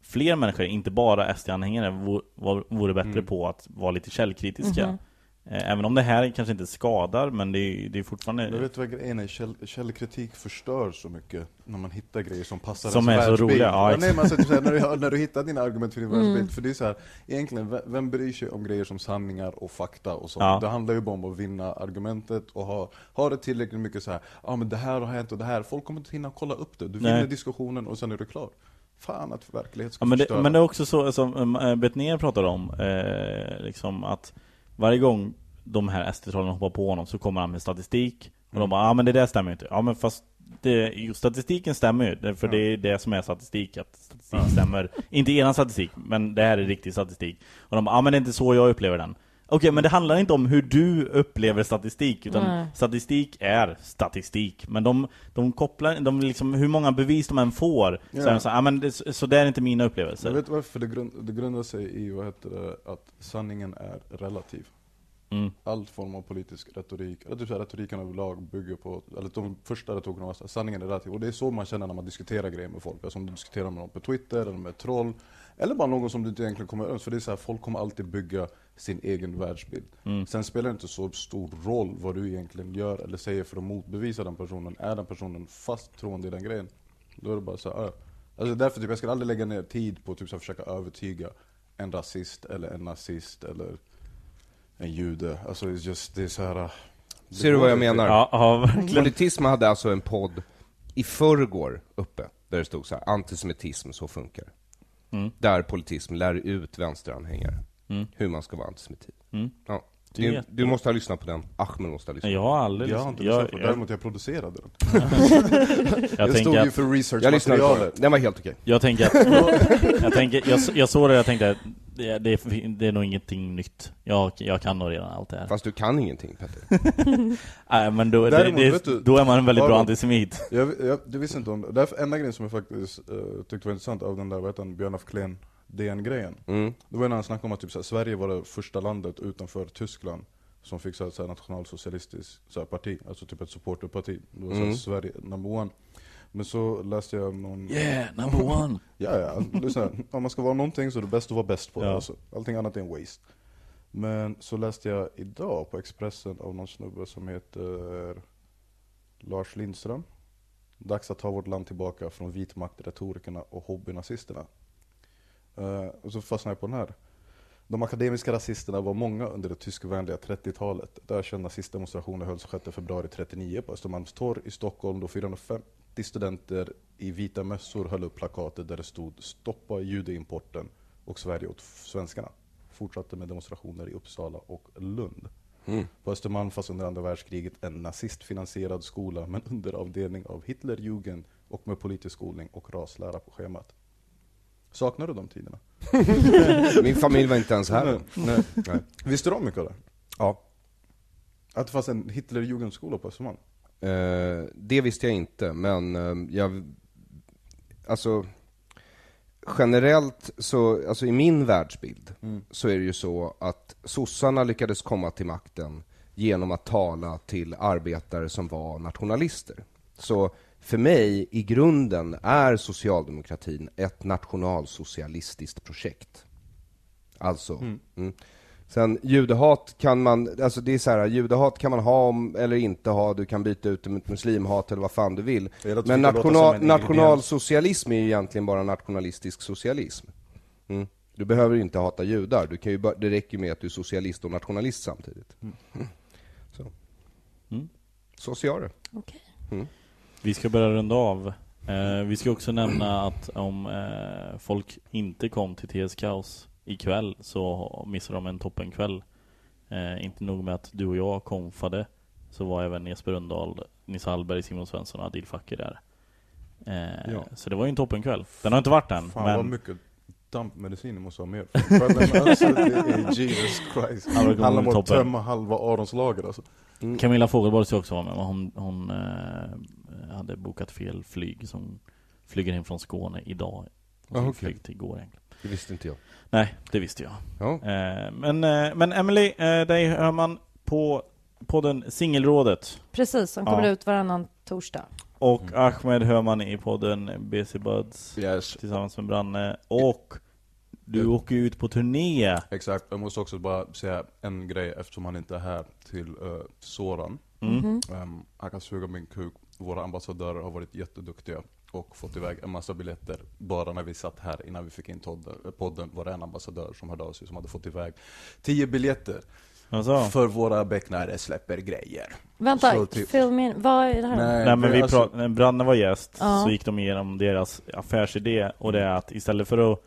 [SPEAKER 1] fler människor, inte bara SD-anhängare, vo- var- vore bättre på att vara lite källkritiska.
[SPEAKER 4] Mhm.
[SPEAKER 1] Eh, Även om det här kanske inte skadar, men det är, ju- det är fortfarande...
[SPEAKER 3] Men vet du vad grejen är? Käll, källkritik förstör så mycket när man hittar grejer som passar
[SPEAKER 1] Som
[SPEAKER 3] ens
[SPEAKER 1] är så
[SPEAKER 3] världsbild.
[SPEAKER 1] roliga, ja,
[SPEAKER 3] nej,
[SPEAKER 1] exakt.
[SPEAKER 3] men alltså, typ såhär, när, du, när du hittar dina argument för din världsbild, för det är så här, egentligen, ve- vem bryr sig om grejer som sanningar och fakta och sånt?
[SPEAKER 1] Ja.
[SPEAKER 3] Det handlar ju bara om att vinna argumentet och ha, ha det tillräckligt mycket så här. ja ah, men det här har hänt och det här, folk kommer inte hinna kolla upp det. Du
[SPEAKER 1] Nej.
[SPEAKER 3] vinner diskussionen och sen är du klar. Fan att verklighet ska
[SPEAKER 1] Ja, men, det,
[SPEAKER 3] förstöra.
[SPEAKER 1] men det är också så som eh, Betnér pratade om, eh, liksom att varje gång de här SD-trollen hoppar på honom så kommer han med statistik och de bara ja ah, men det där stämmer ju inte. Ja men fast det, jo, statistiken stämmer ju, det- för det är det som är statistik, att statistik stämmer. Inte eran statistik, men det här är riktig statistik. Och de bara ja ah, men det är inte så jag upplever den. Okej, men det handlar inte om hur du upplever statistik, utan
[SPEAKER 4] Nej.
[SPEAKER 1] statistik är statistik. Men de, de kopplar, de liksom, hur många bevis de än får, så är de så, här, ah, men det, så det är inte mina upplevelser.
[SPEAKER 3] Men vet du varför? Det, grund, det grundar sig i vad heter det, att sanningen är relativ.
[SPEAKER 1] Mm.
[SPEAKER 3] All form av politisk retorik, eller typ så här, retoriken överlag bygger på, eller de första retorikerna var så här, sanningen är relativ. Och det är så man känner när man diskuterar grejer med folk. Alltså om du diskuterar med någon på Twitter, eller med ett troll, eller bara någon som du inte egentligen kommer överens För det är så här, folk kommer alltid bygga sin egen världsbild. Sen spelar det inte så stor roll vad du egentligen gör eller säger för att motbevisa den personen. Är den personen fast troende i den grejen, då är det bara så här, "Ah, Alltså därför typ, jag skulle aldrig lägga ner tid på att typ, så här, försöka övertyga en rasist eller en nazist eller en jude. Alltså it's just, det är så här. äh, det
[SPEAKER 2] Ser du
[SPEAKER 3] går
[SPEAKER 2] vad jag
[SPEAKER 3] inte.
[SPEAKER 2] menar?
[SPEAKER 1] Ja, ja verkligen.
[SPEAKER 2] Politism hade alltså en podd i förrgår uppe, där det stod så här, antisemitism, så funkar det."
[SPEAKER 1] Mm.
[SPEAKER 2] Där politism lär ut vänsteranhängare hur man ska vara antisemitit. Ja.
[SPEAKER 1] Mm. är
[SPEAKER 2] Du,
[SPEAKER 1] jättebra.
[SPEAKER 2] du måste ha lyssnat på den, Ahmed måste ha lyssnat.
[SPEAKER 1] Jag har aldrig liksom-
[SPEAKER 3] Jag har inte
[SPEAKER 1] jag,
[SPEAKER 3] lyssnat på det,
[SPEAKER 1] jag,
[SPEAKER 3] däremot jag producerade den.
[SPEAKER 1] jag,
[SPEAKER 3] Jag, stod
[SPEAKER 1] tänker
[SPEAKER 3] ju
[SPEAKER 1] att,
[SPEAKER 2] Jag lyssnade
[SPEAKER 3] för
[SPEAKER 2] på den,
[SPEAKER 3] researchmaterialet.
[SPEAKER 2] den var helt okej.
[SPEAKER 1] jag tänker att, jag, tänker, jag, jag såg det och jag tänkte att det, det, är- det är nog ingenting nytt. Jag, jag kan nog redan allt det här.
[SPEAKER 2] Fast du kan ingenting Petter.
[SPEAKER 1] Nej men då,
[SPEAKER 3] Däremot,
[SPEAKER 1] det,
[SPEAKER 3] vet
[SPEAKER 1] det,
[SPEAKER 3] du-
[SPEAKER 1] då är man en väldigt bra
[SPEAKER 3] Aron-
[SPEAKER 1] antisemit.
[SPEAKER 3] Jag, jag, du visste inte om det. Därför, enda grejen som jag faktiskt eh, tyckte var intressant av den där, vad heter han, Björn af Kleen, DN-grejen.
[SPEAKER 2] Mm.
[SPEAKER 3] Det var när han snackade om att typ, såhär, Sverige var det första landet utanför Tyskland som fick såhär, ett såhär, nationalsocialistiskt såhär, parti, alltså typ ett supporterparti. Det var såhär,
[SPEAKER 2] Mm.
[SPEAKER 3] Sverige number one. Men så läste jag om någon...
[SPEAKER 1] Yeah, Eh, number one!
[SPEAKER 3] Ja, ja. Lyssna, om man ska vara någonting så är det bäst att vara bäst på det.
[SPEAKER 1] Ja.
[SPEAKER 3] Alltså. Allting annat är en waste. Men så läste jag idag på Expressen av någon snubbe som heter Lars Lindström. Dags att ta vårt land tillbaka från vitmaktretorikerna och hobbynazisterna. Eh, och så fastnade jag på den här. De akademiska rasisterna var många under det tyskvänliga 30-talet. Där kända nazistdemonstrationer hölls 6 februari 39 på Östermalmstorg i Stockholm då 450 studenter i vita mössor höll upp plakatet där det stod ”Stoppa judeimporten” och Sverige åt f- svenskarna. Fortsatte med demonstrationer i Uppsala och Lund. På Östermalm fanns under andra världskriget en nazistfinansierad skola men under avdelning av Hitlerjugend och med politisk skolning och raslära på schemat. Saknar du de tiderna?
[SPEAKER 2] Min familj var inte ens här.
[SPEAKER 3] Nej.
[SPEAKER 2] Nej.
[SPEAKER 3] Visste du om mycket av det?
[SPEAKER 2] Ja.
[SPEAKER 3] Att det fanns en Hitlerjugendskola på Östermalm?
[SPEAKER 2] Eh, det visste jag inte, men eh, jag... Alltså, generellt så, alltså i min världsbild, så är det ju så att sossarna lyckades komma till makten genom att tala till arbetare som var nationalister. Så för mig, i grunden, är socialdemokratin ett nationalsocialistiskt projekt. Alltså. Mm. Sen judehat kan man, alltså det är så här, judehat kan man ha om, eller inte ha, du kan byta ut det mot muslimhat eller vad fan du vill.
[SPEAKER 11] Det låter-
[SPEAKER 2] Men
[SPEAKER 11] det låter
[SPEAKER 2] national,
[SPEAKER 11] som en
[SPEAKER 2] nationalsocialism är ju egentligen bara nationalistisk socialism. Mm. Du behöver ju inte hata judar, du kan ju bara, det räcker ju med att du är socialist och nationalist samtidigt. Mm. Så.
[SPEAKER 1] Mm.
[SPEAKER 2] Så ser jag det.
[SPEAKER 4] Okej.
[SPEAKER 2] Mm.
[SPEAKER 1] Vi ska börja runda av. Eh, vi ska också nämna att om eh, folk inte kom till TS Kaos ikväll så missar de en toppenkväll. Eh, inte nog med att du och jag konfade så var även Jesper Rundahl, Nisse Hallberg, Simon Svensson och Adil Fakir där. Eh,
[SPEAKER 3] Ja.
[SPEAKER 1] Så det var ju en toppenkväll. Den har inte varit än.
[SPEAKER 3] Fan vad
[SPEAKER 1] men...
[SPEAKER 3] mycket dampmedicin ni måste ha med. För att den- alltså, det är Jesus Christ.
[SPEAKER 1] Ja, det kommer
[SPEAKER 3] Handlar om
[SPEAKER 1] bli
[SPEAKER 3] att
[SPEAKER 1] toppen.
[SPEAKER 3] tömma halva Arons lager alltså.
[SPEAKER 1] Camilla Fogelborg ska också vara med, men hon, hon eh, hade bokat fel flyg så hon flyger in från Skåne idag. Hon
[SPEAKER 2] Ah,
[SPEAKER 1] skulle
[SPEAKER 2] okej.
[SPEAKER 1] flyg till igår egentligen.
[SPEAKER 2] Det visste inte jag.
[SPEAKER 1] Nej, det visste jag.
[SPEAKER 2] Ja.
[SPEAKER 1] Eh, men, eh, men Emily, eh, dig hör man på podden Singelrådet
[SPEAKER 4] Precis, som kommer
[SPEAKER 1] Ja.
[SPEAKER 4] ut varannan torsdag.
[SPEAKER 1] och
[SPEAKER 3] Mm.
[SPEAKER 1] Ahmed hör man i podden BC Buds
[SPEAKER 3] Yes.
[SPEAKER 1] tillsammans med Branne och du åker ju ut på turné.
[SPEAKER 3] Exakt, jag måste också bara säga en grej eftersom han inte är här till uh, Soran. Ehm, han kan suga min kuk. Våra ambassadörer har varit jätteduktiga och fått iväg en massa biljetter bara när vi satt här innan vi fick in todden- podden var det en ambassadör som hörde av sig som hade fått iväg tio biljetter
[SPEAKER 1] Alltså.
[SPEAKER 3] för våra becknare släpper grejer.
[SPEAKER 4] Vänta,
[SPEAKER 3] Så typ-
[SPEAKER 4] fill me in. Vad är det här?
[SPEAKER 3] Nej,
[SPEAKER 1] Nej men vi
[SPEAKER 3] alltså-
[SPEAKER 1] pra- när Branne var gäst
[SPEAKER 4] Ja.
[SPEAKER 1] så gick de igenom deras affärsidé och det är att istället för att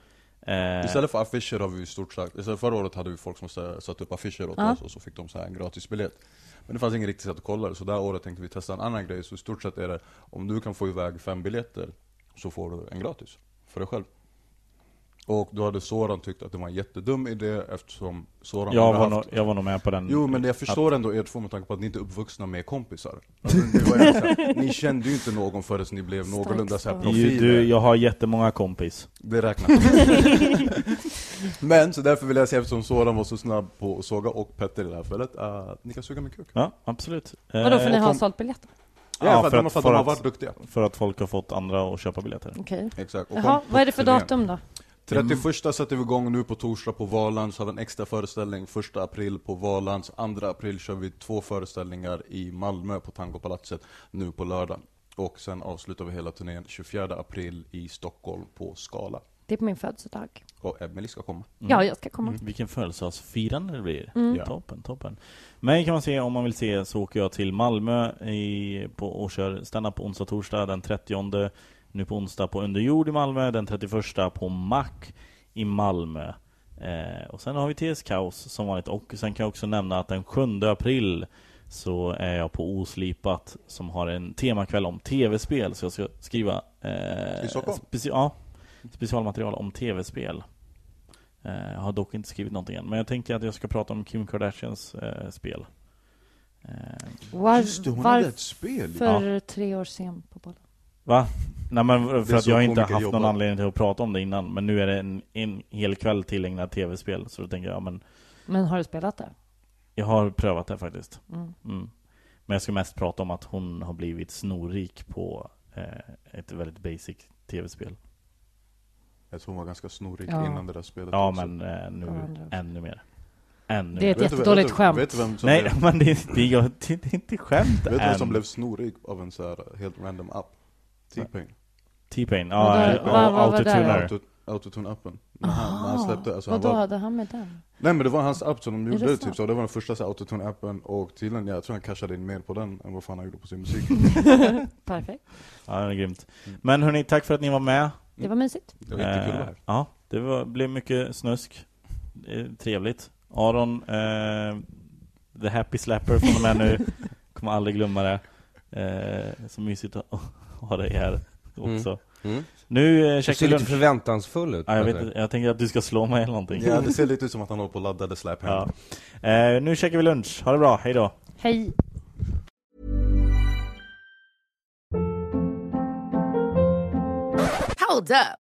[SPEAKER 1] eh,
[SPEAKER 3] Istället för affischer har vi ju stort sagt, istället för förra året hade vi folk som sa- satte upp affischer åt oss och så fick de så här en gratisbiljett. Men det fanns ingen riktigt sätt att kolla det, så det här året tänkte vi testa en annan grej. Så i stort sett är det, om du kan få iväg fem biljetter så får du en gratis för dig själv. Och då hade Soran tyckt att det var en jättedum idé eftersom Soran
[SPEAKER 1] jag,
[SPEAKER 3] hade
[SPEAKER 1] var nog, jag var nog med på den
[SPEAKER 3] Jo men det jag förstår ändå er två med tanke på att ni inte är uppvuxna med kompisar. Alltså, det var ju så här, ni kände ju inte någon förrän ni blev någorlunda så här
[SPEAKER 4] start.
[SPEAKER 1] ju,
[SPEAKER 3] profiler.
[SPEAKER 1] du, jag har jättemånga kompis
[SPEAKER 3] Det räknas. Men så därför vill jag säga eftersom Soran var så snabb på att såga och Petter i det här fallet, eh, ni kan suga min kuk.
[SPEAKER 1] Ja, absolut
[SPEAKER 4] Vadå, för
[SPEAKER 1] Eh,
[SPEAKER 4] ni har
[SPEAKER 3] kom-
[SPEAKER 4] sålt biljetter?
[SPEAKER 3] Ja, för, att, de- för att de har
[SPEAKER 1] att-
[SPEAKER 3] varit duktiga.
[SPEAKER 1] För att folk har fått andra att köpa biljetter.
[SPEAKER 4] Okej.
[SPEAKER 3] Exakt. Och
[SPEAKER 4] Jaha,
[SPEAKER 3] kom på
[SPEAKER 4] vad är det för
[SPEAKER 3] turnén.
[SPEAKER 4] datum då?
[SPEAKER 3] 31 sätter vi igång nu på torsdag på Valands, har vi en extra föreställning 1 april på Valands, 2 april kör vi två föreställningar i Malmö på Tangopalatset nu på lördag. Och sen avslutar vi hela turnén 24 april i Stockholm på Skala.
[SPEAKER 4] Det är på min födelsedag.
[SPEAKER 3] Och Emelie ska komma.
[SPEAKER 1] Mm.
[SPEAKER 4] Ja, jag ska komma.
[SPEAKER 3] Mm.
[SPEAKER 1] Vilken födelsedagsfirande det blir.
[SPEAKER 3] Ja.
[SPEAKER 1] Toppen, toppen. Mig kan man se, om man vill se, så åker jag till Malmö i, på, och kör stand-up på onsdag, torsdag den 30 Nu på onsdag på Underjord i Malmö, den 31 på Mac i Malmö. Eh, och sen har vi TS Kaos som vanligt och sen kan jag också nämna att den 7 april så är jag på Oslipat som har en temakväll om tv-spel så jag ska skriva eh,
[SPEAKER 3] I Stockholm?
[SPEAKER 1] speci- ja, specialmaterial om tv-spel. Eh, Jag har dock inte skrivit någonting än, men jag tänker att jag ska prata om Kim Kardashians eh, spel. Eh,
[SPEAKER 4] Var,
[SPEAKER 3] spel ju.
[SPEAKER 4] varför tre år sen på bollen?
[SPEAKER 1] va? Nej men
[SPEAKER 3] är
[SPEAKER 1] för att
[SPEAKER 3] så
[SPEAKER 1] jag inte
[SPEAKER 3] komiker
[SPEAKER 1] haft någon
[SPEAKER 3] jobbar.
[SPEAKER 1] anledning till att prata om det innan, men nu är det en, en hel kväll tillägnad tv-spel, så då tänker jag, ja, men
[SPEAKER 4] Men har du spelat det?
[SPEAKER 1] jag har prövat det faktiskt.
[SPEAKER 4] Mm.
[SPEAKER 1] Mm. Men jag ska mest prata om att hon har blivit snorrik på eh, ett väldigt basic tv-spel.
[SPEAKER 3] Jag tror hon var ganska snorig
[SPEAKER 4] Ja.
[SPEAKER 3] innan det där spelet
[SPEAKER 1] Ja
[SPEAKER 3] också.
[SPEAKER 1] men eh, nu
[SPEAKER 4] Ja, andra.
[SPEAKER 1] ännu mer. Ännu
[SPEAKER 4] Det är
[SPEAKER 1] mer.
[SPEAKER 4] ett
[SPEAKER 3] Vet du-
[SPEAKER 4] jättedåligt
[SPEAKER 3] vet du-
[SPEAKER 4] skämt.
[SPEAKER 3] Vet du vem som,
[SPEAKER 1] Nej
[SPEAKER 3] blev,
[SPEAKER 1] men det, är- det, är- det, är inte skämt
[SPEAKER 3] vet du vem som
[SPEAKER 1] än.
[SPEAKER 3] blev snorig av en så här helt random app? T-Pain.
[SPEAKER 1] T-Pain,
[SPEAKER 4] Vadå?
[SPEAKER 1] Typ ja,
[SPEAKER 4] Vad- vad
[SPEAKER 1] ja,
[SPEAKER 4] var det där
[SPEAKER 1] autotuner.
[SPEAKER 3] Auto- Autotune-appen. När han, när han släppte, alltså han
[SPEAKER 4] Vadå,
[SPEAKER 3] var
[SPEAKER 4] hade han med den?
[SPEAKER 3] Nej men det var hans app som de
[SPEAKER 4] det
[SPEAKER 3] gjorde det, typ
[SPEAKER 4] sant?
[SPEAKER 3] så, det var den första så här autotune-appen och tydligen, jag tror han cashade in mer på den än vad fan han gjorde på sin musik
[SPEAKER 4] Perfekt.
[SPEAKER 1] Ja, det är grymt. Men hörni, tack för att ni var med. Eh,
[SPEAKER 4] Det var mysigt.
[SPEAKER 3] Mm. Det var jättekul att vara här
[SPEAKER 1] Ja, det var, blev mycket snusk. Eh, Trevligt. Aron, eh, the happy slapper från och med nu. Kommer aldrig glömma det. Eh, så mysigt att ha dig här också.
[SPEAKER 2] Mm.
[SPEAKER 1] Nu eh,
[SPEAKER 2] Du
[SPEAKER 1] käkar
[SPEAKER 2] ser
[SPEAKER 1] vi
[SPEAKER 2] lite
[SPEAKER 1] lunch.
[SPEAKER 2] förväntansfull ut.
[SPEAKER 1] Ja, jag,
[SPEAKER 2] Petter.
[SPEAKER 1] vet, inte, jag tänker att du ska slå mig eller någonting.
[SPEAKER 3] Ja det ser lite ut som att han håller på och laddade slap
[SPEAKER 1] Ja. Eh, nu käkar vi lunch. Ha det bra, hej då.
[SPEAKER 4] Hej.
[SPEAKER 7] Hold up.